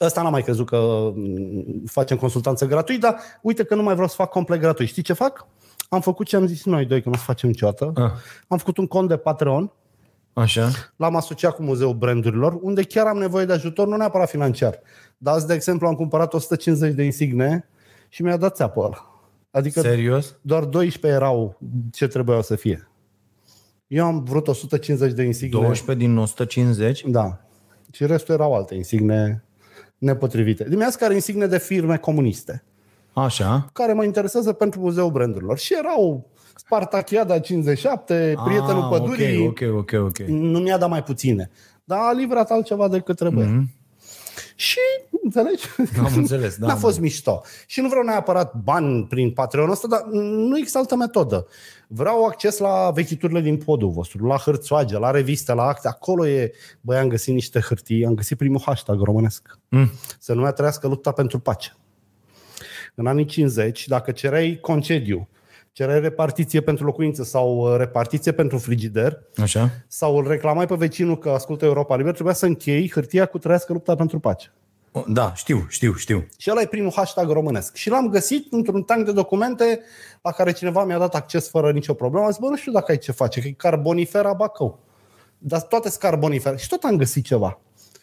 Speaker 2: ăsta n-am mai crezut că m, facem consultanță gratuit, dar uite că nu mai vreau să fac complet gratuit. Știi ce fac? Am făcut ce am zis noi doi că nu o să facem niciodată.
Speaker 3: Ah.
Speaker 2: Am făcut un cont de Patreon,
Speaker 3: Așa.
Speaker 2: l-am asociat cu Muzeul Brandurilor, unde chiar am nevoie de ajutor, nu neapărat financiar. Dar azi, de exemplu, am cumpărat 150 de insigne și mi-a dat țeapă ăla. Adică
Speaker 3: Serios?
Speaker 2: doar 12 erau ce trebuiau să fie. Eu am vrut 150 de insigne.
Speaker 3: 12 din 150?
Speaker 2: Da. Și restul erau alte insigne nepotrivite. Dimineața care insigne de firme comuniste,
Speaker 3: Așa.
Speaker 2: care mă interesează pentru Muzeul Brandurilor. Și erau Spartachiada 57, Prietenul
Speaker 3: Ah,
Speaker 2: Pădurii, okay,
Speaker 3: Ok, ok, ok, ok.
Speaker 2: nu mi-a dat mai puține. Dar a livrat altceva decât trebuie. Mm-hmm. Și, înțelegi?
Speaker 3: Mhm. Am înțeles, da,
Speaker 2: N-a
Speaker 3: da.
Speaker 2: fost mișto. Și nu vreau neapărat bani prin Patreon ăsta, dar nu există altă metodă. Vreau acces la vechiturile din podul vostru, la hârțoage, la reviste, la acte. Acolo e, băi, am găsit niște hârtii, am găsit primul hashtag românesc. Mm. Se numea Trăiască lupta pentru pace. În anii 50, dacă cereai concediu, cereai repartiție pentru locuință sau uh, repartiție pentru frigider,
Speaker 3: Așa.
Speaker 2: sau îl reclamai pe vecinul că ascultă Europa Liber, trebuia să închei hârtia cu trăiască lupta pentru pace.
Speaker 3: O, Da, știu, știu, știu.
Speaker 2: Și ăla e primul hashtag românesc. Și l-am găsit într-un tank de documente la care cineva mi-a dat acces fără nicio problemă. Am zis, bă, nu știu dacă ai ce face, că e carbonifera Bacău. Dar toate sunt carbonifere. Și tot am găsit ceva.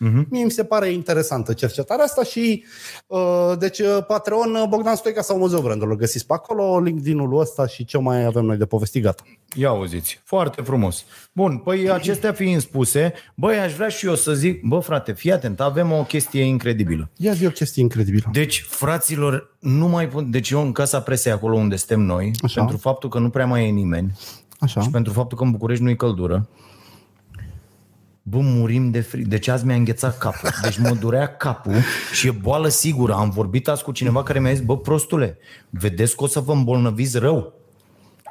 Speaker 2: Mm-hmm. Mie mi se pare interesantă cercetarea asta și uh, deci uh, Patreon, uh, Bogdan Stoica sau Muzeul Brandurilor găsiți pe acolo, LinkedIn-ul ăsta și ce mai avem noi de povesti, gata.
Speaker 3: Ia auziți, foarte frumos. Bun, păi acestea fiind spuse, băi, aș vrea și eu să zic, bă frate, fii atent, avem o chestie incredibilă.
Speaker 2: Ia zi o chestie incredibilă.
Speaker 3: Deci, fraților, nu mai pun... Deci eu în casa presei, acolo unde suntem noi,
Speaker 2: Așa.
Speaker 3: Așa. pentru faptul că nu prea mai e nimeni,
Speaker 2: Așa.
Speaker 3: și pentru faptul că în București nu e căldură, bă, murim de frig. Deci azi mi-a înghețat capul. Deci mă durea capul și e boală sigură. Am vorbit azi cu cineva care mi-a zis, bă, prostule, vedeți că o să vă îmbolnăviți rău.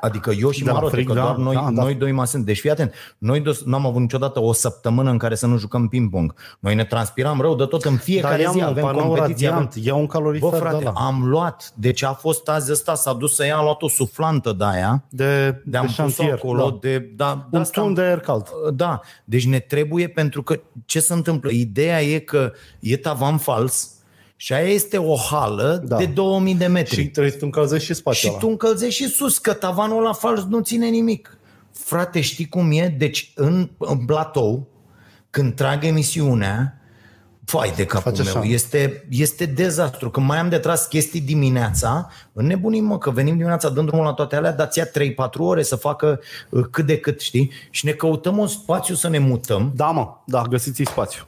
Speaker 3: Adică eu și
Speaker 2: De la
Speaker 3: Marote,
Speaker 2: frig,
Speaker 3: că
Speaker 2: da,
Speaker 3: doar noi,
Speaker 2: da, da.
Speaker 3: noi doi mai sunt. Deci fii atent, noi dos, n-am avut niciodată o săptămână în care să nu jucăm ping-pong. Noi ne transpiram rău de tot în fiecare
Speaker 2: ia,
Speaker 3: zi,
Speaker 2: mă,
Speaker 3: avem
Speaker 2: panoul
Speaker 3: competiție, avem
Speaker 2: radiant, ia un calorifer
Speaker 3: Bă, frate,
Speaker 2: de ăla.
Speaker 3: am luat, deci a fost azi ăsta, s-a dus să ia, a luat o suflantă de aia,
Speaker 2: de,
Speaker 3: de
Speaker 2: de,
Speaker 3: am
Speaker 2: de
Speaker 3: pus
Speaker 2: șantier.
Speaker 3: acolo,
Speaker 2: da.
Speaker 3: de, da, de
Speaker 2: Un
Speaker 3: asta
Speaker 2: tun
Speaker 3: am-
Speaker 2: de aer cald.
Speaker 3: Da, deci ne trebuie pentru că ce se întâmplă? Ideea e că e tavan fals și aia este o hală
Speaker 2: Da.
Speaker 3: da. de 2000 de metri.
Speaker 2: Și trebuie să te încălzești și
Speaker 3: Și
Speaker 2: spațiul ăla.
Speaker 3: tu încălzești și sus, că tavanul la fals nu ține nimic. Frate, știi cum e? Deci în, în platou, când trag emisiunea, Vai de capul
Speaker 2: Face
Speaker 3: Face meu,
Speaker 2: așa.
Speaker 3: este, este dezastru. Când mai am de tras chestii dimineața, înnebunim mă că venim dimineața, dăm drumul la toate alea, dar ți-a 3-4 ore să facă uh, cât de cât, știi? Și ne căutăm un spațiu să ne mutăm.
Speaker 2: Da, mă, da, găsiți spațiu.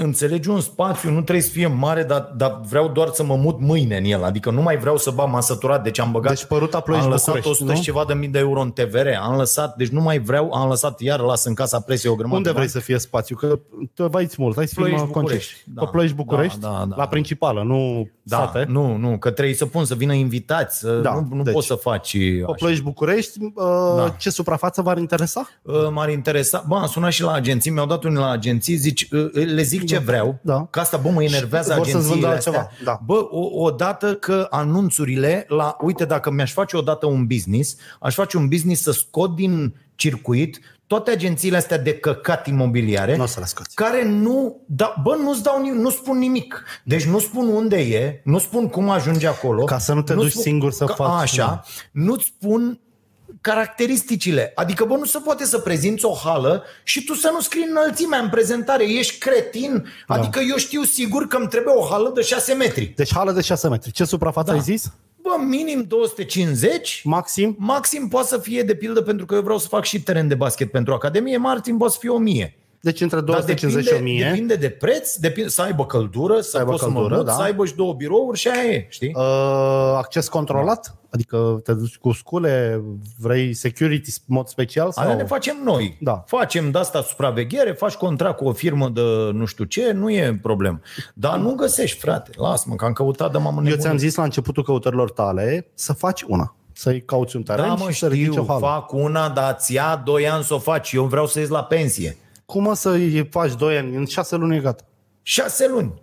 Speaker 3: Înțelegi un spațiu, nu trebuie să fie mare, dar, dar vreau doar să mă mut mâine în el. Adică nu mai vreau să bag, m-am săturat, deci am băgat
Speaker 2: Deci păruta Ploiești
Speaker 3: am lăsat
Speaker 2: București,
Speaker 3: 100
Speaker 2: nu?
Speaker 3: și ceva de mii de euro în TVR, am lăsat, deci nu mai vreau, am lăsat, iar las în casa presei o grămadă.
Speaker 2: Unde
Speaker 3: de
Speaker 2: vrei
Speaker 3: bani.
Speaker 2: să fie spațiu? Că te vaiți mult, hai să fim
Speaker 3: Ploiești,
Speaker 2: uh, conceși.
Speaker 3: București, da.
Speaker 2: Da. Ploiești,
Speaker 3: Da,
Speaker 2: București,
Speaker 3: da, da.
Speaker 2: la principală, nu da.
Speaker 3: da,
Speaker 2: sate.
Speaker 3: nu, nu, că trebuie să pun, să vină invitați, să-
Speaker 2: Da,
Speaker 3: nu, nu
Speaker 2: deci.
Speaker 3: poți să faci
Speaker 2: Pe
Speaker 3: așa.
Speaker 2: Ploiești, București, uh, da. ce suprafață v-ar interesa?
Speaker 3: Uh, M-ar interesa, bă, am sunat și la agenții, mi-au dat unii la agenții, zici, uh, le zic ce vreau,
Speaker 2: Da.
Speaker 3: că asta, bă, mă enervează
Speaker 2: vor să-ți
Speaker 3: agențiile
Speaker 2: vândă
Speaker 3: astea.
Speaker 2: altceva, da.
Speaker 3: Bă, o, odată că anunțurile, la, uite, dacă mi-aș face odată un business, aș face un business să scot din circuit toate agențiile astea de căcat imobiliare,
Speaker 2: Nu o să le scoți.
Speaker 3: care nu, da, bă, nu-ți dau, ni- nu spun nimic. Deci nu spun unde e, nu spun cum ajunge acolo.
Speaker 2: Ca să nu te duci singur să
Speaker 3: ca,
Speaker 2: faci-
Speaker 3: Așa, nu-ți spun caracteristicile. Adică, bă, nu se poate să prezinți o hală și tu să nu scrii înălțimea în prezentare. Ești cretin? Da. Adică eu știu sigur că îmi trebuie o hală de 6 metri.
Speaker 2: Deci hală de 6 metri. Ce suprafață da. ai zis?
Speaker 3: Bă, minim 250.
Speaker 2: Maxim?
Speaker 3: Maxim poate să fie, de pildă, pentru că eu vreau să fac și teren de basket pentru Academie, Martin poate să fie 1000.
Speaker 2: Deci între
Speaker 3: Dar
Speaker 2: 250 și
Speaker 3: depinde,
Speaker 2: 1000.
Speaker 3: depinde de preț, depinde, să aibă căldură, să,
Speaker 2: aibă
Speaker 3: pot să mă
Speaker 2: căldură,
Speaker 3: mut,
Speaker 2: da.
Speaker 3: să aibă și două birouri și aia e, știi?
Speaker 2: Uh, acces controlat?
Speaker 3: Da.
Speaker 2: Adică te duci cu scule, vrei security mod special? Sau?
Speaker 3: Aia ne facem noi.
Speaker 2: Da.
Speaker 3: Facem de asta supraveghere, faci contract cu o firmă de nu știu ce, nu e problemă. Dar nu găsești, frate. Lasă-mă, că am căutat, dar m-am
Speaker 2: Eu
Speaker 3: înnebunit.
Speaker 2: ți-am zis la începutul căutărilor tale să faci una. Să-i cauți un teren
Speaker 3: Da,
Speaker 2: și
Speaker 3: mă,
Speaker 2: să ridici
Speaker 3: știu,
Speaker 2: o hală.
Speaker 3: fac una, dar ți ia 2 ani să o faci. Eu vreau să ies la pensie.
Speaker 2: Cum o să-i faci 2 ani? În 6 luni e gata.
Speaker 3: 6 luni.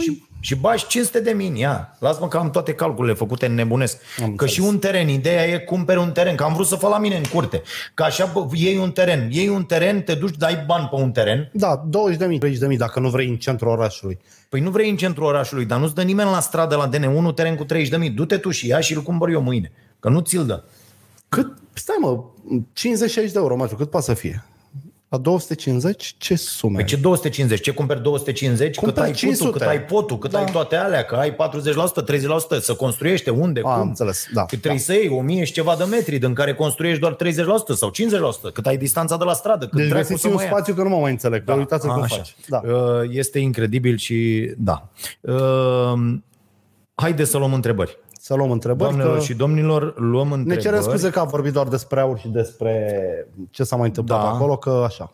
Speaker 3: Și, și bași 500 de mii, ia. Lasă-mă că am toate calculele făcute, nebunesc.
Speaker 2: Am
Speaker 3: Am că
Speaker 2: înțeles.
Speaker 3: și un teren, ideea e cumperi un teren, că am vrut să fac la mine în curte. Că așa bă, iei un teren, iei un teren, te duci, dai bani pe un teren.
Speaker 2: Da, 20.000, 30.000 dacă nu vrei în centrul orașului.
Speaker 3: Păi nu vrei în centrul orașului, dar nu-ți dă nimeni la stradă la DN1 teren cu 30 de mii. Du-te tu și ia și îl cumpăr eu mâine. Că nu ți-l dă.
Speaker 2: Cât? Stai mă, 50-60 de euro metru, cât poate să fie? La 250? Ce sume?
Speaker 3: Păi
Speaker 2: ai?
Speaker 3: ce 250? Ce cumperi 250?
Speaker 2: Cumperi
Speaker 3: cât ai
Speaker 2: 500.
Speaker 3: putul, cât ai potul, cât
Speaker 2: Da.
Speaker 3: da. ai toate alea, că ai 40%, 30%, să construiește unde,
Speaker 2: A,
Speaker 3: cum.
Speaker 2: înțeles, da,
Speaker 3: Că trebuie
Speaker 2: da.
Speaker 3: să iei 1000 și ceva de metri, din care construiești doar 30% sau 50%, cât ai distanța de la stradă, cât
Speaker 2: Deci
Speaker 3: dracu
Speaker 2: găsiți
Speaker 3: să
Speaker 2: un
Speaker 3: mă ia.
Speaker 2: spațiu că nu mă mai înțeleg, da. că uitați cum
Speaker 3: așa.
Speaker 2: faci. Da.
Speaker 3: Uh, Este incredibil și da. Uh, Haideți să luăm întrebări.
Speaker 2: Să luăm întrebări,
Speaker 3: Doamnelor
Speaker 2: că
Speaker 3: și domnilor, luăm
Speaker 2: ne
Speaker 3: întrebări.
Speaker 2: cerem scuze că am vorbit doar despre aur și despre ce s-a mai întâmplat
Speaker 3: Da.
Speaker 2: acolo, că așa.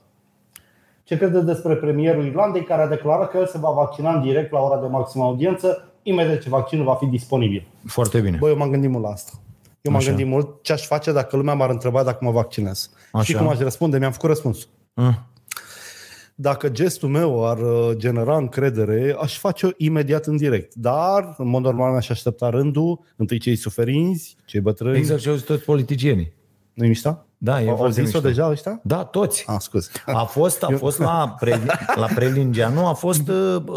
Speaker 2: Ce credeți despre premierul Irlandei care a declarat că el se va vaccina în direct la ora de maximă audiență, imediat ce vaccinul va fi disponibil?
Speaker 3: Foarte bine.
Speaker 2: Bă, eu m-am gândit mult la asta. Eu m-am
Speaker 3: Așa.
Speaker 2: gândit mult ce aș face dacă lumea m-ar întreba dacă mă vaccinez. Așa. Și
Speaker 3: Așa.
Speaker 2: cum aș răspunde? Mi-am făcut răspunsul.
Speaker 3: Mm.
Speaker 2: Dacă gestul meu ar uh, genera încredere, aș face-o imediat în direct. Dar, în mod normal, mi-aș aștepta rândul, întâi cei suferinzi, cei bătrâni.
Speaker 3: Exact ce au zis toți politicienii.
Speaker 2: Nu-i mișta?
Speaker 3: Da, e
Speaker 2: Au au
Speaker 3: foarte
Speaker 2: zis-o
Speaker 3: mișto.
Speaker 2: deja ăștia?
Speaker 3: Da, toți.
Speaker 2: Ah, scuze.
Speaker 3: A fost, a fost la, pre, la prelingea, nu, a fost, uh, uh,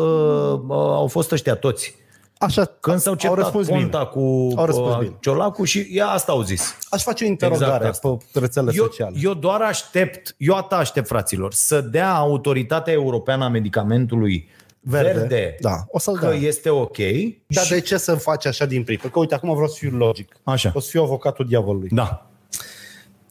Speaker 3: uh, au fost ăștia toți.
Speaker 2: Așa,
Speaker 3: Când s-au
Speaker 2: au
Speaker 3: certat
Speaker 2: răspuns bine.
Speaker 3: Ponta cu
Speaker 2: Au răspuns
Speaker 3: uh,
Speaker 2: bine.
Speaker 3: Ciolacu și ea asta au zis.
Speaker 2: Aș face o interogare
Speaker 3: Exact asta.
Speaker 2: exact pe rețelele
Speaker 3: Eu,
Speaker 2: sociale.
Speaker 3: eu doar aștept, eu atât aștept, fraților, să dea Autoritatea Europeană a Medicamentului
Speaker 2: Verde.
Speaker 3: verde,
Speaker 2: Da, o să-l
Speaker 3: că
Speaker 2: dea.
Speaker 3: este ok.
Speaker 2: Dar
Speaker 3: și-
Speaker 2: de ce să faci așa din pripă? Că uite, acum vreau să fiu logic.
Speaker 3: Așa.
Speaker 2: O să fiu avocatul diavolului.
Speaker 3: Da.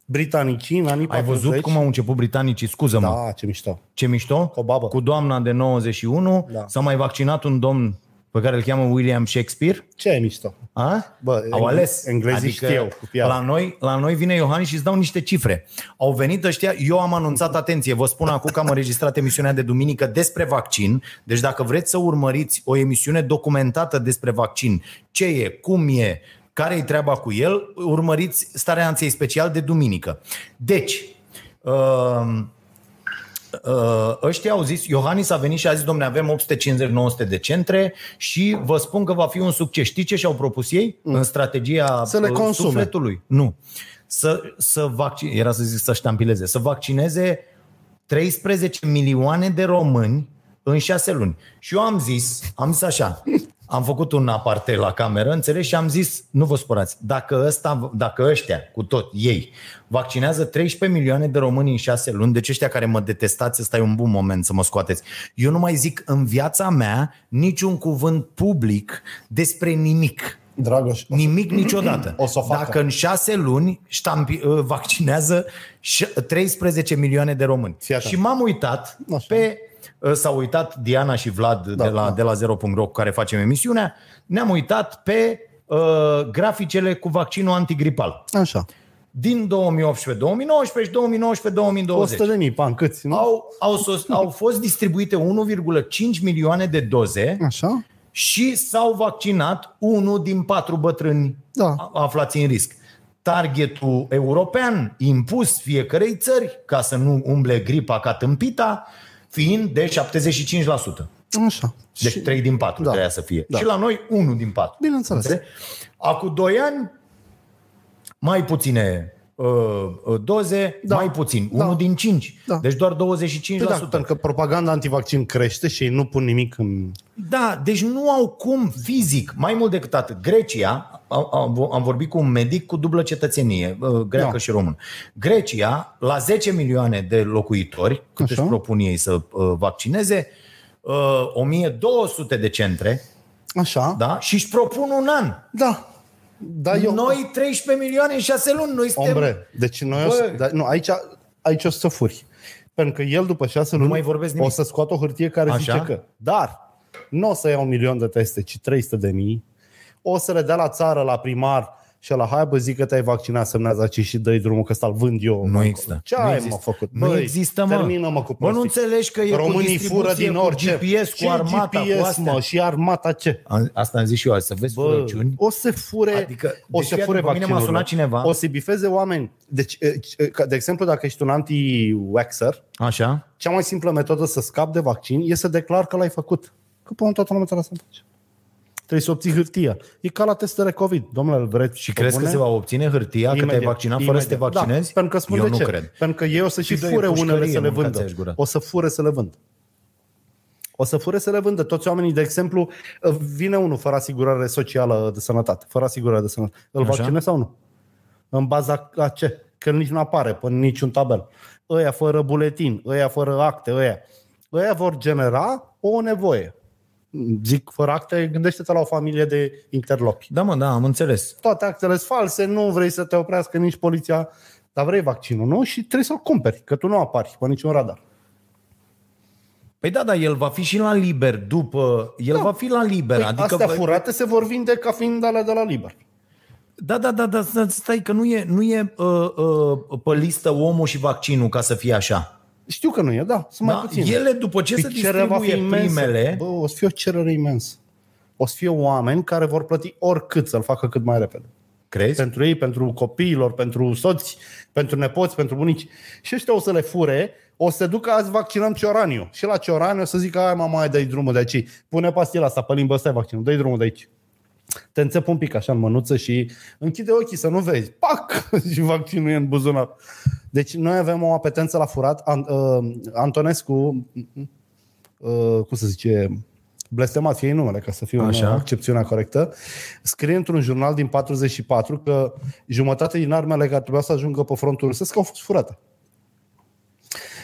Speaker 2: Britanicii, în anii
Speaker 3: Ai
Speaker 2: 40,
Speaker 3: văzut cum au început britanicii, scuză-mă,
Speaker 2: Da, ce mișto.
Speaker 3: ce mișto?
Speaker 2: O babă.
Speaker 3: Cu doamna de 91
Speaker 2: Da.
Speaker 3: s-a mai vaccinat un domn pe care îl cheamă William Shakespeare.
Speaker 2: Ce e mișto?
Speaker 3: A?
Speaker 2: Bă,
Speaker 3: au
Speaker 2: eng-
Speaker 3: ales.
Speaker 2: englezii știau cu piatra.
Speaker 3: la noi, la noi vine Iohannis și îți dau niște cifre. Au venit ăștia, eu am anunțat, atenție, vă spun acum că am înregistrat emisiunea de duminică despre vaccin, deci dacă vreți să urmăriți o emisiune documentată despre vaccin, ce e, cum e, care e treaba cu el, urmăriți starea anței special de duminică. Deci, um, Uh, ăștia au zis, Iohannis a venit și a zis, domne, avem 850-900 de centre și vă spun că va fi un succes. Știi ce și-au propus ei în strategia
Speaker 2: Mm. Să le
Speaker 3: uh,
Speaker 2: consume.
Speaker 3: sufletului? Nu. Să, să vaccin... Era să zic să ștampileze. Să vaccineze 13 milioane de români în șase luni. Și eu am zis, am zis așa, am făcut un aparte la cameră, înțelegi, și am zis, nu vă spărați, dacă, ăsta, dacă ăștia, cu tot ei, vaccinează 13 milioane de români în șase luni, deci ăștia care mă detestați, ăsta e un bun moment să mă scoateți. Eu nu mai zic în viața mea niciun cuvânt public despre nimic.
Speaker 2: Dragoș,
Speaker 3: Nimic niciodată.
Speaker 2: O să o facă.
Speaker 3: Dacă în șase luni ștampi, uh, vaccinează ș- 13 milioane de români.
Speaker 2: Fii atent.
Speaker 3: Și m-am uitat
Speaker 2: Așa.
Speaker 3: pe... uh, S-au uitat Diana și Vlad da, de, la,
Speaker 2: da.
Speaker 3: de la 0.ro cu care facem emisiunea. Ne-am uitat pe uh, graficele cu vaccinul antigripal.
Speaker 2: așa.
Speaker 3: Din 2018-2019 și 2019-2020.
Speaker 2: 100 de mii, pan, câți? Nu?
Speaker 3: Au, au, sos, au fost distribuite 1,5 milioane de doze
Speaker 2: Așa?
Speaker 3: și s-au vaccinat unul din patru bătrâni
Speaker 2: Da.
Speaker 3: a- aflați în risc. Targetul european impus fiecarei țări ca să nu umble gripa ca tâmpita, fiind de 75%.
Speaker 2: Așa.
Speaker 3: Deci
Speaker 2: Și-
Speaker 3: 3 din 4
Speaker 2: da.
Speaker 3: da. trebuia să fie.
Speaker 2: Da.
Speaker 3: Da. Și la noi 1 din 4.
Speaker 2: Bineînțeles.
Speaker 3: Acum 2 ani mai puține uh, uh, doze, da. mai puțin. Da.
Speaker 2: Da.
Speaker 3: 1 din 5.
Speaker 2: Da.
Speaker 3: Da. Deci doar 25%.
Speaker 2: Păi da, pentru că propaganda antivaccin crește și ei nu pun nimic în...
Speaker 3: Da, deci nu au cum fizic, mai mult decât atât. Grecia, am- am, am vorbit cu un medic cu dublă cetățenie, uh, greacă
Speaker 2: Da.
Speaker 3: da. și român. Grecia, la 10 milioane de locuitori, cât
Speaker 2: Așa.
Speaker 3: își propun ei să uh, vaccineze, uh, 1200 de centre,
Speaker 2: Așa?
Speaker 3: da? Și își propun un an.
Speaker 2: Da. Da, eu...
Speaker 3: Noi 13 milioane și 6 luni, noi suntem...
Speaker 2: Ombre, deci noi o să,
Speaker 3: Bă.
Speaker 2: da, nu, aici, aici o să furi. Pentru că el după șase luni
Speaker 3: mai vorbesc
Speaker 2: o
Speaker 3: nimic.
Speaker 2: să scoată o hârtie care
Speaker 3: Așa.
Speaker 2: zice că dar nu o să ia un milion de teste, ci 300 de mii. O să le dea la țară, la primar și la hai bă, zic că te-ai vaccinat, semnează aici și dă-i drumul că ăsta-l vând eu.
Speaker 3: Nu există.
Speaker 2: Ce
Speaker 3: nu
Speaker 2: ai
Speaker 3: există.
Speaker 2: mă făcut?
Speaker 3: Nu
Speaker 2: Băi,
Speaker 3: există, mă.
Speaker 2: Termină-mă cu
Speaker 3: Bă, nu
Speaker 2: prostii.
Speaker 3: înțeles că e cu
Speaker 2: Românii
Speaker 3: distribuție,
Speaker 2: fură din
Speaker 3: cu
Speaker 2: orice.
Speaker 3: GPS,
Speaker 2: Ce
Speaker 3: cu armata,
Speaker 2: GPS,
Speaker 3: cu astea.
Speaker 2: mă, și armata ce?
Speaker 3: Am- Asta am zis și eu, să vezi
Speaker 2: Bă,
Speaker 3: furăciuni.
Speaker 2: o să fure,
Speaker 3: Adică,
Speaker 2: o
Speaker 3: deci
Speaker 2: să
Speaker 3: fii
Speaker 2: fure
Speaker 3: atent, pe mine m-a
Speaker 2: vaccinurile.
Speaker 3: sunat cineva.
Speaker 2: O să bifeze oameni. Deci, e, e, ca- de exemplu, dacă ești un anti-waxer,
Speaker 3: Așa.
Speaker 2: cea mai simplă metodă să scapi de vaccin e să declar că l-ai făcut. Că pe toată lumea trebuie să face. Trebuie să obții hârtia. E ca la testele COVID. Domnule, îl vreți
Speaker 3: Și
Speaker 2: pe
Speaker 3: crezi că
Speaker 2: bune?
Speaker 3: se va obține hârtia că te-ai
Speaker 2: Imediat,
Speaker 3: vaccinat fără
Speaker 2: imediat.
Speaker 3: să te vaccinezi?
Speaker 2: Da, pentru că spun
Speaker 3: Eu
Speaker 2: de
Speaker 3: nu
Speaker 2: ce.
Speaker 3: cred.
Speaker 2: Pentru că ei o să și
Speaker 3: Doi,
Speaker 2: fure
Speaker 3: pușcărie,
Speaker 2: unele să le
Speaker 3: mâncați
Speaker 2: vândă.
Speaker 3: aici gura.
Speaker 2: O să fure să le vândă. O să fure să le vândă. Toți oamenii, de exemplu, vine unul fără asigurare socială de sănătate. Fără asigurare de sănătate. Îl
Speaker 3: Așa.
Speaker 2: vaccinezi sau nu? În baza la ce? Că nici nu apare pe niciun tabel. Ăia fără buletin, ăia fără acte, ăia. Ăia vor genera o nevoie. Zic fără acte, gândește-te la o familie de interlopi
Speaker 3: Da, mă, da, am înțeles.
Speaker 2: toate actele sunt false, nu vrei să te oprească nici poliția, dar vrei vaccinul, nu? Și trebuie să-l cumperi, că tu nu apari pe niciun radar.
Speaker 3: Păi da, dar el va fi și la liber după... El da. va fi la liber,
Speaker 2: Păi
Speaker 3: adică...
Speaker 2: adică astea
Speaker 3: vă-
Speaker 2: furate se vor vinde ca fiind alea de la liber.
Speaker 3: Da, da, da, da, sta- stai că nu e, nu e uh, uh, pe listă omul și vaccinul ca să fie așa.
Speaker 2: Știu că nu e, da, sunt mai
Speaker 3: Da?
Speaker 2: puține.
Speaker 3: Ele, după ce se
Speaker 2: Păi cererea va
Speaker 3: distribuie
Speaker 2: fi imensă.
Speaker 3: primele...
Speaker 2: Bă, o să fie o cerere imensă. O să fie oameni care vor plăti oricât să-l facă cât mai repede.
Speaker 3: Crezi?
Speaker 2: Pentru ei, pentru copiilor, pentru soți, pentru nepoți, pentru bunici. Și ăștia o să le fure, o să se ducă azi vaccinăm Cioraniu. Și la Cioraniu o să zică, ai mama, mai dai drumul de aici. Pune pastila asta pe limbă, stai vaccinul, dai drumul de aici. Te înțep un pic așa în mânuță și închide ochii să nu vezi. Pac! și vaccinul e în buzunar. Deci noi avem o apetență la furat. An- uh, Antonescu, uh, cum să zice, blestemat fie numele, ca să fiu
Speaker 3: Așa.
Speaker 2: Așa. în accepțiunea corectă, scrie într-un jurnal din 44 că jumătate din armele care trebuia să ajungă pe frontul rusesc au fost furate.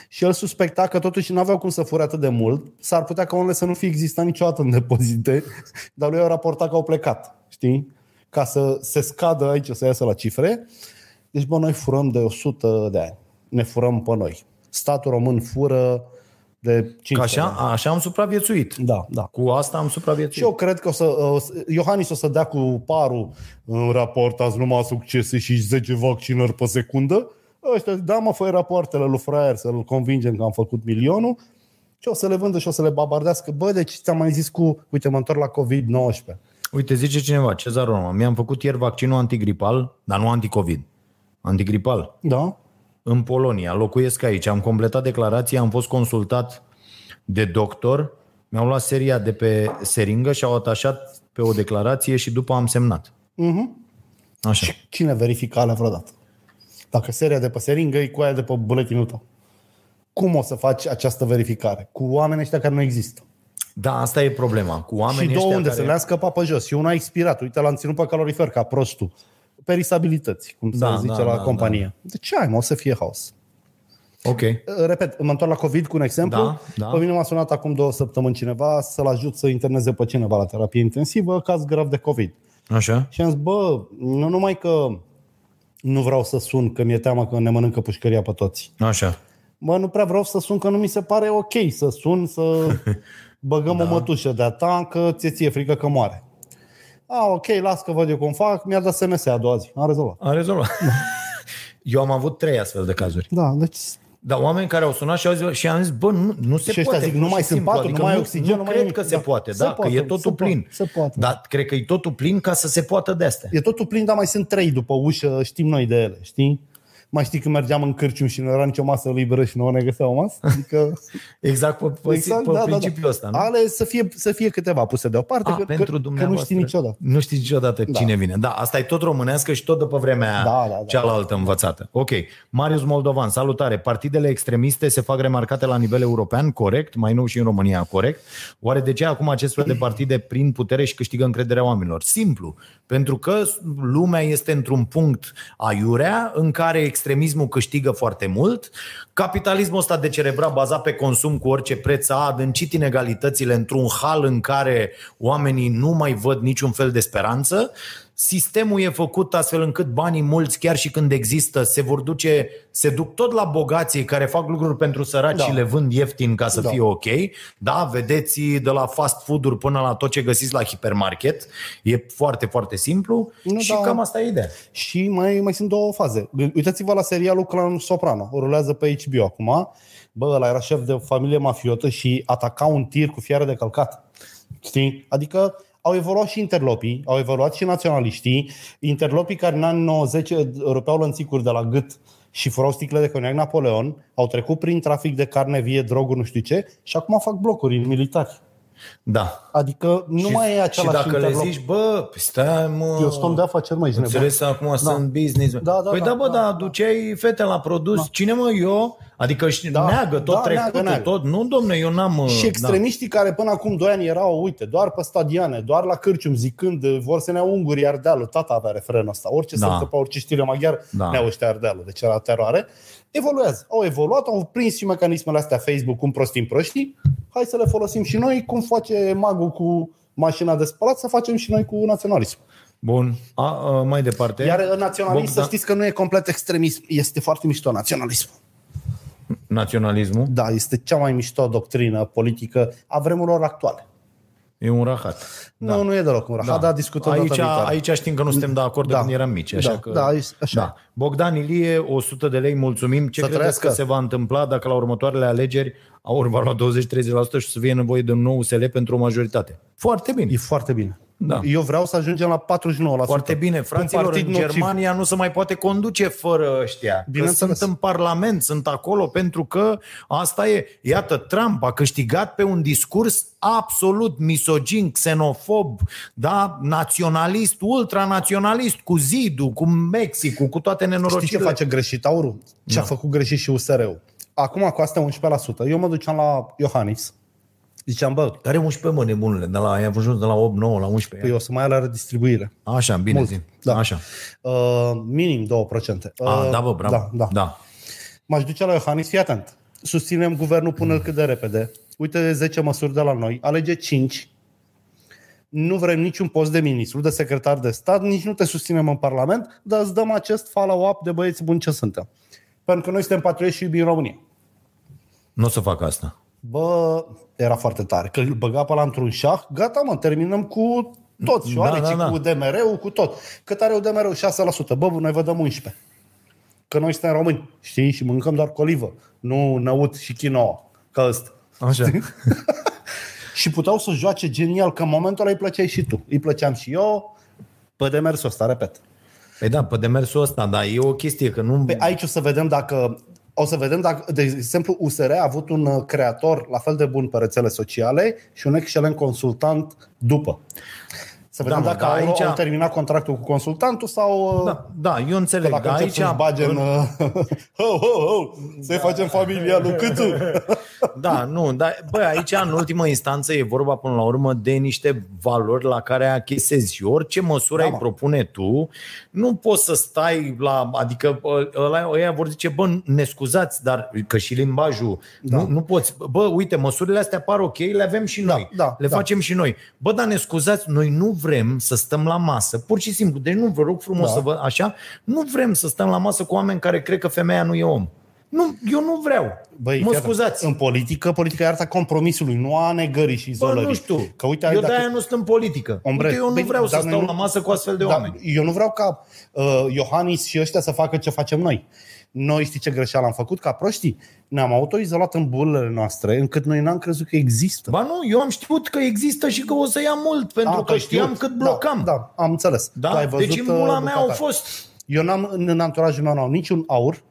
Speaker 2: Și el suspecta că totuși nu aveau cum să fure atât de mult, s-ar putea ca unele să nu fie existat niciodată în depozite, dar lui au raportat că au plecat, știi? Ca să se scadă aici, să iasă la cifre. Deci, bă, noi furăm de 100 de ani. Ne furăm pe noi. Statul român fură de 5
Speaker 3: Că așa, așa am supraviețuit.
Speaker 2: Da, da.
Speaker 3: Cu asta am supraviețuit.
Speaker 2: Și eu cred că o să, o să- Iohannis o să dea cu parul în raport, ați numai succese și 10 vaccinări pe secundă. Ăștia, zic, da mă, fă rapoartele lui Fraier să-l convingem că am făcut milionul și o să le vândă și o să le babardească. Bă, deci ți-am mai zis cu, uite, mă întorc la COVID-19.
Speaker 3: Uite, zice cineva, Cezar Roma, mi-am făcut ieri vaccinul antigripal, dar nu anticovid, antigripal,
Speaker 2: Da?
Speaker 3: în Polonia, locuiesc aici, am completat declarația, am fost consultat de doctor, mi-au luat seria de pe seringă și au atașat pe o declarație și după am semnat.
Speaker 2: Mhm.
Speaker 3: Uh-huh. Așa.
Speaker 2: Cine verifică alea vreodată? Dacă seria de pe seringă e cu aia de pe buletinul tău. Cum o să faci această verificare? Cu oamenii ăștia care nu există.
Speaker 3: Da, asta e problema. Cu
Speaker 2: Și
Speaker 3: oamenii
Speaker 2: două
Speaker 3: ăștia
Speaker 2: unde
Speaker 3: care...
Speaker 2: să le-am scăpat pe jos. Și una a expirat. Uite, l-am ținut pe calorifer ca prostul. Perisabilități, cum
Speaker 3: Da,
Speaker 2: se zice
Speaker 3: da,
Speaker 2: la
Speaker 3: da,
Speaker 2: companie. De ce ai, mă? O să fie haos. Uh,
Speaker 3: Ok.
Speaker 2: Repet, mă întorc la COVID cu un exemplu.
Speaker 3: Da, da.
Speaker 2: Pe mine m-a sunat acum două săptămâni cineva să-l ajut să interneze pe cineva la terapie intensivă, caz grav de COVID.
Speaker 3: Așa.
Speaker 2: Și am zis, bă, nu numai că nu vreau să sun, că mi-e teamă că ne mănâncă pușcăria pe toți.
Speaker 3: Așa.
Speaker 2: Mă, nu prea vreau să sun, că nu mi se pare ok să sun, să băgăm da. o mătușă de-a ta, că ți-e ție frică că moare. A, ok, las că văd eu cum fac, mi-a dat SMS a doua zi, am rezolvat.
Speaker 3: Am rezolvat. Eu am avut trei astfel de cazuri.
Speaker 2: Da, deci...
Speaker 3: Dar oameni care au sunat și au zis, și am zis, bă, nu, nu se
Speaker 2: Și ăștia
Speaker 3: poate.
Speaker 2: zic,
Speaker 3: pur
Speaker 2: nu
Speaker 3: și
Speaker 2: mai sunt
Speaker 3: simplu.
Speaker 2: patru, nu mai e
Speaker 3: nu,
Speaker 2: oxigen,
Speaker 3: nu
Speaker 2: nu mai
Speaker 3: cred
Speaker 2: nimic.
Speaker 3: că se
Speaker 2: Da.
Speaker 3: poate,
Speaker 2: Se
Speaker 3: da,
Speaker 2: poate,
Speaker 3: că e
Speaker 2: se
Speaker 3: totul
Speaker 2: poate,
Speaker 3: plin.
Speaker 2: se poate.
Speaker 3: Dar cred că e totul plin ca să se poată de astea.
Speaker 2: E totul plin, dar mai sunt trei după ușă, știm noi de ele, știi? Mai știi când mergeam în Cârcium și nu era nicio masă liberă și nouă ne găseau masă? Adică,
Speaker 3: Exact pe, pe, exact, pe da, principiul da, da. ăsta, nu?
Speaker 2: Ale să fie, să fie câteva puse deoparte,
Speaker 3: A,
Speaker 2: că, că,
Speaker 3: pentru
Speaker 2: că nu
Speaker 3: dumneavoastră.
Speaker 2: știi niciodată.
Speaker 3: Nu știi niciodată
Speaker 2: Da.
Speaker 3: da. cine vine. Da, asta e tot românească și tot după vremea
Speaker 2: Da, da, da.
Speaker 3: cealaltă învățată. Ok. Marius Moldovan, salutare. Partidele extremiste se fac remarcate la nivel european, corect, mai nou și în România, corect. Oare de ce acum acest fel de partide prin putere și câștigă încrederea oamenilor? Simplu. Pentru că lumea este într-un punct aiurea în care extremismul câștigă foarte mult, capitalismul ăsta de cerebra bazat pe consum cu orice preț a adâncit inegalitățile într-un hal în care oamenii nu mai văd niciun fel de speranță. Sistemul e făcut astfel încât banii mulți, chiar și când există, se vor duce, se duc tot la bogații care fac lucruri pentru săraci
Speaker 2: Da.
Speaker 3: da. și le vând ieftin ca să
Speaker 2: Da.
Speaker 3: da. fie ok. Da, vedeți de la fast food-uri până la tot ce găsiți la hipermarket. E foarte, foarte simplu
Speaker 2: Nu,
Speaker 3: nu, și
Speaker 2: da.
Speaker 3: da. cam asta e ideea.
Speaker 2: Și mai, mai sunt două faze. Uitați-vă la serialul Clan Soprano. O rulează pe HBO acum. Bă, ăla era șef de familie mafiotă și ataca un tir cu fiară de călcat. Știi? Adică au evoluat și interlopii, au evoluat și naționaliștii. Interlopii care în anii 90 rupeau lănțicuri de la gât și furau sticle de coniac Napoleon, au trecut prin trafic de carne vie, droguri, nu știu ce, și acum fac blocuri în militari.
Speaker 3: Da.
Speaker 2: Adică nu
Speaker 3: și,
Speaker 2: mai e
Speaker 3: și
Speaker 2: același
Speaker 3: dacă le
Speaker 2: interlop.
Speaker 3: zici, bă, păi stai mă...
Speaker 2: Eu sunt om de afaceri, mai
Speaker 3: Înțeles, acum da. sunt business.
Speaker 2: Da, da,
Speaker 3: păi
Speaker 2: da,
Speaker 3: da, bă,
Speaker 2: da,
Speaker 3: da,
Speaker 2: da.
Speaker 3: aduceai fete la produs. Da. Cine mă, eu? Adică și
Speaker 2: Da,
Speaker 3: da. neagă tot
Speaker 2: da,
Speaker 3: da, trecutul,
Speaker 2: neagă, neagă.
Speaker 3: tot. Nu, domne, eu n-am... uh,
Speaker 2: Și
Speaker 3: da.
Speaker 2: extremiștii care până acum 2 ani erau, uite, doar pe stadioane, doar la Cârcium, zicând, "Eh, vor să ne iau ungurii Ardealul, tata avea refrenul ăsta, orice
Speaker 3: Da.
Speaker 2: da. se pe orice știre maghiar, da.
Speaker 3: Da.
Speaker 2: ne-au ăștia Ardealul, deci era teroare. Evoluează, au evoluat, au prins și mecanismele astea Facebook, cum prostim proștii, hai să le folosim și noi, cum face magul cu mașina de spălat, să facem și noi cu naționalism.
Speaker 3: Bun. A, a, mai departe.
Speaker 2: Iar uh, naționalism,
Speaker 3: Bogdan-
Speaker 2: să știți că nu e complet extremism, este foarte mișto naționalism.
Speaker 3: Naționalismul
Speaker 2: Da, este cea mai mișto doctrină politică a vremurilor actuale.
Speaker 3: e un rahat.
Speaker 2: Da. Nu, nu e deloc un rahat, da. dar discutăm
Speaker 3: aici,
Speaker 2: data viitoare.
Speaker 3: aici știm că nu suntem de acord da. când eram mici. Așa
Speaker 2: da,
Speaker 3: că...
Speaker 2: da, aici- așa.
Speaker 3: Da. Bogdan Ilie, 100 de lei, mulțumim. Ce
Speaker 2: Să
Speaker 3: să credeți
Speaker 2: trăiască.
Speaker 3: că se va întâmpla dacă la următoarele alegeri au va lua 20-30% și să fie nevoie de un nou USL pentru o majoritate? Foarte bine.
Speaker 2: E foarte bine.
Speaker 3: Da.
Speaker 2: Eu vreau să ajungem la 49%.
Speaker 3: Foarte bine,
Speaker 2: Un
Speaker 3: fraților,
Speaker 2: partid
Speaker 3: în
Speaker 2: nociv.
Speaker 3: Germania nu se mai poate conduce fără ăștia. Că
Speaker 2: Bineînțeles.
Speaker 3: sunt în Parlament, sunt acolo pentru că asta e. Iată, Trump a câștigat pe un discurs absolut misogin, xenofob, da, naționalist, ultranaționalist, cu zidul, cu Mexicul, cu toate
Speaker 2: Știi ce
Speaker 3: nenorocirile.
Speaker 2: face greșit Aurul? Ce a
Speaker 3: Da.
Speaker 2: făcut greșit și USR-ul. Acum cu astea 11%. Eu mă duceam la Iohannis. Ziceam, bă,
Speaker 3: Care 11, mă, nebunule, de la, ai ajuns de la 8, 9, la 11.
Speaker 2: păi eu o să mai aleră distribuire.
Speaker 3: Așa, bine
Speaker 2: Mult.
Speaker 3: zi.
Speaker 2: Da.
Speaker 3: Așa.
Speaker 2: Uh, minim 2%. Uh,
Speaker 3: A, da, bă, bravo.
Speaker 2: Da, da. da.
Speaker 3: da.
Speaker 2: M-aș duce la Iohannis, fii atent. Susținem guvernul până cât de repede. Uite 10 măsuri de la noi. Alege 5. Nu vrem niciun post de ministru, de secretar de stat, nici nu te susținem în Parlament, dar îți dăm acest follow-up de băieți buni ce suntem. Pentru că noi suntem patrioți și iubim România.
Speaker 3: Nu o să fac asta.
Speaker 2: Bă, era foarte tare. Că îl băga pe la într-un șah, gata mă, terminăm cu tot. Și
Speaker 3: Da,
Speaker 2: oare,
Speaker 3: da,
Speaker 2: da, da.
Speaker 3: da.
Speaker 2: cu DMR-ul, cu tot. Cât are DMR-ul? 6%. Bă, noi vă dăm 11. Că noi suntem români, știi? Și mâncăm doar colivă, nu năut și quinoa, ca ăsta.
Speaker 3: Așa.
Speaker 2: Și puteau să joace genial, că în momentul ăla îi plăceai și tu. Îi plăceam și eu, pe demersul ăsta, repet.
Speaker 3: Păi da, pe demersul ăsta, dar e o chestie că nu...
Speaker 2: Pe aici o să vedem dacă o să vedem dacă, de exemplu, USR a avut un uh, creator la fel de bun pe rețele sociale și un excelent consultant după. Să vedem
Speaker 3: mă,
Speaker 2: da, dacă
Speaker 3: dar
Speaker 2: aici...
Speaker 3: aici-
Speaker 2: au terminat contractul cu consultantul sau uh,
Speaker 3: Da, da, eu înțeleg,
Speaker 2: dacă
Speaker 3: dar
Speaker 2: aici
Speaker 3: aici...
Speaker 2: să-și bage în... uh, ho, ho, ho, să-i facem familia lui Câțu.
Speaker 3: Da, nu, dar bă, aici în ultimă instanță e vorba până la urmă de niște valori la care achesezi și orice
Speaker 2: Da,
Speaker 3: măsură da, ai
Speaker 2: mă.
Speaker 3: propune tu, nu poți să stai la, adică ă, ăla, ăia vor zice, bă, ne scuzați, dar că și limbajul,
Speaker 2: Da.
Speaker 3: da. nu, nu poți, bă, uite, măsurile astea par ok, le avem și noi,
Speaker 2: da,
Speaker 3: le
Speaker 2: da.
Speaker 3: facem și noi. Bă, dar ne scuzați, noi nu vrem să stăm la masă, pur și simplu, deci nu vă rog frumos
Speaker 2: Da.
Speaker 3: da. să vă, așa, nu vrem să stăm la masă cu oameni care cred că femeia nu e om. Nu, eu nu vreau.
Speaker 2: Băi,
Speaker 3: mă
Speaker 2: chiar,
Speaker 3: scuzați.
Speaker 2: În politică, politica e arta compromisului, nu a negării și
Speaker 3: Bă,
Speaker 2: izolării.
Speaker 3: nu știu.
Speaker 2: Că uite,
Speaker 3: eu
Speaker 2: dacă-
Speaker 3: de-aia nu sunt în politică.
Speaker 2: Ombre,
Speaker 3: uite, eu nu
Speaker 2: băi,
Speaker 3: vreau să
Speaker 2: Păi, dar noi
Speaker 3: stau
Speaker 2: nu-
Speaker 3: la masă cu astfel de
Speaker 2: Da,
Speaker 3: oameni.
Speaker 2: eu nu vreau ca uh, Iohannis și ăștia să facă ce facem noi. Noi știi ce greșeală am făcut ca proștii? Ne-am autoizolat în bulele noastre, încât noi n-am crezut că există.
Speaker 3: Ba nu, eu am știut că există și că o să ia mult, pentru
Speaker 2: Ah,
Speaker 3: că
Speaker 2: ai
Speaker 3: știam
Speaker 2: știut.
Speaker 3: cât blocam.
Speaker 2: Da, da am înțeles. Tu
Speaker 3: Da? Deci în
Speaker 2: uh,
Speaker 3: mula mea
Speaker 2: bucata.
Speaker 3: au fost
Speaker 2: Eu n-am, în, în anturajul meu n-am niciun aur,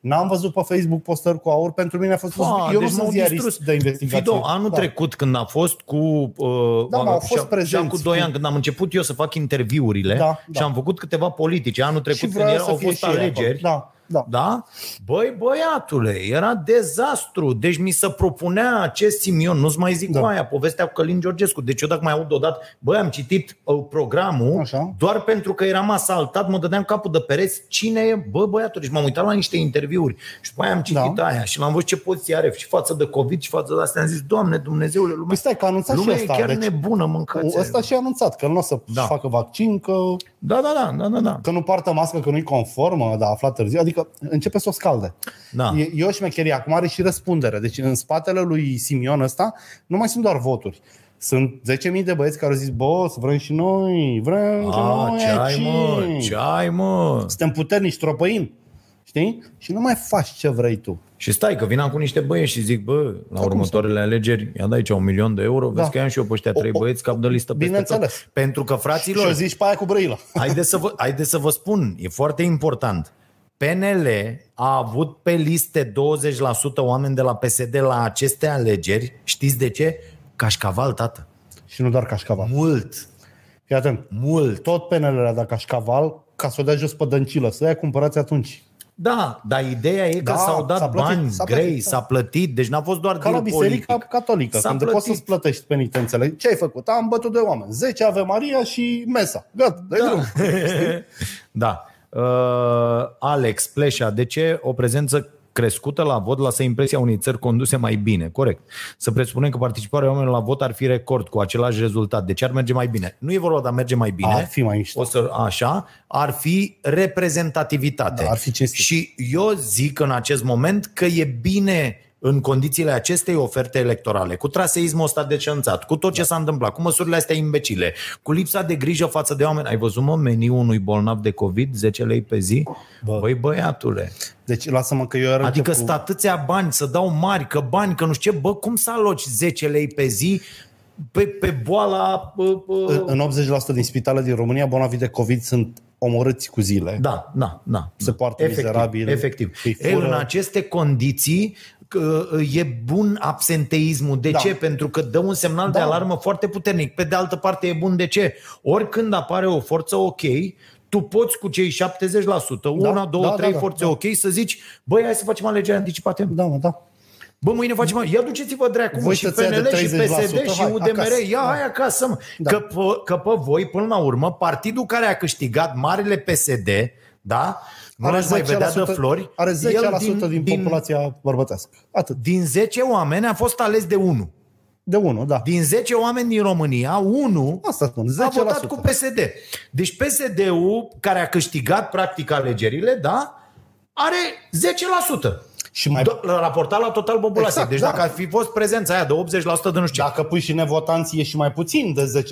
Speaker 2: n-am văzut pe Facebook postări cu aur, pentru mine a fost...
Speaker 3: Fa,
Speaker 2: eu
Speaker 3: deci
Speaker 2: nu
Speaker 3: m-au
Speaker 2: sunt
Speaker 3: distrus.
Speaker 2: ziarist de investigație.
Speaker 3: Fido,
Speaker 2: Da.
Speaker 3: anul da. trecut când a fost cu... Uh,
Speaker 2: Da, mă, au
Speaker 3: și-
Speaker 2: fost
Speaker 3: și
Speaker 2: prezenți.
Speaker 3: cu 2 ani, când am început eu să fac interviurile
Speaker 2: Da,
Speaker 3: și
Speaker 2: da.
Speaker 3: am făcut câteva politice. Anul trecut când
Speaker 2: vreau
Speaker 3: era,
Speaker 2: să
Speaker 3: au
Speaker 2: fie
Speaker 3: fost
Speaker 2: și ei acolo.
Speaker 3: alegeri.
Speaker 2: Da, da.
Speaker 3: Da? Băi, băiatule, era dezastru. Deci mi se propunea acest Simion, nu-ți mai zic da.
Speaker 2: Da.
Speaker 3: cu aia, povestea cu Călin Georgescu. Deci eu dacă mai aud odată, băi, am citit uh, programul
Speaker 2: Așa.
Speaker 3: doar pentru că eram asaltat, mă dădeam capul de pereți. Cine e? Bă, băiatul, deci m-am uitat la niște interviuri și după aia am citit da.
Speaker 2: Da.
Speaker 3: aia și l-am văzut ce poziție are și față de COVID și față de astea. Am zis, Doamne Dumnezeule, lumea,
Speaker 2: Păi stai, că a anunțat
Speaker 3: lumea
Speaker 2: și
Speaker 3: e
Speaker 2: asta.
Speaker 3: chiar
Speaker 2: deci,
Speaker 3: nebună, mâncați
Speaker 2: Ăsta și-a anunțat că nu o să
Speaker 3: Da.
Speaker 2: da. facă vaccin, că,
Speaker 3: Da, da, da, da, da, da.
Speaker 2: că nu poartă mască, că nu-i conformă, dar a aflat târziu. Adică începe să o scalde.
Speaker 3: da.
Speaker 2: E, e o șmecherie. Acum are și răspundere. Deci în spatele lui Simion ăsta nu mai sunt doar voturi. Sunt 10.000 de băieți care au zis, bă, să vrem și noi, vrem și
Speaker 3: A,
Speaker 2: noi
Speaker 3: Ah, ce ai, mă,
Speaker 2: aici."
Speaker 3: ce ai, mă.
Speaker 2: Suntem puternici, tropăim. Știi? Și nu mai faci ce vrei tu.
Speaker 3: Și stai că vin acum cu niște băieți și zic, bă, la următoarele alegeri, ia dai aici un milion de euro, vezi
Speaker 2: Da.
Speaker 3: că am și eu pe ăștia trei
Speaker 2: O- o-
Speaker 3: băieți cap de listă peste
Speaker 2: Bineînțeles.
Speaker 3: tot. Pentru că,
Speaker 2: Și o
Speaker 3: fraților,
Speaker 2: zici pe aia cu brăila.
Speaker 3: haideți să, vă, haideți să vă spun, e foarte important. PNL a avut pe liste 20% oameni de la PSD la aceste alegeri. Știți de ce? Cașcaval, tată.
Speaker 2: Și nu doar cașcaval.
Speaker 3: Mult,
Speaker 2: Fii atent.
Speaker 3: mult.
Speaker 2: Tot PNL-ul era cașcaval, ca să o dea jos pe dăncilă. Să ia cumpărați atunci.
Speaker 3: Da, dar ideea e că
Speaker 2: Da,
Speaker 3: s-au dat
Speaker 2: s-a plătit,
Speaker 3: bani
Speaker 2: s-a
Speaker 3: grei,
Speaker 2: plătit, da.
Speaker 3: s-a plătit, deci n-a fost doar
Speaker 2: Ca la
Speaker 3: deal
Speaker 2: biserica
Speaker 3: politic.
Speaker 2: catolică,
Speaker 3: S-a
Speaker 2: când
Speaker 3: plătit.
Speaker 2: poți să-ți plătești penitențele. Ce ai făcut? Am bătut de oameni. 10 Ave Maria și mesa. Gata, dai drum.
Speaker 3: da. Uh, Alex Pleșa, de ce o prezență crescută la vot lasă impresia unei țări conduse mai bine? Corect. Să presupunem că participarea oamenilor la vot ar fi record cu același rezultat. Deci ar merge mai bine. Nu e vorba de a merge mai bine.
Speaker 2: Ar fi mai mișto.
Speaker 3: O să, așa, ar fi reprezentativitate.
Speaker 2: Da, ar fi cinstit.
Speaker 3: Și eu zic în acest moment că e bine în condițiile acestei oferte electorale, cu traseismul ăsta decențat, cu tot
Speaker 2: Da.
Speaker 3: ce s-a întâmplat, cu măsurile astea imbecile, cu lipsa de grijă față de oameni. Ai văzut, mă, meniul unui bolnav de COVID, 10 lei pe zi? Bă.
Speaker 2: Bă.
Speaker 3: Băi, băiatule,
Speaker 2: Deci lasă-mă că eu era
Speaker 3: adică
Speaker 2: cu...
Speaker 3: sunt atâția bani, să dau mari, că bani, că nu știu ce, bă, cum să aloci 10 lei pe zi pe, pe boala... Bă,
Speaker 2: În-
Speaker 3: bă.
Speaker 2: În 80% din spitale din România, bolnavii de COVID sunt omorâți cu zile.
Speaker 3: Da, da, da.
Speaker 2: Se poartă
Speaker 3: efectiv,
Speaker 2: mizerabil,
Speaker 3: Efectiv.
Speaker 2: îi
Speaker 3: El,
Speaker 2: fură-
Speaker 3: în aceste condiții că, uh, e bun absenteismul. De da.
Speaker 2: Da.
Speaker 3: ce? Pentru că dă un semnal da. de
Speaker 2: Da.
Speaker 3: alarmă foarte puternic. Pe de altă parte e bun de ce? Oricând apare o forță ok, tu poți cu cei 70%, una, două,
Speaker 2: da,
Speaker 3: trei
Speaker 2: da,
Speaker 3: forțe
Speaker 2: da.
Speaker 3: ok, să zici, băi, hai să facem alegeri anticipate.
Speaker 2: Da, mă, da.
Speaker 3: Bă, mâine facem... Ia duceți-vă dracu, mă,
Speaker 2: Voi
Speaker 3: și
Speaker 2: să-ți ia de
Speaker 3: PNL, și
Speaker 2: 30%,
Speaker 3: PSD, și
Speaker 2: hai,
Speaker 3: UDMR.
Speaker 2: acasă.
Speaker 3: Ia,
Speaker 2: Da.
Speaker 3: hai acasă, mă.
Speaker 2: Da.
Speaker 3: Că, pe, că pe voi, până la urmă, partidul care a câștigat marele PSD, da? Nu
Speaker 2: Are
Speaker 3: l-ați mai vedea de
Speaker 2: 10%
Speaker 3: flori.
Speaker 2: Are 10%
Speaker 3: el
Speaker 2: din, din populația bărbătească. Atât.
Speaker 3: Din 10 oameni a fost ales de unul.
Speaker 2: De unul, da.
Speaker 3: Din 10 oameni din România, unul
Speaker 2: Asta spun, 10%.
Speaker 3: a votat cu PSD. Deci PSD-ul, care a câștigat practic alegerile, da? Are 10%.
Speaker 2: Și mai
Speaker 3: Do- raportat la total populație.
Speaker 2: Exact,
Speaker 3: Exact, deci
Speaker 2: da.
Speaker 3: dacă ar fi fost prezența aia de 80% de nu știu ce.
Speaker 2: Dacă pui și nevotanții, e și mai puțin de 10%.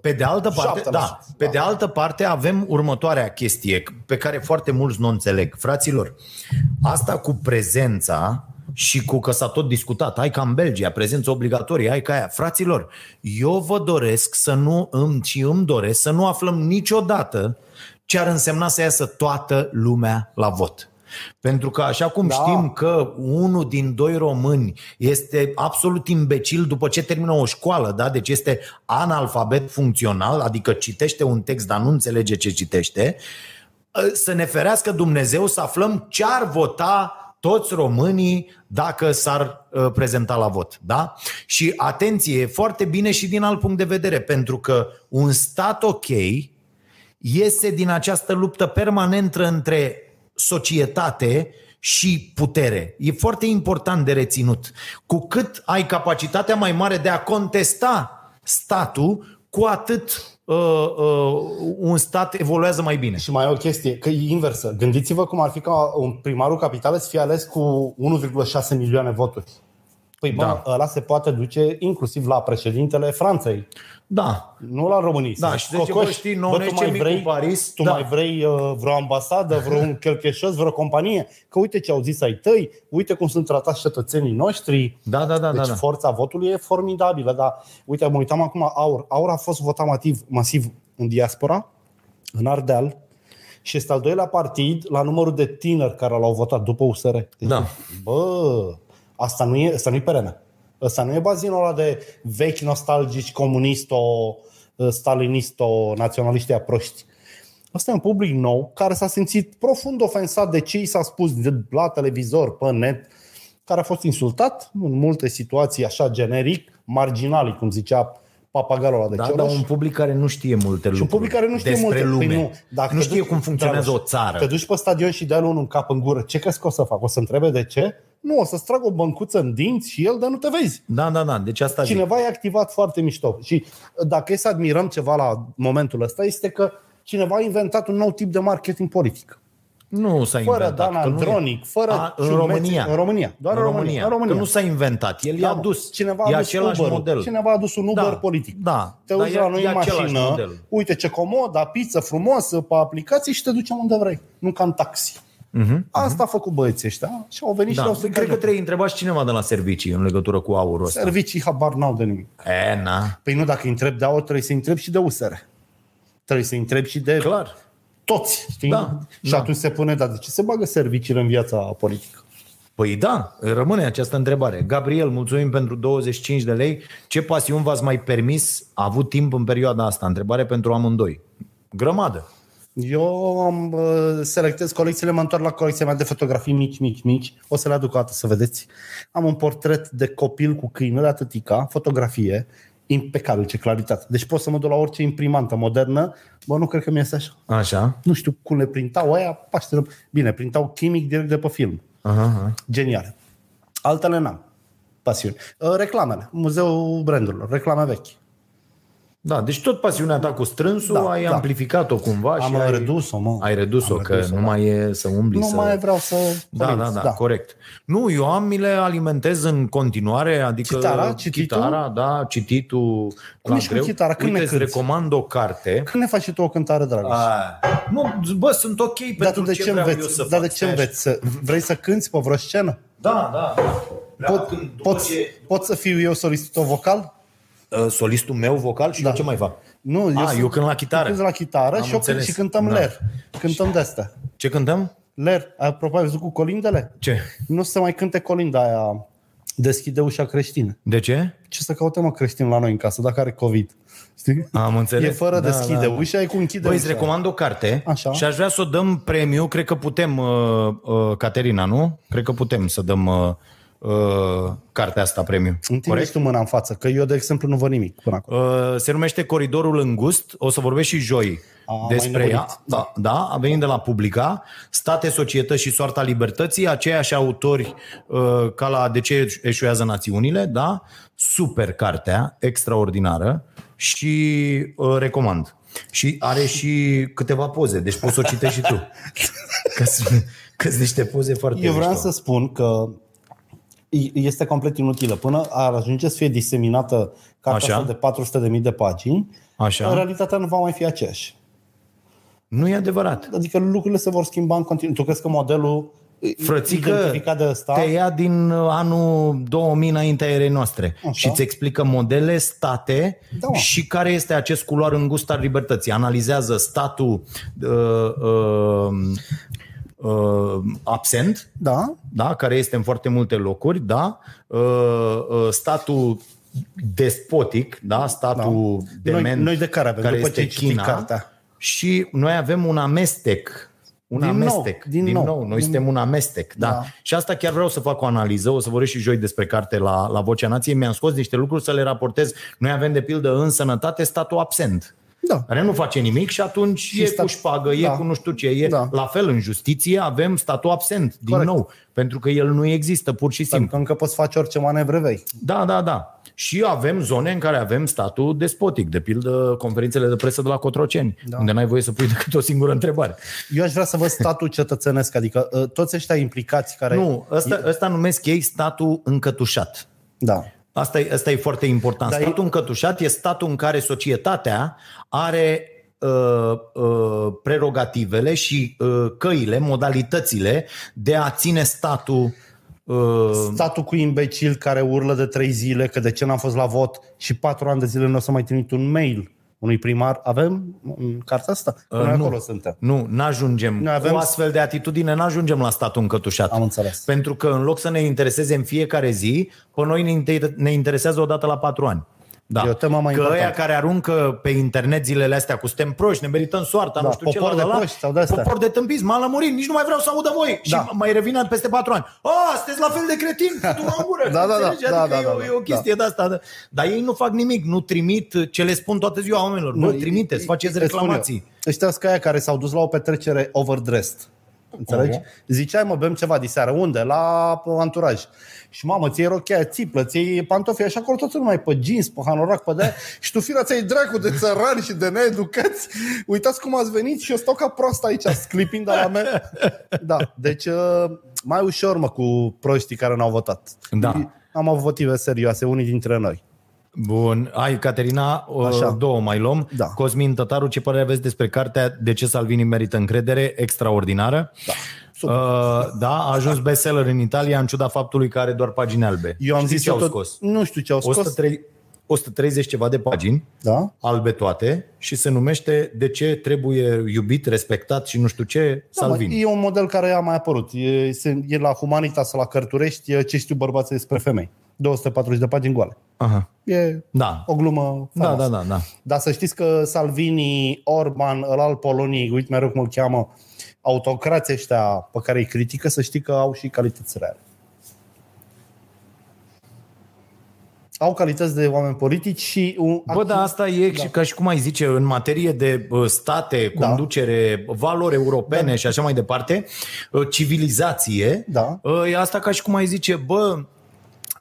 Speaker 3: Pe de altă parte,
Speaker 2: 7%,
Speaker 3: da, pe de altă parte avem următoarea chestie pe care foarte mulți nu o înțeleg. Fraților, asta cu prezența și cu că s-a tot discutat, ai ca în Belgia, prezență obligatorie, ai ca aia. Fraților, eu vă doresc să nu îmi, ci îmi doresc să nu aflăm niciodată ce ar însemna să iasă toată lumea la vot. Pentru că așa cum da.
Speaker 2: Da.
Speaker 3: știm că unul din doi români este absolut imbecil după ce termină o școală, da? deci este analfabet funcțional, adică citește un text, dar nu înțelege ce citește, Ă, să ne ferească Dumnezeu să aflăm ce ar vota toți românii dacă s-ar uh, prezenta la vot. Da? Și atenție, e foarte bine și din alt punct de vedere, pentru că un stat ok iese din această luptă permanentă între societate și putere. E foarte important de reținut. Cu cât ai capacitatea mai mare de a contesta statul, cu atât uh, uh, un stat evoluează mai bine.
Speaker 2: Și mai e o chestie, că e inversă. Gândiți-vă cum ar fi ca un primarul capitalei să fie ales cu 1,6 milioane voturi. Păi bă,
Speaker 3: Da.
Speaker 2: da. ăla se poate duce inclusiv la președintele Franței,
Speaker 3: Da,
Speaker 2: nu la României.
Speaker 3: Da,
Speaker 2: Să
Speaker 3: și
Speaker 2: zici,
Speaker 3: zice,
Speaker 2: "Cocoș,
Speaker 3: bă, știi, nouă
Speaker 2: bă,
Speaker 3: ne
Speaker 2: tu
Speaker 3: ce
Speaker 2: mai
Speaker 3: mic
Speaker 2: vrei,
Speaker 3: cu Paris?"
Speaker 2: tu
Speaker 3: Da.
Speaker 2: mai vrei uh, vreo ambasadă, vreun chelcheșos, vreo companie? Că uite ce au zis ai tăi, uite cum sunt tratați cetățenii noștri.
Speaker 3: da, da, da.
Speaker 2: Deci
Speaker 3: da, da.
Speaker 2: forța votului e formidabilă, dar uite, mă uitam acum Aur. Aur a fost votat masiv, masiv în diaspora, în Ardeal, Și este al doilea partid la numărul de tineri care l-au votat după USR. Deci,
Speaker 3: Da.
Speaker 2: Bă, asta nu e, asta nu e perene. Asta nu e bazinul ăla de vechi nostalgici comunisto, ă, stalinisto, naționaliștii proști. Asta e un public nou care s-a simțit profund ofensat de ce i s-a spus de la televizor, pe net, care a fost insultat în multe situații așa generic, marginali, cum zicea papagalul ăla de
Speaker 3: Da,
Speaker 2: Cioloș.
Speaker 3: dar un public care nu știe multe lucruri.
Speaker 2: Și un public care nu știe
Speaker 3: despre
Speaker 2: multe.
Speaker 3: Lume.
Speaker 2: Păi nu,
Speaker 3: dacă
Speaker 2: dacă
Speaker 3: nu
Speaker 2: te
Speaker 3: știe
Speaker 2: duci-
Speaker 3: cum funcționează o
Speaker 2: Dragoș,
Speaker 3: țară.
Speaker 2: Te duci pe stadion și dai lui unul în cap în gură. Ce crezi că o să fac? O să întrebe de ce? Nu, o să-ți trag o băncuță în dinți și el, dar nu te vezi.
Speaker 3: Da, da, da. Deci asta zic.
Speaker 2: Cineva e activat foarte mișto. Și uh, dacă e să admirăm ceva la momentul ăsta, este că cineva a inventat un nou tip de marketing politic.
Speaker 3: Nu s-a
Speaker 2: Fără
Speaker 3: inventat.
Speaker 2: Dan
Speaker 3: că nu e.
Speaker 2: Andronic, fără
Speaker 3: A, în
Speaker 2: ciumețe-
Speaker 3: România.
Speaker 2: în România, doar în România, în România.
Speaker 3: Că nu s-a inventat. El
Speaker 2: Da,
Speaker 3: i-a
Speaker 2: mă.
Speaker 3: dus.
Speaker 2: Cineva a
Speaker 3: e
Speaker 2: dus
Speaker 3: același
Speaker 2: Uber-ul.
Speaker 3: model.
Speaker 2: Cineva a dus un Uber
Speaker 3: Da,
Speaker 2: politic.
Speaker 3: da.
Speaker 2: Te
Speaker 3: Dar
Speaker 2: uiți
Speaker 3: e-
Speaker 2: la noi
Speaker 3: e
Speaker 2: în
Speaker 3: același
Speaker 2: mașină,
Speaker 3: model.
Speaker 2: uite ce comodă, pizza frumoasă, pe aplicație și te ducem unde vrei, nu ca în taxi. Uh-huh, Asta a făcut băieții ăștia și au venit da. și
Speaker 3: Mhm, Da.
Speaker 2: au stricat
Speaker 3: Cred că
Speaker 2: eu.
Speaker 3: trebuie întrebat și cineva de la servicii în legătură cu aurul ăsta.
Speaker 2: Servicii habar n-au de nimic.
Speaker 3: E, na.
Speaker 2: Păi nu, dacă îi întreb de aur, trebuie să-i întreb și de USR. Trebuie să-i întreb și de
Speaker 3: Clar.
Speaker 2: toți, știi?
Speaker 3: Da,
Speaker 2: și
Speaker 3: da.
Speaker 2: atunci se pune, dar de ce se bagă serviciile în viața politică?
Speaker 3: Păi da, rămâne această întrebare. Gabriel, mulțumim pentru 25 de lei. Ce pasiuni v-ați mai permis, a avut timp în perioada asta? Întrebare pentru amândoi. Grămadă.
Speaker 2: Eu am, uh, selectez colecțiile, mă întorc la colecția mea de fotografii mici, mici, mici. O să le aduc o dată să vedeți. Am un portret de copil cu câine la tătica, fotografie, impecabil, ce claritate. Deci pot să mă duc la orice imprimantă modernă, bă, nu cred că mi iese așa.
Speaker 3: Așa.
Speaker 2: Nu știu cum le printau aia, paște, bine, printau chimic direct de pe film.
Speaker 3: Aha, aha.
Speaker 2: Geniale. Altele n-am. Pasiuni. Uh, Reclamele. Muzeul brandurilor. Reclame vechi.
Speaker 3: Da, deci tot pasiunea ta cu strânsul da,
Speaker 2: Da,
Speaker 3: ai
Speaker 2: da.
Speaker 3: amplificat-o cumva și
Speaker 2: Am
Speaker 3: ai
Speaker 2: redus-o, mă.
Speaker 3: Ai redus-o,
Speaker 2: Am
Speaker 3: că
Speaker 2: redus-o,
Speaker 3: nu
Speaker 2: da.
Speaker 3: mai e să umbli
Speaker 2: Nu
Speaker 3: să...
Speaker 2: mai vreau să...
Speaker 3: Da, da, da, da, corect. Nu, eu am, mi le alimentez în continuare, adică
Speaker 2: Chitara, cititul?
Speaker 3: chitara da, cititul la
Speaker 2: ești cu
Speaker 3: greu.
Speaker 2: chitara? Când
Speaker 3: Uite,
Speaker 2: ne
Speaker 3: îți
Speaker 2: cânti?
Speaker 3: recomand o carte.
Speaker 2: Când ne faci și tu o cântare, Dragoș?
Speaker 3: A, nu, bă, sunt ok
Speaker 2: Dar
Speaker 3: pentru
Speaker 2: tu de ce,
Speaker 3: ce vreau eu
Speaker 2: înveți?
Speaker 3: să
Speaker 2: Dar de
Speaker 3: fac.
Speaker 2: ce
Speaker 3: stai așa.
Speaker 2: înveți? Să, vrei să cânti pe vreo scenă?
Speaker 3: Da, da. Vreau
Speaker 2: Pot,
Speaker 3: când- după
Speaker 2: pot,
Speaker 3: ce-
Speaker 2: pot să fiu eu solicitor vocal?
Speaker 3: Uh, Solistul meu vocal și
Speaker 2: Da.
Speaker 3: eu ce mai fac?
Speaker 2: Nu, eu,
Speaker 3: Ah,
Speaker 2: sunt-
Speaker 3: eu cânt la chitară.
Speaker 2: Cânt la chitară
Speaker 3: Am
Speaker 2: și, eu cânt,
Speaker 3: înțeles.
Speaker 2: și cântăm
Speaker 3: Da.
Speaker 2: ler. Cântăm de astea.
Speaker 3: Ce cântăm?
Speaker 2: Ler. Ai apropo, ai văzut cu colindele?
Speaker 3: Ce?
Speaker 2: Nu se mai cânte colinda aia. Deschide ușa creștină.
Speaker 3: De ce?
Speaker 2: Ce să căutăm o creștin la noi în casă, dacă are COVID? Știi?
Speaker 3: Am înțeles.
Speaker 2: E fără
Speaker 3: Da,
Speaker 2: deschide
Speaker 3: da.
Speaker 2: ușa, e cu închide
Speaker 3: Băi,
Speaker 2: ușa.
Speaker 3: îți recomand o carte
Speaker 2: Așa.
Speaker 3: și aș vrea să o dăm premiu, cred că putem, uh, uh, Caterina, nu? Cred că putem să dăm uh, uh, cartea asta premiu.
Speaker 2: Întindeți tu mâna în față, că eu, de exemplu, nu văd nimic până acum.
Speaker 3: Uh, se numește Coridorul Îngust, o să vorbesc și joi
Speaker 2: A, mai
Speaker 3: despre ea.
Speaker 2: nebunit.
Speaker 3: Da, da, a venit de la Publica, State, Societăți și Soarta Libertății, aceiași autori uh, ca la De ce eșuează națiunile, da? Super cartea, extraordinară și uh, recomand. Și are și câteva poze, deci poți să o citești și tu. Că sunt că sunt niște poze foarte
Speaker 2: Eu vreau
Speaker 3: mișto.
Speaker 2: să spun că e- este complet inutilă. Până ar ajunge să fie diseminată
Speaker 3: Așa.
Speaker 2: cartea asta de 400.000 de pagini,
Speaker 3: Așa.
Speaker 2: în realitatea nu va mai fi aceeași.
Speaker 3: Nu e adevărat.
Speaker 2: Adică lucrurile se vor schimba în continuu. Tu crezi că modelul
Speaker 3: Frățică,
Speaker 2: identificat de ăsta...
Speaker 3: te ia din uh, anul 2000 înaintea erei noastre
Speaker 2: Așa.
Speaker 3: și îți explică modele, state
Speaker 2: Da, mă.
Speaker 3: și care este acest culoar îngust al libertății. Analizează statul uh, uh, uh, absent,
Speaker 2: Da?
Speaker 3: da, care este în foarte multe locuri, da, uh, uh, statul despotic, da, statul
Speaker 2: Da. Noi-
Speaker 3: dement,
Speaker 2: noi de care avem,
Speaker 3: care
Speaker 2: după
Speaker 3: este
Speaker 2: ce ai citit
Speaker 3: China,
Speaker 2: cartea?
Speaker 3: și noi avem un amestec. Un
Speaker 2: Din nou,
Speaker 3: amestec.
Speaker 2: din nou.
Speaker 3: Noi
Speaker 2: Din-
Speaker 3: suntem un amestec. Da.
Speaker 2: Da.
Speaker 3: da. Și asta chiar vreau să fac o analiză. O să vorbesc și joi despre carte la, la Vocea Nației. Mi-am scos niște lucruri să le raportez. Noi avem, de pildă, în sănătate statul absent
Speaker 2: Da.
Speaker 3: care nu face nimic și atunci e
Speaker 2: sta-
Speaker 3: cu șpagă, e
Speaker 2: da.
Speaker 3: cu nu știu ce, e
Speaker 2: Da.
Speaker 3: la fel în justiție avem statul absent din
Speaker 2: Corect.
Speaker 3: nou, pentru că el nu există pur și
Speaker 2: Pentru
Speaker 3: simplu.
Speaker 2: că încă poți face orice manevre vei.
Speaker 3: Da, da, da. Și avem zone în care avem statul despotic, de pildă conferințele de presă de la Cotroceni, da. unde n-ai voie să pui decât o singură întrebare.
Speaker 2: Eu aș vrea să văd statul cetățenesc, adică uh, toți ăștia implicați care...
Speaker 3: Nu, ăsta, ăsta numesc ei statul încătușat.
Speaker 2: Da.
Speaker 3: Asta e, asta e foarte important.
Speaker 2: Dar
Speaker 3: Dar
Speaker 2: e-
Speaker 3: statul încătușat e statul în care societatea are uh, uh, prerogativele și uh, căile, modalitățile de a ține statul. Uh,
Speaker 2: Statul cu imbecil care urlă de trei zile că de ce n-am fost la vot și patru ani de zile nu o să mai trimit un mail unui primar avem în cartea asta? Uh, Noi acolo suntem.
Speaker 3: Nu, n-ajungem.
Speaker 2: Noi avem-
Speaker 3: Cu astfel de atitudine n-ajungem la statul încătușat.
Speaker 2: Am înțeles.
Speaker 3: Pentru că în loc să ne intereseze în fiecare zi, pe noi ne, inter- ne interesează o dată la patru ani. Da.
Speaker 2: E o temă mai
Speaker 3: că
Speaker 2: importantă.
Speaker 3: ăia care aruncă pe internet zilele astea cu suntem proști, ne merităm soarta,
Speaker 2: Da,
Speaker 3: nu știu
Speaker 2: popor
Speaker 3: ce,
Speaker 2: de
Speaker 3: la, la, la,
Speaker 2: proști sau de-astea.
Speaker 3: popor de tâmpiți, m-a lămurit, nici nu mai vreau să audă voi.
Speaker 2: Da.
Speaker 3: Și mai revine peste patru ani. A, sunteți la fel de cretini, tu în gură.
Speaker 2: Da, da, da,
Speaker 3: înțelegi?
Speaker 2: da,
Speaker 3: adică
Speaker 2: da,
Speaker 3: e,
Speaker 2: da,
Speaker 3: o,
Speaker 2: da.
Speaker 3: e o chestie de asta. da. Dar ei nu fac nimic, nu trimit ce le spun toată ziua oamenilor. Nu, nu trimiteți, faceți
Speaker 2: îți spun eu,
Speaker 3: reclamații.
Speaker 2: Ăștia sunt ca aia care s-au dus la o petrecere overdressed. Înțelegi?
Speaker 3: Oho.
Speaker 2: Ziceai, mă, bem ceva diseară. Unde? La anturaj. Și mamă, ți-ai rochea, țiplă, ți-ai pantofii, așa acolo toată lumea e pe jeans, pe hanorac, pe de Și tu, firea, ți-ai dracu de țărani și de needucați. Uitați cum ați venit și eu stau ca prost aici, sclipind la mea. Da, deci uh, mai ușor, mă, cu proștii care n-au votat.
Speaker 3: Da.
Speaker 2: Am avut motive serioase, unii dintre noi.
Speaker 3: Bun, ai Caterina,
Speaker 2: Așa.
Speaker 3: Așa. două mai luăm.
Speaker 2: Da.
Speaker 3: Cosmin Tătaru, ce părere aveți despre cartea De ce Salvini merită încredere? Extraordinară. Da.
Speaker 2: Super.
Speaker 3: Uh, da, a ajuns bestseller în Italia în ciuda faptului că are doar pagini albe.
Speaker 2: Eu am
Speaker 3: Știi
Speaker 2: zis
Speaker 3: ce au
Speaker 2: tot-
Speaker 3: scos.
Speaker 2: Nu știu ce au scos.
Speaker 3: 130, 130 ceva de pagini,
Speaker 2: Da?
Speaker 3: albe toate, și se numește De ce trebuie iubit, respectat și nu știu ce,
Speaker 2: Da, mă,
Speaker 3: Salvini.
Speaker 2: E un model care a mai apărut. E, se, e la Humanitas, la Cărturești, e ce știu bărbații despre femei. 240 de pagini goale.
Speaker 3: Aha.
Speaker 2: E
Speaker 3: Da.
Speaker 2: o glumă
Speaker 3: Da, da,
Speaker 2: faimoasă.
Speaker 3: da, da.
Speaker 2: Dar să știți că Salvini, Orban, ăla al Poloniei, uite mereu cum îl cheamă, autocrații ăștia pe care îi critică, să știi că au și calități reale. Au calități de oameni politici și... Un,
Speaker 3: Bă, dar asta e da. ca și cum ai zice, în materie de uh, state,
Speaker 2: Da.
Speaker 3: conducere, valori europene da. și așa mai departe, uh, civilizație,
Speaker 2: Da.
Speaker 3: uh, e asta ca și cum ai zice, bă,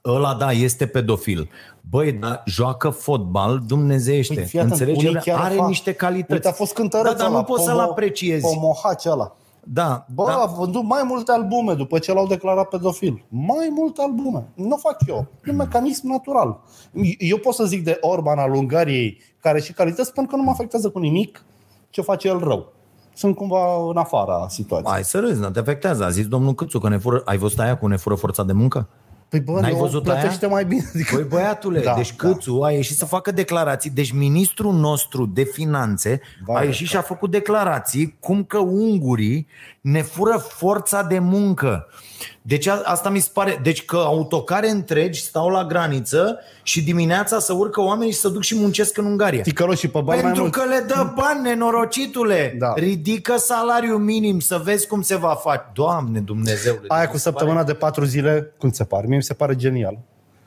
Speaker 3: ăla da, este pedofil. Băi, da, joacă fotbal dumnezeiește.
Speaker 2: Fii
Speaker 3: Păi,
Speaker 2: atent,
Speaker 3: Înțelegi?
Speaker 2: unii chiar
Speaker 3: Are
Speaker 2: fac.
Speaker 3: niște calități.
Speaker 2: Uite, a fost
Speaker 3: da,
Speaker 2: cântăreț
Speaker 3: dar nu poți să-l apreciezi.
Speaker 2: Pomohace ăla.
Speaker 3: Da,
Speaker 2: Bă, da.
Speaker 3: da.
Speaker 2: a vândut mai multe albume după ce l-au declarat pedofil. Mai multe albume. Nu o fac eu. E un mecanism natural. Eu pot să zic de Orban al Ungariei, care și calități, pentru că nu mă afectează cu nimic ce face el rău. Sunt cumva în afara situației.
Speaker 3: Hai să râzi, nu te afectează. A zis domnul Câțu că ne fură... ai văzut aia cu ne fură forța de muncă?
Speaker 2: Păi bă,
Speaker 3: N-ai
Speaker 2: ne
Speaker 3: văzut
Speaker 2: plătește
Speaker 3: aia?
Speaker 2: mai bine. Adică,
Speaker 3: Păi băiatule,
Speaker 2: Da,
Speaker 3: da, deci
Speaker 2: da.
Speaker 3: Câțu a ieșit să facă declarații, deci ministrul nostru de finanțe
Speaker 2: Vai,
Speaker 3: Vai, a ieșit și a făcut declarații cum că ungurii ne fură forța de muncă. Deci a- asta mi se pare, deci că autocare întregi stau la graniță și dimineața să urcă oamenii și să duc și muncesc în Ungaria.
Speaker 2: ticăloșii pe bani mai
Speaker 3: Pentru
Speaker 2: mulți.
Speaker 3: că le dă bani, nenorocitule.
Speaker 2: Da.
Speaker 3: Ridică salariul minim să vezi cum se va face. Doamne Dumnezeule.
Speaker 2: Aia
Speaker 3: deci
Speaker 2: cu
Speaker 3: mi se pare-
Speaker 2: săptămâna de patru zile, cum ți se pare? Mie mi se pare genial.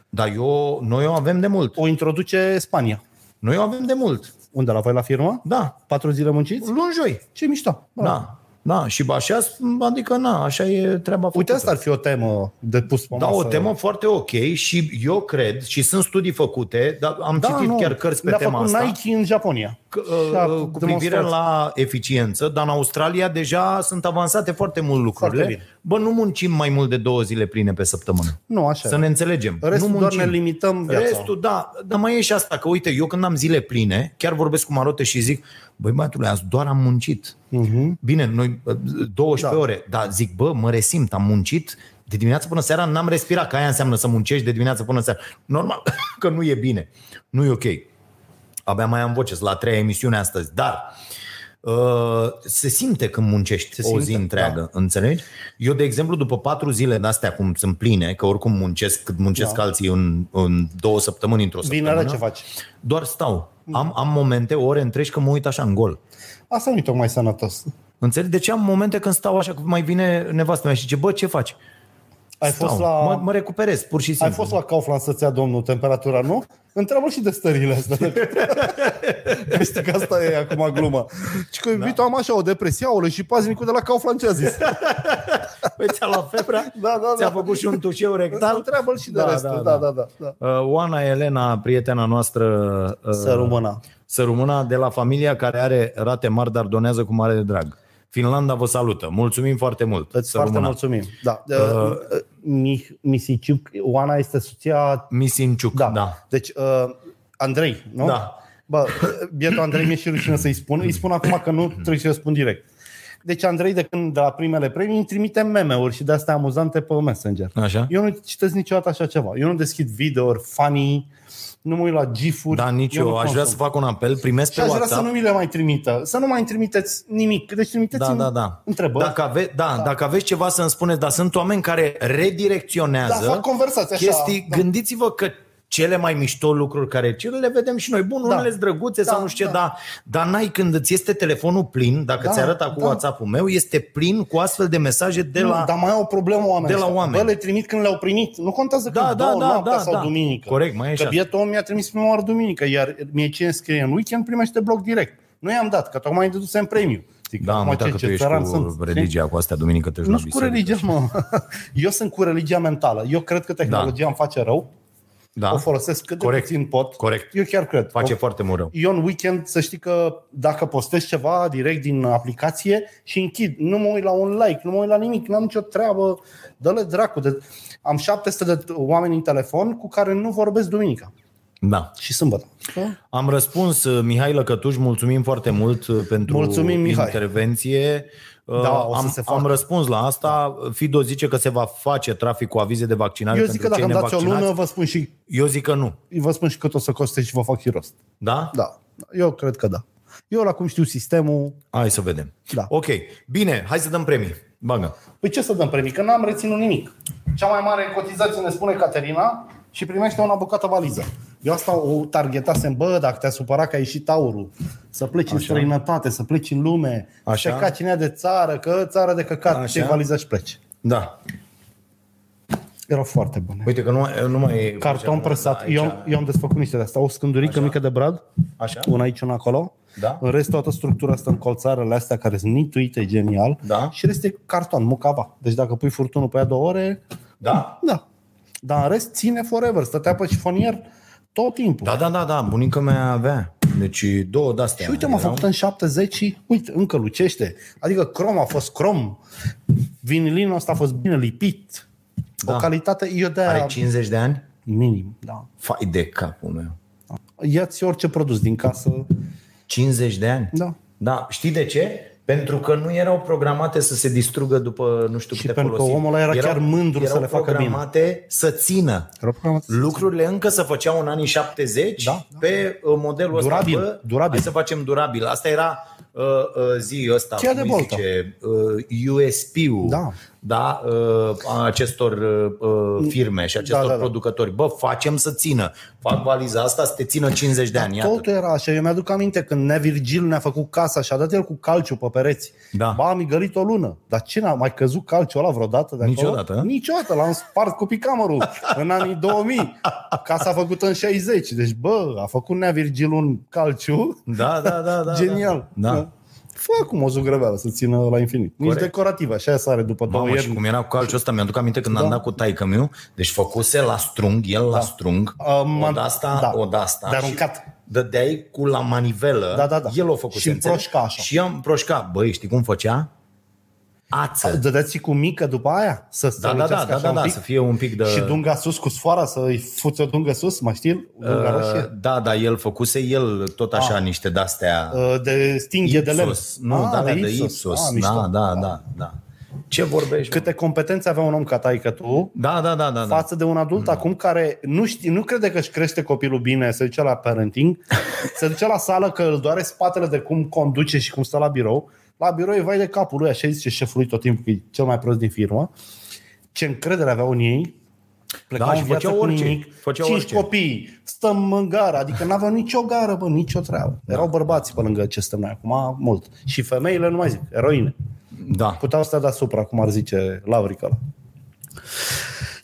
Speaker 3: Dar eu, noi o avem de mult.
Speaker 2: O introduce Spania.
Speaker 3: Noi o avem de mult.
Speaker 2: Unde? La voi la firmă?
Speaker 3: Da.
Speaker 2: Patru zile munciți?
Speaker 3: Luni joi.
Speaker 2: Ce mișto. Bravo.
Speaker 3: Da. Da, și așa, adică na, așa e treaba
Speaker 2: Uite,
Speaker 3: făcută.
Speaker 2: asta ar fi o temă de pus pe
Speaker 3: da,
Speaker 2: masă.
Speaker 3: o temă foarte ok și eu cred și sunt studii făcute, dar am
Speaker 2: Da,
Speaker 3: citit
Speaker 2: nu.
Speaker 3: chiar cărți pe
Speaker 2: Le-a
Speaker 3: tema
Speaker 2: făcut
Speaker 3: asta.
Speaker 2: Nike în Japonia.
Speaker 3: Că,
Speaker 2: Și a
Speaker 3: uh, cu privire
Speaker 2: demonstrat.
Speaker 3: la eficiență, dar în Australia deja sunt avansate foarte mult lucrurile.
Speaker 2: Foarte bine.
Speaker 3: Bă, nu muncim mai mult de două zile pline pe săptămână.
Speaker 2: Nu, așa
Speaker 3: Să
Speaker 2: e.
Speaker 3: ne înțelegem.
Speaker 2: Restul
Speaker 3: nu
Speaker 2: doar
Speaker 3: muncim.
Speaker 2: ne limităm viața.
Speaker 3: Restul, da, dar mai e și asta, că uite, eu când am zile pline, chiar vorbesc cu Marote și zic, băi, băiatule, azi doar am muncit.
Speaker 2: Mhm.
Speaker 3: Bine, noi uh, 12
Speaker 2: Da.
Speaker 3: da. ore, dar zic, bă, mă resimt, am muncit de dimineață până seara, n-am respirat, că aia înseamnă să muncești de dimineață până seara. Normal că nu e bine, nu e ok. Abia mai am voce, sunt la treia emisiune astăzi, dar uh, se simte când muncești se o
Speaker 2: simte,
Speaker 3: zi întreagă, da. înțelegi? Eu, de exemplu, după patru zile de astea, cum sunt pline, că oricum muncesc cât muncesc
Speaker 2: Da.
Speaker 3: da. alții în, în două săptămâni, într-o
Speaker 2: Vinerea
Speaker 3: săptămână,
Speaker 2: ce faci?
Speaker 3: doar stau.
Speaker 2: Mm.
Speaker 3: Am, am momente, ore întregi, că mă uit așa în gol.
Speaker 2: Asta nu e tocmai sănătos.
Speaker 3: Înțelegi? Deci am momente când stau așa, că mai vine nevastă mea și zice, bă, ce faci?
Speaker 2: Ai
Speaker 3: Stau,
Speaker 2: fost la-
Speaker 3: mă, mă recuperez, pur și simplu.
Speaker 2: Ai fost la Kaufland să-ți ia domnul temperatura, nu? Întreabă și de stările astea. Că Știi că asta e acum glumă. Și că
Speaker 3: Da.
Speaker 2: iubito, am așa o depresie, aole, și paznicul de la Kaufland ce a zis?
Speaker 3: Păi ți-a luat febra?
Speaker 2: Da, da,
Speaker 3: Ți-a
Speaker 2: da.
Speaker 3: făcut și un tușeu rectal?
Speaker 2: Întreabă-l și de restul. Da, da, da. da.
Speaker 3: Uh, Oana Elena, prietena noastră uh,
Speaker 2: Să rămână.
Speaker 3: sărumâna de la familia care are rate mari, dar donează cu mare drag. Finlanda vă salută. Mulțumim foarte mult.
Speaker 2: Îți foarte
Speaker 3: sărumâna.
Speaker 2: mulțumim. Da. Uh, Mi- Misiciuc, Oana este soția
Speaker 3: Misinciuc,
Speaker 2: Da.
Speaker 3: da. da.
Speaker 2: Deci, uh, Andrei, nu?
Speaker 3: Da.
Speaker 2: Bă, bietul Andrei mi-e și rușine să-i spun. Îi spun acum că nu trebuie să-i spun direct. Deci Andrei, de când de la primele premii, îmi trimite meme-uri și de-astea amuzante pe Messenger.
Speaker 3: Așa.
Speaker 2: Eu nu citesc niciodată așa ceva. Eu nu deschid video-uri funny, nu mă uit la gif-uri.
Speaker 3: Da, nici eu.
Speaker 2: nu
Speaker 3: Aș vrea
Speaker 2: consum.
Speaker 3: să fac un apel. Primesc
Speaker 2: Și
Speaker 3: pe
Speaker 2: aș vrea
Speaker 3: WhatsApp.
Speaker 2: să nu mi le mai trimită. Să nu mai îmi trimiteți nimic. Deci trimiteți
Speaker 3: Da, da, da.
Speaker 2: întrebări.
Speaker 3: Dacă, ave- da, da. dacă aveți ceva să-mi spuneți, dar sunt oameni care redirecționează
Speaker 2: Da, fac conversații așa,
Speaker 3: chestii.
Speaker 2: da.
Speaker 3: Gândiți-vă că cele mai mișto lucruri care ce le vedem și noi. Bun,
Speaker 2: Da.
Speaker 3: unele sunt drăguțe
Speaker 2: Da,
Speaker 3: sau nu știu ce,
Speaker 2: da.
Speaker 3: dar, dar n-ai când îți este telefonul plin, dacă
Speaker 2: Da,
Speaker 3: ți arăt acum
Speaker 2: da.
Speaker 3: WhatsApp-ul meu, este plin cu astfel de mesaje de
Speaker 2: Nu, da.
Speaker 3: la...
Speaker 2: Dar mai au o problemă oamenii.
Speaker 3: de la
Speaker 2: ăștia.
Speaker 3: oameni.
Speaker 2: Bă, le trimit când le-au primit. Nu contează
Speaker 3: Da,
Speaker 2: că
Speaker 3: da,
Speaker 2: două,
Speaker 3: da,
Speaker 2: noaptea
Speaker 3: da,
Speaker 2: sau
Speaker 3: da.
Speaker 2: duminică.
Speaker 3: Corect, mai e și
Speaker 2: Că
Speaker 3: asta.
Speaker 2: bietul om mi-a trimis prima oară duminică, iar mie cine scrie în weekend primește bloc direct. Nu i-am dat, că tocmai dedusem premiu. Zic,
Speaker 3: Da,
Speaker 2: acum
Speaker 3: mă, dacă
Speaker 2: ce,
Speaker 3: tu
Speaker 2: ce
Speaker 3: ești
Speaker 2: țăran
Speaker 3: cu
Speaker 2: sunt, știi?
Speaker 3: religia cu astea, duminică te duci
Speaker 2: Nu
Speaker 3: la
Speaker 2: sunt cu
Speaker 3: biserică.
Speaker 2: religia, mă. Eu sunt cu religia mentală. Eu cred că tehnologia îmi face rău.
Speaker 3: Da,
Speaker 2: O folosesc cât de
Speaker 3: Corect.
Speaker 2: puțin pot.
Speaker 3: Corect.
Speaker 2: Eu chiar cred.
Speaker 3: face
Speaker 2: O-
Speaker 3: foarte mult rău.
Speaker 2: eu în weekend să știi că dacă postez ceva direct din aplicație și închid, nu mă uit la un like, nu mă uit la nimic, n-am nicio treabă, dă-le dracu. De... Am 700 de oameni în telefon cu care nu vorbesc duminica
Speaker 3: Da.
Speaker 2: și sâmbătă.
Speaker 3: Am răspuns, uh, Mihai Lăcătuș, mulțumim foarte mult uh, pentru
Speaker 2: Mulțumim, Mihai.
Speaker 3: intervenție. Uh,
Speaker 2: Da, o să
Speaker 3: am,
Speaker 2: se facă.
Speaker 3: am răspuns la asta. Fido zice că se va face trafic cu avize de vaccinare
Speaker 2: Eu zic
Speaker 3: pentru
Speaker 2: că dacă
Speaker 3: cei
Speaker 2: îmi dați o
Speaker 3: nevaccinați.
Speaker 2: lună, vă spun și
Speaker 3: Eu zic că nu.
Speaker 2: vă spun și cât o să coste și vă fac și rost.
Speaker 3: Da?
Speaker 2: Da, eu cred că da. Eu la cum știu sistemul,
Speaker 3: Hai să vedem.
Speaker 2: Da.
Speaker 3: Ok. Bine, hai să dăm premii. Bagă.
Speaker 2: Păi ce să dăm premii? Că n-am reținut nimic. Cea mai mare cotizație ne spune Caterina și primește una bucată valiză. Eu asta o targetasem, bă, dacă te-a supărat că a ieșit aurul, să pleci Așa. în străinătate, să pleci în lume,
Speaker 3: Așa.
Speaker 2: Așa. să ca cinea de țară, că țară de căcat,
Speaker 3: Așa.
Speaker 2: ce valiza și pleci.
Speaker 3: Da.
Speaker 2: Erau foarte bune.
Speaker 3: Uite că nu mai, nu mai e...
Speaker 2: Carton presat.
Speaker 3: Păi, Aici.
Speaker 2: Eu, eu am desfăcut niște de asta. O scândurică mică de brad,
Speaker 3: Așa.
Speaker 2: una aici, una acolo.
Speaker 3: Da.
Speaker 2: În rest, toată structura asta în colțarele astea care sunt nituite genial.
Speaker 3: Da.
Speaker 2: Și rest e carton, mucava. Deci dacă pui furtunul pe ea două ore,
Speaker 3: Da?
Speaker 2: Da. Dar în rest ține forever. Stătea pe șifonier tot timpul.
Speaker 3: Da, da, da, da. Bunica mea avea. Deci două de-astea.
Speaker 2: Și uite, m-a
Speaker 3: erau.
Speaker 2: făcut în 70 și uite, încă lucește. Adică crom a fost crom. Vinilinul ăsta a fost bine lipit. Da.
Speaker 3: Da.
Speaker 2: O calitate, eu de
Speaker 3: Are 50 de ani?
Speaker 2: minim, da.
Speaker 3: Fai de capul meu.
Speaker 2: Ia-ți orice produs din casă.
Speaker 3: 50 de ani?
Speaker 2: Da.
Speaker 3: Da, știi de ce? Pentru că nu erau programate să se distrugă după nu știu
Speaker 2: Și
Speaker 3: câte
Speaker 2: pentru că
Speaker 3: folosiri.
Speaker 2: omul ăla era chiar mândru
Speaker 3: erau
Speaker 2: să le facă bine.
Speaker 3: programate să țină. Lucrurile încă se făceau în anii 70
Speaker 2: Da, da.
Speaker 3: pe uh, modelul
Speaker 2: Durabil,
Speaker 3: ăsta. Bă,
Speaker 2: durabil.
Speaker 3: Hai să facem durabil. Asta era uh, uh, zi ăsta,
Speaker 2: Cheia
Speaker 3: cum
Speaker 2: de
Speaker 3: îi
Speaker 2: boltă.
Speaker 3: zice, uh, USP-ul
Speaker 2: Da.
Speaker 3: Da, uh, a acestor uh, uh, firme și acestor
Speaker 2: da, da.
Speaker 3: producători. Bă, facem să țină. Fac valiza asta să te țină 50 de ani. Iată.
Speaker 2: Totul era așa. Eu mi-aduc aminte când Nea Virgil ne-a făcut casa și a dat el cu calciu pe pereți.
Speaker 3: Da.
Speaker 2: Ba, am gălit o lună. Dar ce n-a mai căzut calciul ăla vreodată de acolo?
Speaker 3: Niciodată, eh? a?
Speaker 2: Niciodată. L-am spart cu picamărul în anii 2000. Casa făcută în 60. Deci, bă, a făcut Nea Virgil un calciu.
Speaker 3: Da, da, da, da.
Speaker 2: Genial.
Speaker 3: Da. da.
Speaker 2: Fă cum o zugrăveală să țină la infinit. Nici
Speaker 3: Corect.
Speaker 2: decorativ, așa sare după două
Speaker 3: Mamă, și
Speaker 2: ierni.
Speaker 3: cum era cu calciul ăsta, mi-aduc aminte când da. am dat cu taică meu, deci făcuse la strung, el la strung,
Speaker 2: Um,
Speaker 3: o de asta,
Speaker 2: da.
Speaker 3: o de asta.
Speaker 2: De aruncat.
Speaker 3: Dădeai cu la manivelă,
Speaker 2: Da, da, da.
Speaker 3: el o făcuse.
Speaker 2: Și
Speaker 3: înțelegi?
Speaker 2: împroșca așa.
Speaker 3: Și am proșca. Băi, știi cum făcea? Ață.
Speaker 2: Dădeați cu mică după aia? Să se
Speaker 3: Da, da, da,
Speaker 2: lucească
Speaker 3: da,
Speaker 2: așa
Speaker 3: da,
Speaker 2: un
Speaker 3: da,
Speaker 2: pic?
Speaker 3: să fie un pic de...
Speaker 2: Și dunga sus cu sfoara să-i fuți o dungă sus, mai știi? Dunga
Speaker 3: Uh,
Speaker 2: roșie.
Speaker 3: da, da, el făcuse el tot așa ah. niște de-astea.
Speaker 2: Uh, De stinghe de lemn.
Speaker 3: Ipsos. Nu, ah,
Speaker 2: Ah,
Speaker 3: da, de Ipsos.
Speaker 2: Ah,
Speaker 3: Ah,
Speaker 2: mișto.
Speaker 3: da, da, da, da. Ce vorbești? mă?
Speaker 2: Câte competențe avea un om ca taică tu
Speaker 3: Da, da, da, da. da.
Speaker 2: față de un adult acum care nu, știe, nu crede că își crește copilul bine, se duce la parenting, se duce la sală că îl doare spatele de cum conduce și cum stă la birou. La birou e vai de capul lui, așa zice șeful lui tot timpul, că e cel mai prost din firmă. Ce încredere aveau în ei, plecau
Speaker 3: Da,
Speaker 2: în
Speaker 3: și
Speaker 2: viață
Speaker 3: făceau
Speaker 2: cu
Speaker 3: orice,
Speaker 2: nimic,
Speaker 3: făceau
Speaker 2: cinci
Speaker 3: orice.
Speaker 2: copii, stăm în gara, adică n-aveau nicio gară, bă, nicio treabă.
Speaker 3: Da.
Speaker 2: Erau bărbați pe lângă ce stăm noi acum, mult. Și femeile, nu mai zic, eroine.
Speaker 3: da.
Speaker 2: Puteau să stea deasupra, cum ar zice Laurica. ăla.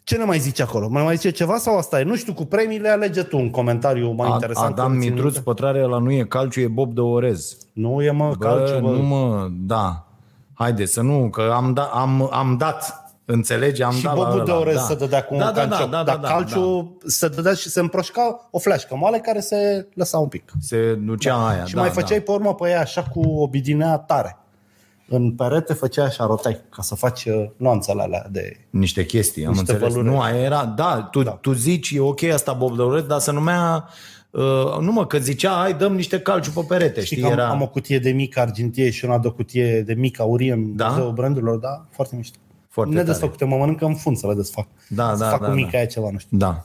Speaker 2: Ce ne mai zice acolo? Mai mai zice ceva sau asta e? Nu știu, cu premiile alege tu un comentariu mai
Speaker 3: A-
Speaker 2: interesant.
Speaker 3: Adam
Speaker 2: că da. țin
Speaker 3: Mitruț,
Speaker 2: minte.
Speaker 3: pătrare la nu e calciu, e bob de orez.
Speaker 2: Nu e mă,
Speaker 3: Bă,
Speaker 2: calciu, bă.
Speaker 3: nu mă, da. Haide să nu, că am, da, am, am dat, înțelegi, am
Speaker 2: și
Speaker 3: dat
Speaker 2: bobul
Speaker 3: la
Speaker 2: de
Speaker 3: ăla,
Speaker 2: orez
Speaker 3: da.
Speaker 2: se dădea cu
Speaker 3: da,
Speaker 2: un
Speaker 3: da, da,
Speaker 2: cancioc,
Speaker 3: da, da,
Speaker 2: dar
Speaker 3: da, da.
Speaker 2: calciul se dădea și se împroșca o fleașcă mare care se lăsa un pic.
Speaker 3: Se ducea aia,
Speaker 2: și
Speaker 3: da,
Speaker 2: mai
Speaker 3: da.
Speaker 2: făceai pe urmă pe ea așa cu o bidinea tare. În perete făceai așa, rotai, ca să faci uh, nuanțele alea de...
Speaker 3: Niște chestii, am
Speaker 2: Niște
Speaker 3: înțeles.
Speaker 2: valori.
Speaker 3: Nu, aia era, da tu, da, tu zici, e ok asta Bob de Orez, dar se numea uh, nu mă, că zicea, hai, dăm niște calciu pe perete, știi,
Speaker 2: Știi că am,
Speaker 3: era...
Speaker 2: am o cutie de mică argintie și una de cutie de mică aurie în
Speaker 3: Da?
Speaker 2: da? muzeul brandurilor, da? Foarte mișto.
Speaker 3: Foarte
Speaker 2: ne
Speaker 3: tare.
Speaker 2: desfăcute, mă mănâncă în fund să le desfac.
Speaker 3: Da,
Speaker 2: să
Speaker 3: da,
Speaker 2: fac
Speaker 3: da,
Speaker 2: cu
Speaker 3: da.
Speaker 2: mica aia ceva, nu știu.
Speaker 3: Da.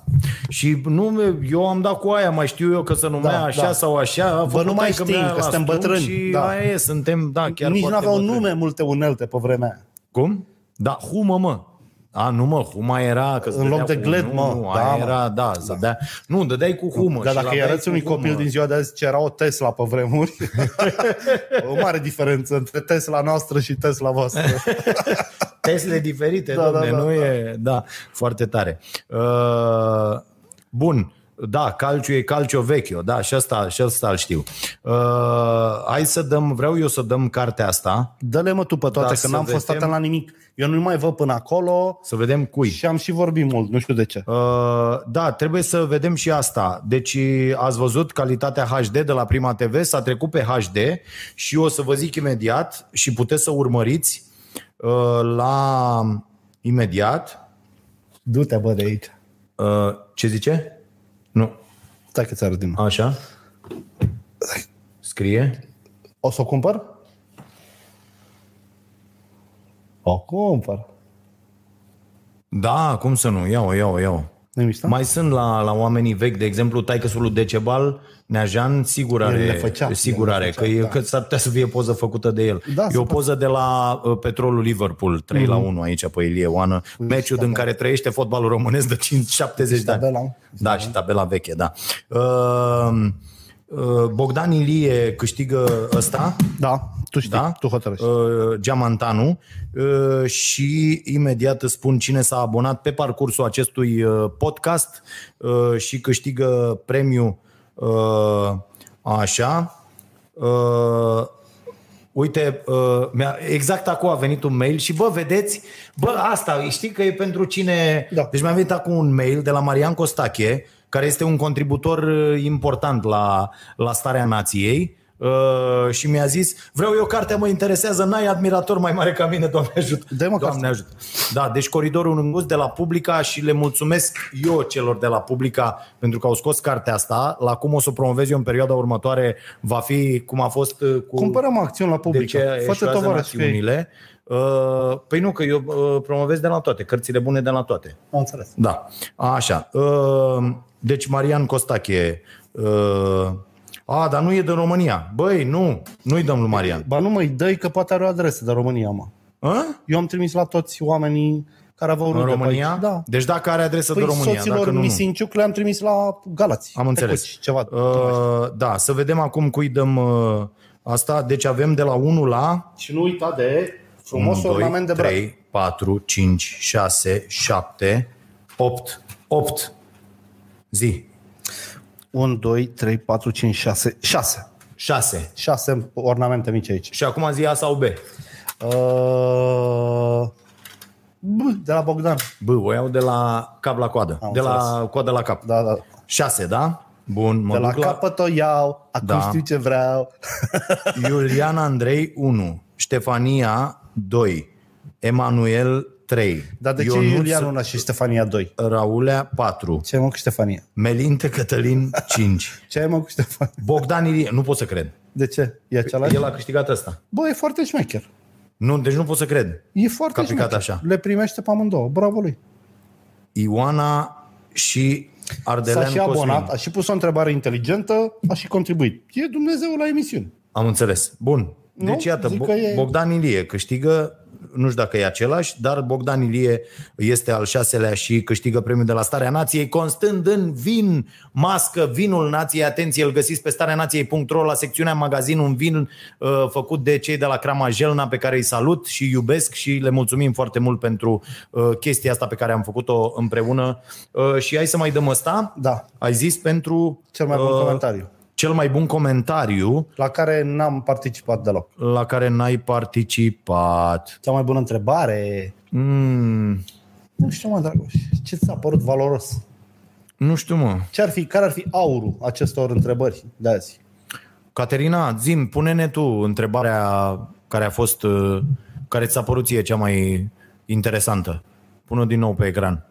Speaker 3: Și nu, eu am dat cu aia, mai știu eu că se numea da,
Speaker 2: Da,
Speaker 3: așa da.
Speaker 2: da.
Speaker 3: sau așa. A făcut
Speaker 2: nu mai
Speaker 3: taică-mi
Speaker 2: știm,
Speaker 3: aia
Speaker 2: că
Speaker 3: la
Speaker 2: suntem
Speaker 3: strung
Speaker 2: bătrâni,
Speaker 3: Și
Speaker 2: da.
Speaker 3: aia e, suntem, da, chiar
Speaker 2: Chiar Nici nu
Speaker 3: foarte
Speaker 2: aveau
Speaker 3: bătrâni.
Speaker 2: nume multe unelte pe vremea aia.
Speaker 3: Cum? Da, humă, mă. A, nu mă, huma era că îți
Speaker 2: În loc
Speaker 3: dădea
Speaker 2: de
Speaker 3: cu-
Speaker 2: gled,
Speaker 3: nu,
Speaker 2: mă,
Speaker 3: Nu,
Speaker 2: da,
Speaker 3: aia
Speaker 2: mă.
Speaker 3: era, da, da. Dădea, nu, dădeai cu humă.
Speaker 2: Dar
Speaker 3: și
Speaker 2: Da, dacă îi
Speaker 3: la băieți
Speaker 2: arăți unui
Speaker 3: cu humă.
Speaker 2: copil din ziua de azi ce era o Tesla pe vremuri, o mare diferență între Tesla noastră și Tesla voastră.
Speaker 3: Tesle diferite, da,
Speaker 2: Da,
Speaker 3: domne,
Speaker 2: da, da,
Speaker 3: nu
Speaker 2: da.
Speaker 3: e... Da, foarte tare. Uh, bun, da, calciu e calcio vecchio, da, și asta, și asta îl știu. Uh, hai să dăm, vreau eu să dăm cartea asta,
Speaker 2: Dă-le mă tu pe toate,
Speaker 3: Da,
Speaker 2: da,
Speaker 3: să
Speaker 2: că n-am fost
Speaker 3: vedem.
Speaker 2: atent la nimic. Eu nu mai văd până acolo
Speaker 3: să vedem cui.
Speaker 2: și am și vorbit mult, nu știu de ce.
Speaker 3: Uh, da, trebuie să vedem și asta. Deci ați văzut calitatea HD de la Prima TV, s-a trecut pe HD și o să vă zic imediat și puteți să urmăriți uh, la imediat.
Speaker 2: Du-te bă de aici.
Speaker 3: Uh, ce zice? Nu,
Speaker 2: Stai că ți-arăt din nou.
Speaker 3: așa. Scrie.
Speaker 2: O să o cumpăr? O cumpăr.
Speaker 3: Da, cum să nu? Iau, iau, iau.
Speaker 2: Nu-i mișto?
Speaker 3: Mai sunt la, la oamenii vechi, de exemplu, taică lui Decebal, Neajan, sigur are,
Speaker 2: le făcea.
Speaker 3: sigur
Speaker 2: El
Speaker 3: are
Speaker 2: le făcea,
Speaker 3: că, e,
Speaker 2: da.
Speaker 3: că s-ar putea să fie poză făcută de el.
Speaker 2: Da,
Speaker 3: e
Speaker 2: se poate.
Speaker 3: o
Speaker 2: Mhm.
Speaker 3: poză de la uh, Petrolul Liverpool, 3 la 1 aici pe Ilie Oană,
Speaker 2: Păi,
Speaker 3: meciul din care trăiește fotbalul românesc de 5, 70 de ani.
Speaker 2: tabela.
Speaker 3: Da, și tabela veche, da. Uh, uh, Bogdan Ilie câștigă ăsta,
Speaker 2: Da, tu știi,
Speaker 3: da?
Speaker 2: da? tu hotărăști.
Speaker 3: Uh, Geamantanu uh, și imediat îți spun cine s-a abonat pe parcursul acestui uh, podcast uh, și câștigă premiu uh, așa. Uh, Uite, uh, mi-a- exact acum a venit un mail și bă, vedeți, bă, asta, știi că e pentru cine...
Speaker 2: Da.
Speaker 3: Deci mi-a venit acum un mail de la Marian Costache, care este un contributor uh, important la, la starea nației uh, și mi-a zis, vreau eu cartea, mă interesează, n-ai admirator mai mare ca mine, Doamne ajută.
Speaker 2: Dă-i mă
Speaker 3: Doamne
Speaker 2: cartea.
Speaker 3: ajută. Da, deci Coridorul Îngust de la Publica și le mulțumesc eu celor de la Publica pentru că au scos cartea asta. La cum o să o promovez eu în perioada următoare va fi cum a fost uh, cu...
Speaker 2: Cumpărăm acțiuni la public.
Speaker 3: De ce
Speaker 2: Fă-te
Speaker 3: eșuează
Speaker 2: tovarăș cu ei.
Speaker 3: națiunile? Uh, Păi nu, că eu uh, promovez de la toate, cărțile bune de la toate.
Speaker 2: Am înțeles.
Speaker 3: Da, așa. Uh, Deci Marian Costache. uh, A, dar nu e de România. Băi, nu, nu-i dăm lui Marian.
Speaker 2: Ba nu măi, dă că poate are o adresă de România, mă.
Speaker 3: A?
Speaker 2: Eu am trimis la toți oamenii care aveau
Speaker 3: În
Speaker 2: rude pe
Speaker 3: România?
Speaker 2: aici. Da.
Speaker 3: Deci dacă are adresă
Speaker 2: Păi
Speaker 3: de România,
Speaker 2: soților
Speaker 3: dacă nu, nu.
Speaker 2: Misinciuc le-am trimis la Galați.
Speaker 3: Am înțeles.
Speaker 2: Tecuci, ceva.
Speaker 3: Uh, da, să vedem acum cui dăm uh, asta. Deci avem de la 1 la
Speaker 2: Și nu uita de
Speaker 3: 1,
Speaker 2: frumos
Speaker 3: 2,
Speaker 2: ornament de braț.
Speaker 3: 3, 4, 5, 6, 7, 8. 8. Zi.
Speaker 2: 1, 2, 3, 4, 5, 6. 6.
Speaker 3: 6.
Speaker 2: 6 ornamente mici aici.
Speaker 3: Și acum zi A sau B.
Speaker 2: Uh, B, de la Bogdan.
Speaker 3: B, o iau de la cap la coadă.
Speaker 2: Am
Speaker 3: de la coadă la cap.
Speaker 2: Da, da.
Speaker 3: 6, da? Bun, mă
Speaker 2: De la
Speaker 3: duc la...
Speaker 2: capăt o iau, acum
Speaker 3: Da.
Speaker 2: știu ce vreau.
Speaker 3: Iulian Andrei 1, Ștefania 2, Emanuel 3,
Speaker 2: Dar de ce
Speaker 3: Ionuț
Speaker 2: Iulian una și Ștefania 2?
Speaker 3: Raulea 4,
Speaker 2: Ce ai mă cu Ștefania?
Speaker 3: Melinte Cătălin 5,
Speaker 2: Ce ai mă cu Ștefania?
Speaker 3: Bogdan Ilie, nu pot să cred.
Speaker 2: De ce? E același?
Speaker 3: El a câștigat ăsta.
Speaker 2: Bă, e foarte șmecher.
Speaker 3: Nu, deci nu pot să cred.
Speaker 2: E foarte
Speaker 3: Că a picat
Speaker 2: șmecher.
Speaker 3: așa.
Speaker 2: Le primește pe amândouă. Bravo lui.
Speaker 3: Ioana și Ardelean
Speaker 2: S-a și abonat,
Speaker 3: Cosmin.
Speaker 2: a și pus o întrebare inteligentă, a și contribuit. E Dumnezeu la emisiune.
Speaker 3: Am înțeles. Bun.
Speaker 2: Nu?
Speaker 3: Deci iată,
Speaker 2: Zic
Speaker 3: Bo-
Speaker 2: că e-
Speaker 3: Bogdan Ilie câștigă, nu știu dacă e același, dar Bogdan Ilie este al șaselea și câștigă premiul de la Starea Nației, constând în vin, mască, vinul nației. Atenție, îl găsiți pe stareanației.ro la secțiunea magazin, un vin uh, făcut de cei de la Crama Jelna pe care îi salut și iubesc și le mulțumim foarte mult pentru uh, chestia asta pe care am făcut-o împreună. Uh, și hai să mai dăm ăsta.
Speaker 2: Da.
Speaker 3: Ai zis pentru...
Speaker 2: Cel mai bun
Speaker 3: uh,
Speaker 2: comentariu.
Speaker 3: Cel mai bun comentariu
Speaker 2: La care n-am participat deloc.
Speaker 3: la care n-ai participat.
Speaker 2: Cea mai bună întrebare...
Speaker 3: Mm,
Speaker 2: Nu știu, mă, Dragoș, ce ți s-a părut valoros?
Speaker 3: nu știu, mă.
Speaker 2: Ce ar fi, care ar fi aurul acestor întrebări de azi?
Speaker 3: Caterina, zim, pune-ne tu întrebarea care a fost, uh, care ți s-a părut ție cea mai interesantă. Pune-o din nou pe ecran,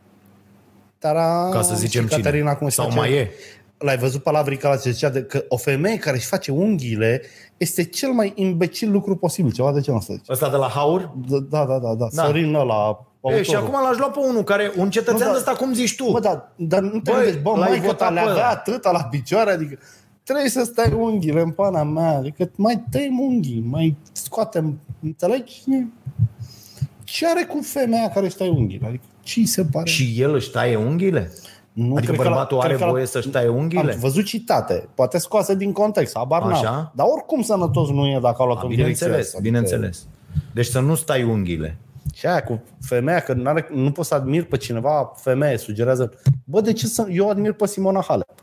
Speaker 2: Tara,
Speaker 3: ca să zicem
Speaker 2: și Caterina
Speaker 3: cine.
Speaker 2: acum își
Speaker 3: Sau
Speaker 2: face-
Speaker 3: mai e.
Speaker 2: L-ai văzut palavrica la ce zicea de, că o femeie care își face unghiile este cel mai imbecil lucru posibil. Ceva de genul ăsta. zice.
Speaker 3: Ăsta de la Haur?
Speaker 2: Da, da, da, da.
Speaker 3: Da.
Speaker 2: Sorin ăla,
Speaker 3: E, și
Speaker 2: autorul.
Speaker 3: acum l-aș lua pe unul care, un
Speaker 2: Nu,
Speaker 3: cetățean
Speaker 2: da.
Speaker 3: ăsta, cum zici tu?
Speaker 2: Bă, dar, dar nu te
Speaker 3: Băi,
Speaker 2: gândești, bă,
Speaker 3: l-ai
Speaker 2: mai că
Speaker 3: votat
Speaker 2: le
Speaker 3: pe
Speaker 2: avea
Speaker 3: ăla.
Speaker 2: atâta la picioare, adică trebuie să stai unghiile în pana mea, adică mai tăiem unghii, mai scoatem, înțelegi? Ce are cu femeia care stai unghiile? Adică ce îi se pare?
Speaker 3: Și el își taie unghiile?
Speaker 2: nu,
Speaker 3: adică
Speaker 2: cred că la-
Speaker 3: bărbatul are
Speaker 2: cred că la-
Speaker 3: voie să-și taie unghiile?
Speaker 2: Am văzut citate, poate scoase din context, abar n-am.
Speaker 3: Așa.
Speaker 2: Dar oricum sănătos nu e dacă a luat
Speaker 3: A,
Speaker 2: în direcția
Speaker 3: bineînțeles,
Speaker 2: asta. adică-
Speaker 3: bineînțeles. Deci să nu stai unghiile.
Speaker 2: Și aia cu femeia, că n-are, nu pot să admir pe cineva, femeie, sugerează, bă, de ce să... Eu admir pe Simona Halep.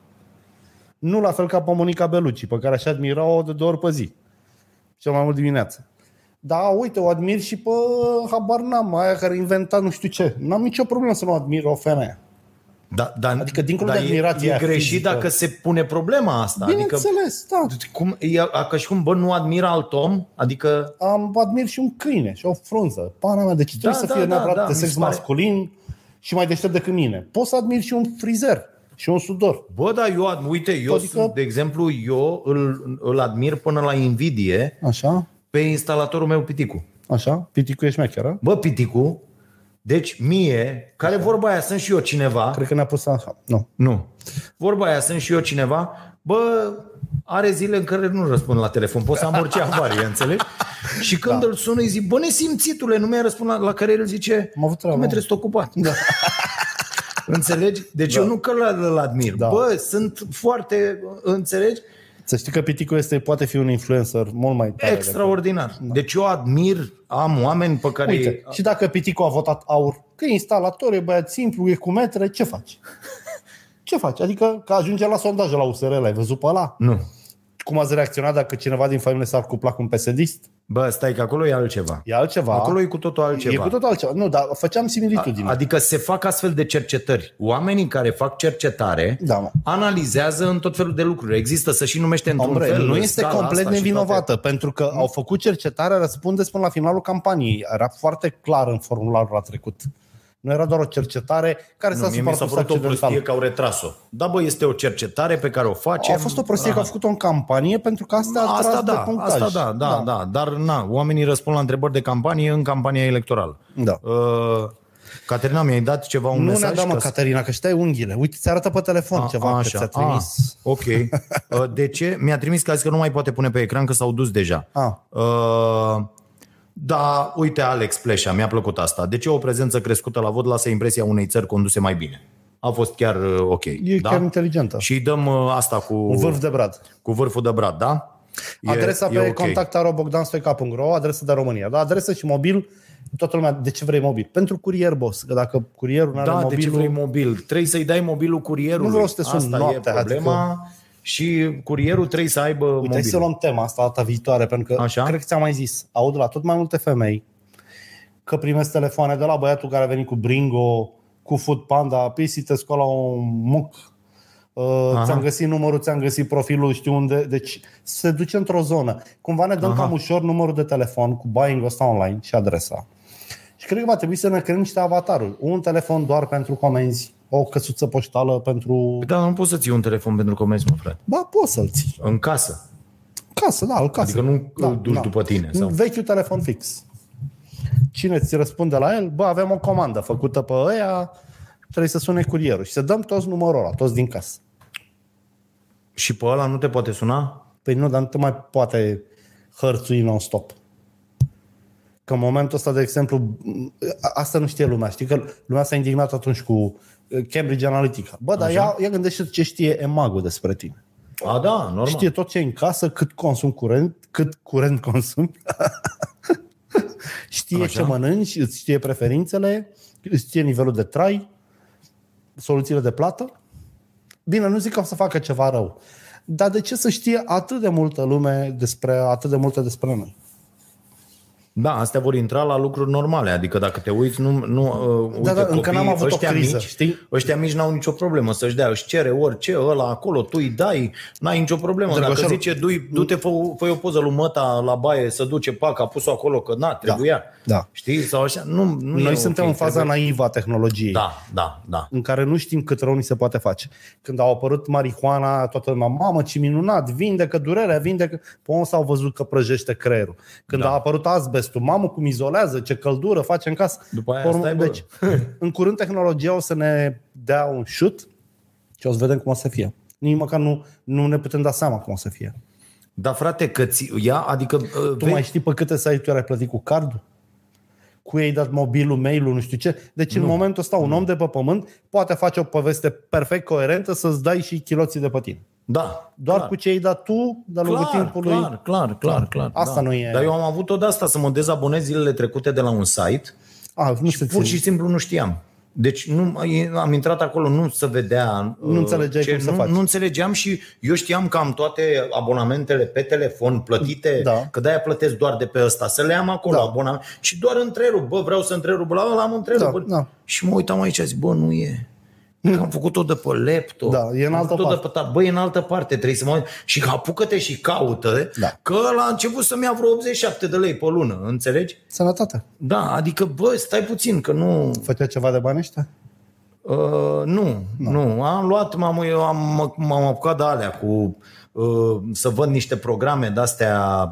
Speaker 2: Nu la fel ca pe Monica Bellucci, pe care aș admira-o de două ori pe zi. Cel mai mult dimineața. Da, uite, o admir și pe habar n-am, aia care inventa nu știu ce. N-am nicio problemă să nu admir o femee.
Speaker 3: Da, da,
Speaker 2: Adică, dincolo
Speaker 3: dar
Speaker 2: de admirația
Speaker 3: e, e greșit
Speaker 2: fizică.
Speaker 3: dacă se pune problema asta. Adică,
Speaker 2: Bineînțeles, da.
Speaker 3: cum, e a- ca și cum, bă, nu admira alt om? Adică,
Speaker 2: Am admir și un câine și o frunză. Pana mea, deci trebuie
Speaker 3: Da,
Speaker 2: să
Speaker 3: da,
Speaker 2: fie
Speaker 3: da,
Speaker 2: neapărat
Speaker 3: da,
Speaker 2: de
Speaker 3: mi se
Speaker 2: sex
Speaker 3: pare.
Speaker 2: masculin și mai deștept decât mine. Pot să admir și un frizer și un sudor.
Speaker 3: bă, da, eu, ad- uite, eu,
Speaker 2: Adică-
Speaker 3: sunt, de exemplu, eu îl, îl admir până la invidie
Speaker 2: Așa?
Speaker 3: pe instalatorul meu Piticu.
Speaker 2: Așa? Piticu e șmecher, a?
Speaker 3: Bă, Piticu, deci mie, care vorba aia sunt și eu cineva,
Speaker 2: Cred că ne-a pus așa. Nu.
Speaker 3: Nu. Vorba aia, sunt și eu cineva, bă, are zile în care nu răspund la telefon, pot să am orice avarie, înțelegi? Și când da. îl sun, îi zic, bă, nesimțitule, nu mi-a răspuns la, la care el zice,
Speaker 2: Am avut treabă,
Speaker 3: "Dom'le,
Speaker 2: mă."
Speaker 3: trebuie să te ocupat. Da. Înțelegi? Deci da. eu nu că îl îl admir.
Speaker 2: Da.
Speaker 3: Da. Bă, sunt foarte, înțelegi?
Speaker 2: Să știi că Piticu este, poate fi un influencer mult mai tare.
Speaker 3: Extraordinar. Da. Deci eu admir, am oameni pe care...
Speaker 2: Uite, și dacă Piticu a votat aur, că e instalator, e băiat simplu, e cu metre, ce faci? Ce faci? Adică că ajunge la sondaje la USR, l-ai văzut pe ăla?
Speaker 3: Nu.
Speaker 2: Cum ați reacționat dacă cineva din familie s-ar cupla cu un PSD-ist?
Speaker 3: Bă, stai că acolo e altceva.
Speaker 2: E altceva.
Speaker 3: Acolo e cu totul altceva.
Speaker 2: E cu totul altceva. Nu, dar făceam similitudine.
Speaker 3: Adică se fac astfel de cercetări. Oamenii care fac cercetare
Speaker 2: Da, mă.
Speaker 3: analizeează în tot felul de lucruri. Există să și numește într-un
Speaker 2: Ombre,
Speaker 3: fel.
Speaker 2: nu
Speaker 3: în
Speaker 2: este
Speaker 3: scala
Speaker 2: complet
Speaker 3: asta și
Speaker 2: nevinovată,
Speaker 3: toate.
Speaker 2: pentru că au făcut cercetarea, răspundeți până la finalul campaniei. Era foarte clar în formularul la trecut. Nu era doar o cercetare care s-a
Speaker 3: Nu, mie mi s-a
Speaker 2: suprapus
Speaker 3: părut o prostie
Speaker 2: accidental.
Speaker 3: că au retras-o. Da, bă, este o cercetare pe care o facem.
Speaker 2: A fost o prostie că
Speaker 3: Aha.
Speaker 2: a făcut-o în campanie pentru că asta a
Speaker 3: Asta
Speaker 2: tras
Speaker 3: da,
Speaker 2: de punctaj.
Speaker 3: asta da, da, da, da, dar na, oamenii răspund la întrebări de campanie în campania electorală.
Speaker 2: Da.
Speaker 3: Uh, Caterina, mi-ai dat ceva un
Speaker 2: Nu
Speaker 3: mesaj?
Speaker 2: ne-a dat, mă,
Speaker 3: Că-
Speaker 2: Caterina, că ștai unghiile. Uite, ți arată pe telefon
Speaker 3: A,
Speaker 2: ceva că ți-a trimis.
Speaker 3: A, ok. Uh, De ce? Mi-a trimis că a zis că nu mai poate pune pe ecran, că s-au dus deja.
Speaker 2: A.
Speaker 3: Uh, Da, uite Alex Pleșa, mi-a plăcut asta. De ce o prezență crescută la vot lasă impresia unei țări conduse mai bine? A fost chiar uh, ok.
Speaker 2: E chiar inteligentă.
Speaker 3: Și îi dăm uh, asta cu,
Speaker 2: Un vârf de brad.
Speaker 3: cu vârful de brad, da? E-
Speaker 2: Adresa pe
Speaker 3: ok.
Speaker 2: okay. contactarobogdanstoica.ro, adresa de România, da? Adresă și mobil, toată lumea, de ce vrei mobil? Pentru curier, boss, că dacă curierul nu are
Speaker 3: Da,
Speaker 2: mobilul...
Speaker 3: de ce vrei mobil? Trebuie să-i dai mobilul curierului.
Speaker 2: Nu vreau să te sun
Speaker 3: Asta
Speaker 2: noaptea, adică-
Speaker 3: e problema. Și curierul trebuie să aibă
Speaker 2: Uite, hai
Speaker 3: mobil.
Speaker 2: să luăm tema asta data viitoare, pentru că Așa?
Speaker 3: Așa.
Speaker 2: cred că ți-am mai zis, aud la tot mai multe femei că primesc telefoane de la băiatul care a venit cu Bringo, cu Food Panda, pisi, te scoală un muc, uh, ți-am găsit numărul, ți-am găsit profilul, știu unde. Deci se duce într-o zonă. Cumva ne dăm Aha. cam ușor numărul de telefon cu buying ăsta online și adresa. Și cred că va trebui să ne creăm niște avataruri. Un telefon doar pentru comenzi, o căsuță poștală pentru...
Speaker 3: Da, nu poți să ții un telefon pentru comenzi, mă frate.
Speaker 2: Ba, poți să-l ții.
Speaker 3: În casă.
Speaker 2: Casă, da, al casă.
Speaker 3: Adică nu îl duci după tine, sau?
Speaker 2: Vechiul telefon fix. Cine ți răspunde la el? Bă, avem o comandă făcută pe ăia, trebuie să sune curierul. Și să dăm toți numărul ăla, toți din casă.
Speaker 3: Și pe ăla nu te poate suna?
Speaker 2: Păi nu, dar nu te mai poate hărțui non-stop. Că în momentul ăsta, de exemplu, a- asta nu știe lumea. Știi că lumea s-a indignat atunci cu eh, Cambridge Analytica. Bă, dar ea, ea gândește ce știe emagul despre tine.
Speaker 3: A, da, normal.
Speaker 2: Știe tot ce e în casă, cât consum curent, cât curent consum. știe Așa.
Speaker 3: Așa.
Speaker 2: ce mănânci, îți știe preferințele, îți știe nivelul de trai, soluțiile de plată. Bine, nu zic că o să facă ceva rău. Dar de ce să știe atât de multă lume despre atât de multe despre noi?
Speaker 3: Da, astea vor intra la lucruri normale, adică dacă te uiți, nu, nu uh, uite,
Speaker 2: da, încă
Speaker 3: copiii
Speaker 2: n-am avut o
Speaker 3: ăștia
Speaker 2: criză,
Speaker 3: mici,
Speaker 2: știi?
Speaker 3: Ăștia mici n-au nicio problemă să-și dea, își cere orice, ăla acolo, tu îi dai, n-ai nicio problemă. Dacă
Speaker 2: Drăgoșelul-
Speaker 3: zice, du-i- du-te, fă, fă o poză lui măta la baie, să duce pac, a pus-o acolo, că na, trebuia.
Speaker 2: da.
Speaker 3: Știi? Sau așa. Nu, nu e
Speaker 2: Noi
Speaker 3: ok,
Speaker 2: suntem în faza
Speaker 3: trebuie-
Speaker 2: naivă a tehnologiei.
Speaker 3: Da, da, da.
Speaker 2: în care nu știm cât rău ni se poate face. Când au apărut marihuana, toată lumea, mamă, ce minunat, vindecă durerea, vindecă... Păi s-au văzut că prăjește creierul. Când da. a apărut asbestul, mamă, cum izolează, ce căldură face în casă.
Speaker 3: După aia
Speaker 2: Pe
Speaker 3: stai, bă.
Speaker 2: deci, în curând tehnologia o să ne dea un șut și o să vedem cum o să fie. Nici măcar nu, nu ne putem da seama cum o să fie.
Speaker 3: Da, frate, că ți, ea, adică... uh,
Speaker 2: Tu
Speaker 3: vezi-
Speaker 2: mai știi pe câte site-uri ai plătit cu cardul? Cu ei dat mobilul, mail-ul, nu știu ce. Deci nu. în momentul ăsta un om de pe pământ poate face o poveste perfect coerentă să-ți dai și chiloții de pe tine.
Speaker 3: Da.
Speaker 2: Doar
Speaker 3: clar.
Speaker 2: cu ce ai dat tu de-a lungul
Speaker 3: Clar,
Speaker 2: timpului.
Speaker 3: clar, clar, clar, clar.
Speaker 2: Asta
Speaker 3: da.
Speaker 2: nu e-
Speaker 3: Dar eu am avut tot de asta, să mă dezabonez zilele trecute de la un site.
Speaker 2: A, nu se
Speaker 3: Deci Pur
Speaker 2: ține.
Speaker 3: și simplu nu știam. Deci nu, am intrat acolo, nu se vedea. uh,
Speaker 2: Nu înțelegeai cum să
Speaker 3: nu,
Speaker 2: faci.
Speaker 3: Nu înțelegeam și eu știam că am toate abonamentele pe telefon plătite,
Speaker 2: Da.
Speaker 3: că de-aia plătesc doar de pe ăsta, să le am acolo
Speaker 2: Da.
Speaker 3: da. abonament. Și doar întrerup, bă, vreau să întrerup, la ăla am întrerup.
Speaker 2: Da, da.
Speaker 3: Și mă uitam aici, zic, bă, nu e. Că am făcut tot de pe laptop.
Speaker 2: Da, e în
Speaker 3: am
Speaker 2: altă
Speaker 3: făcut
Speaker 2: parte.
Speaker 3: tot De pe ta- bă, e în altă parte, trebuie să mă uit. Și apucă-te și caută,
Speaker 2: Da.
Speaker 3: că la început să-mi ia vreo 87 de lei pe lună, înțelegi?
Speaker 2: Sănătate.
Speaker 3: Da, adică, bă, stai puțin, că nu...
Speaker 2: Făcea ceva de bani ăștia?
Speaker 3: Uh, nu,
Speaker 2: Da.
Speaker 3: no. nu. Am luat, m-am, eu am, m-am apucat de alea cu uh, să văd niște programe de-astea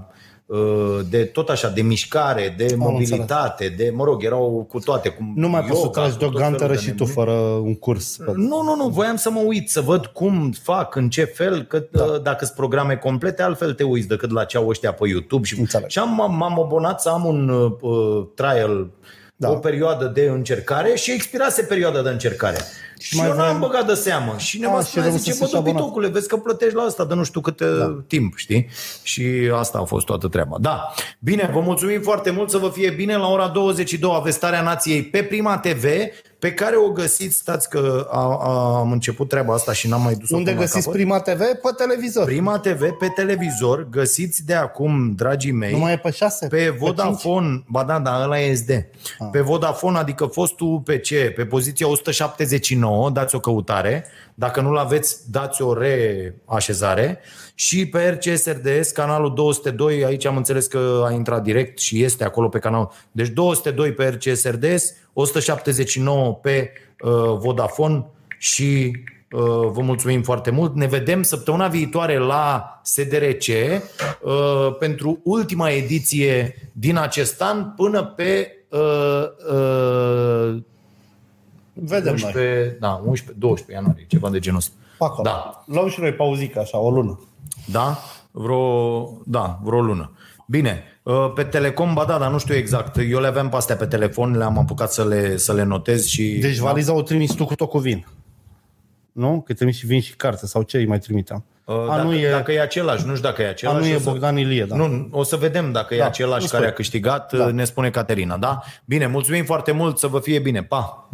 Speaker 3: uh, de tot așa, de mișcare, de mobilitate, de, mă rog, erau cu toate. Cu
Speaker 2: Nu mai
Speaker 3: yoga,
Speaker 2: poți să tragi
Speaker 3: cu
Speaker 2: de o
Speaker 3: tot felul
Speaker 2: gantă
Speaker 3: de Mm.
Speaker 2: și tu
Speaker 3: nebunii.
Speaker 2: fără un curs.
Speaker 3: Păi, Nu, nu, nu, voiam să mă uit, să văd cum fac, în ce fel, că da. dacă sunt programe complete, altfel te uiți decât la ce au ăștia pe YouTube. Și,
Speaker 2: Înțeleg.
Speaker 3: și am, m-am abonat să am un uh, trial,
Speaker 2: Da.
Speaker 3: da. o perioadă de încercare și expirase perioada de încercare. Și,
Speaker 2: mai
Speaker 3: eu n-am
Speaker 2: voiam-
Speaker 3: băgat de seamă. Și
Speaker 2: A,
Speaker 3: ne-am
Speaker 2: și
Speaker 3: spus,
Speaker 2: rămâsese
Speaker 3: zice, bă,
Speaker 2: și
Speaker 3: tu,
Speaker 2: abonat."
Speaker 3: pitocule, vezi că plătești la asta de nu știu câte da. timp, știi? Și asta a fost toată treaba. Da, bine, vă mulțumim foarte mult, să vă fie bine. La ora 22, Avestarea Nației pe Prima TV, pe care o găsiți, stați că a, a, am început treaba asta și n-am mai dus-o
Speaker 2: Unde
Speaker 3: până la
Speaker 2: găsiți
Speaker 3: capăt. Păi,
Speaker 2: Prima TV? Pe televizor.
Speaker 3: Prima TV pe televizor, găsiți de acum, dragii mei,
Speaker 2: Nu mai e pe șase?
Speaker 3: pe
Speaker 2: cinci?
Speaker 3: Vodafone, ba da, da, ăla e SD. Pe Vodafone, adică fostul UPC, pe poziția 179, dați o căutare. Dacă nu-l aveți, dați o reașezare. Și pe RCSRDS, canalul 202, aici am înțeles că a intrat direct și este acolo pe canal. Deci 202 pe RCSRDS, 179 pe uh, Vodafone și uh, vă mulțumim foarte mult. Ne vedem săptămâna viitoare la SDRC uh, pentru ultima ediție din acest an până pe uh, uh,
Speaker 2: Vedem noi. Pe
Speaker 3: 11, da, 11, 12 ianuarie, ceva de genul ăsta.
Speaker 2: acolo.
Speaker 3: Da.
Speaker 2: Luăm și noi pauzică, așa, o lună.
Speaker 3: Da? Vreo, da, vreo lună. Bine, uh, pe Telecom, ba da, dar nu știu exact. Eu le aveam pe astea pe telefon, le-am apucat să le, să le notez și...
Speaker 2: Deci valiza o trimis tu cu tot cu vin. Nu? Că trimis și vin și carte sau ce îi mai trimiteam.
Speaker 3: Uh,
Speaker 2: a,
Speaker 3: dacă,
Speaker 2: nu e,
Speaker 3: dacă e același, nu știu dacă e
Speaker 2: a,
Speaker 3: același.
Speaker 2: nu e
Speaker 3: o să-
Speaker 2: Bogdan Ilie, da.
Speaker 3: Nu, o să vedem dacă da, e
Speaker 2: nu
Speaker 3: același
Speaker 2: spune.
Speaker 3: care a câștigat,
Speaker 2: Da.
Speaker 3: da. ne spune Caterina, da? Bine, mulțumim foarte mult, să vă fie bine, pa!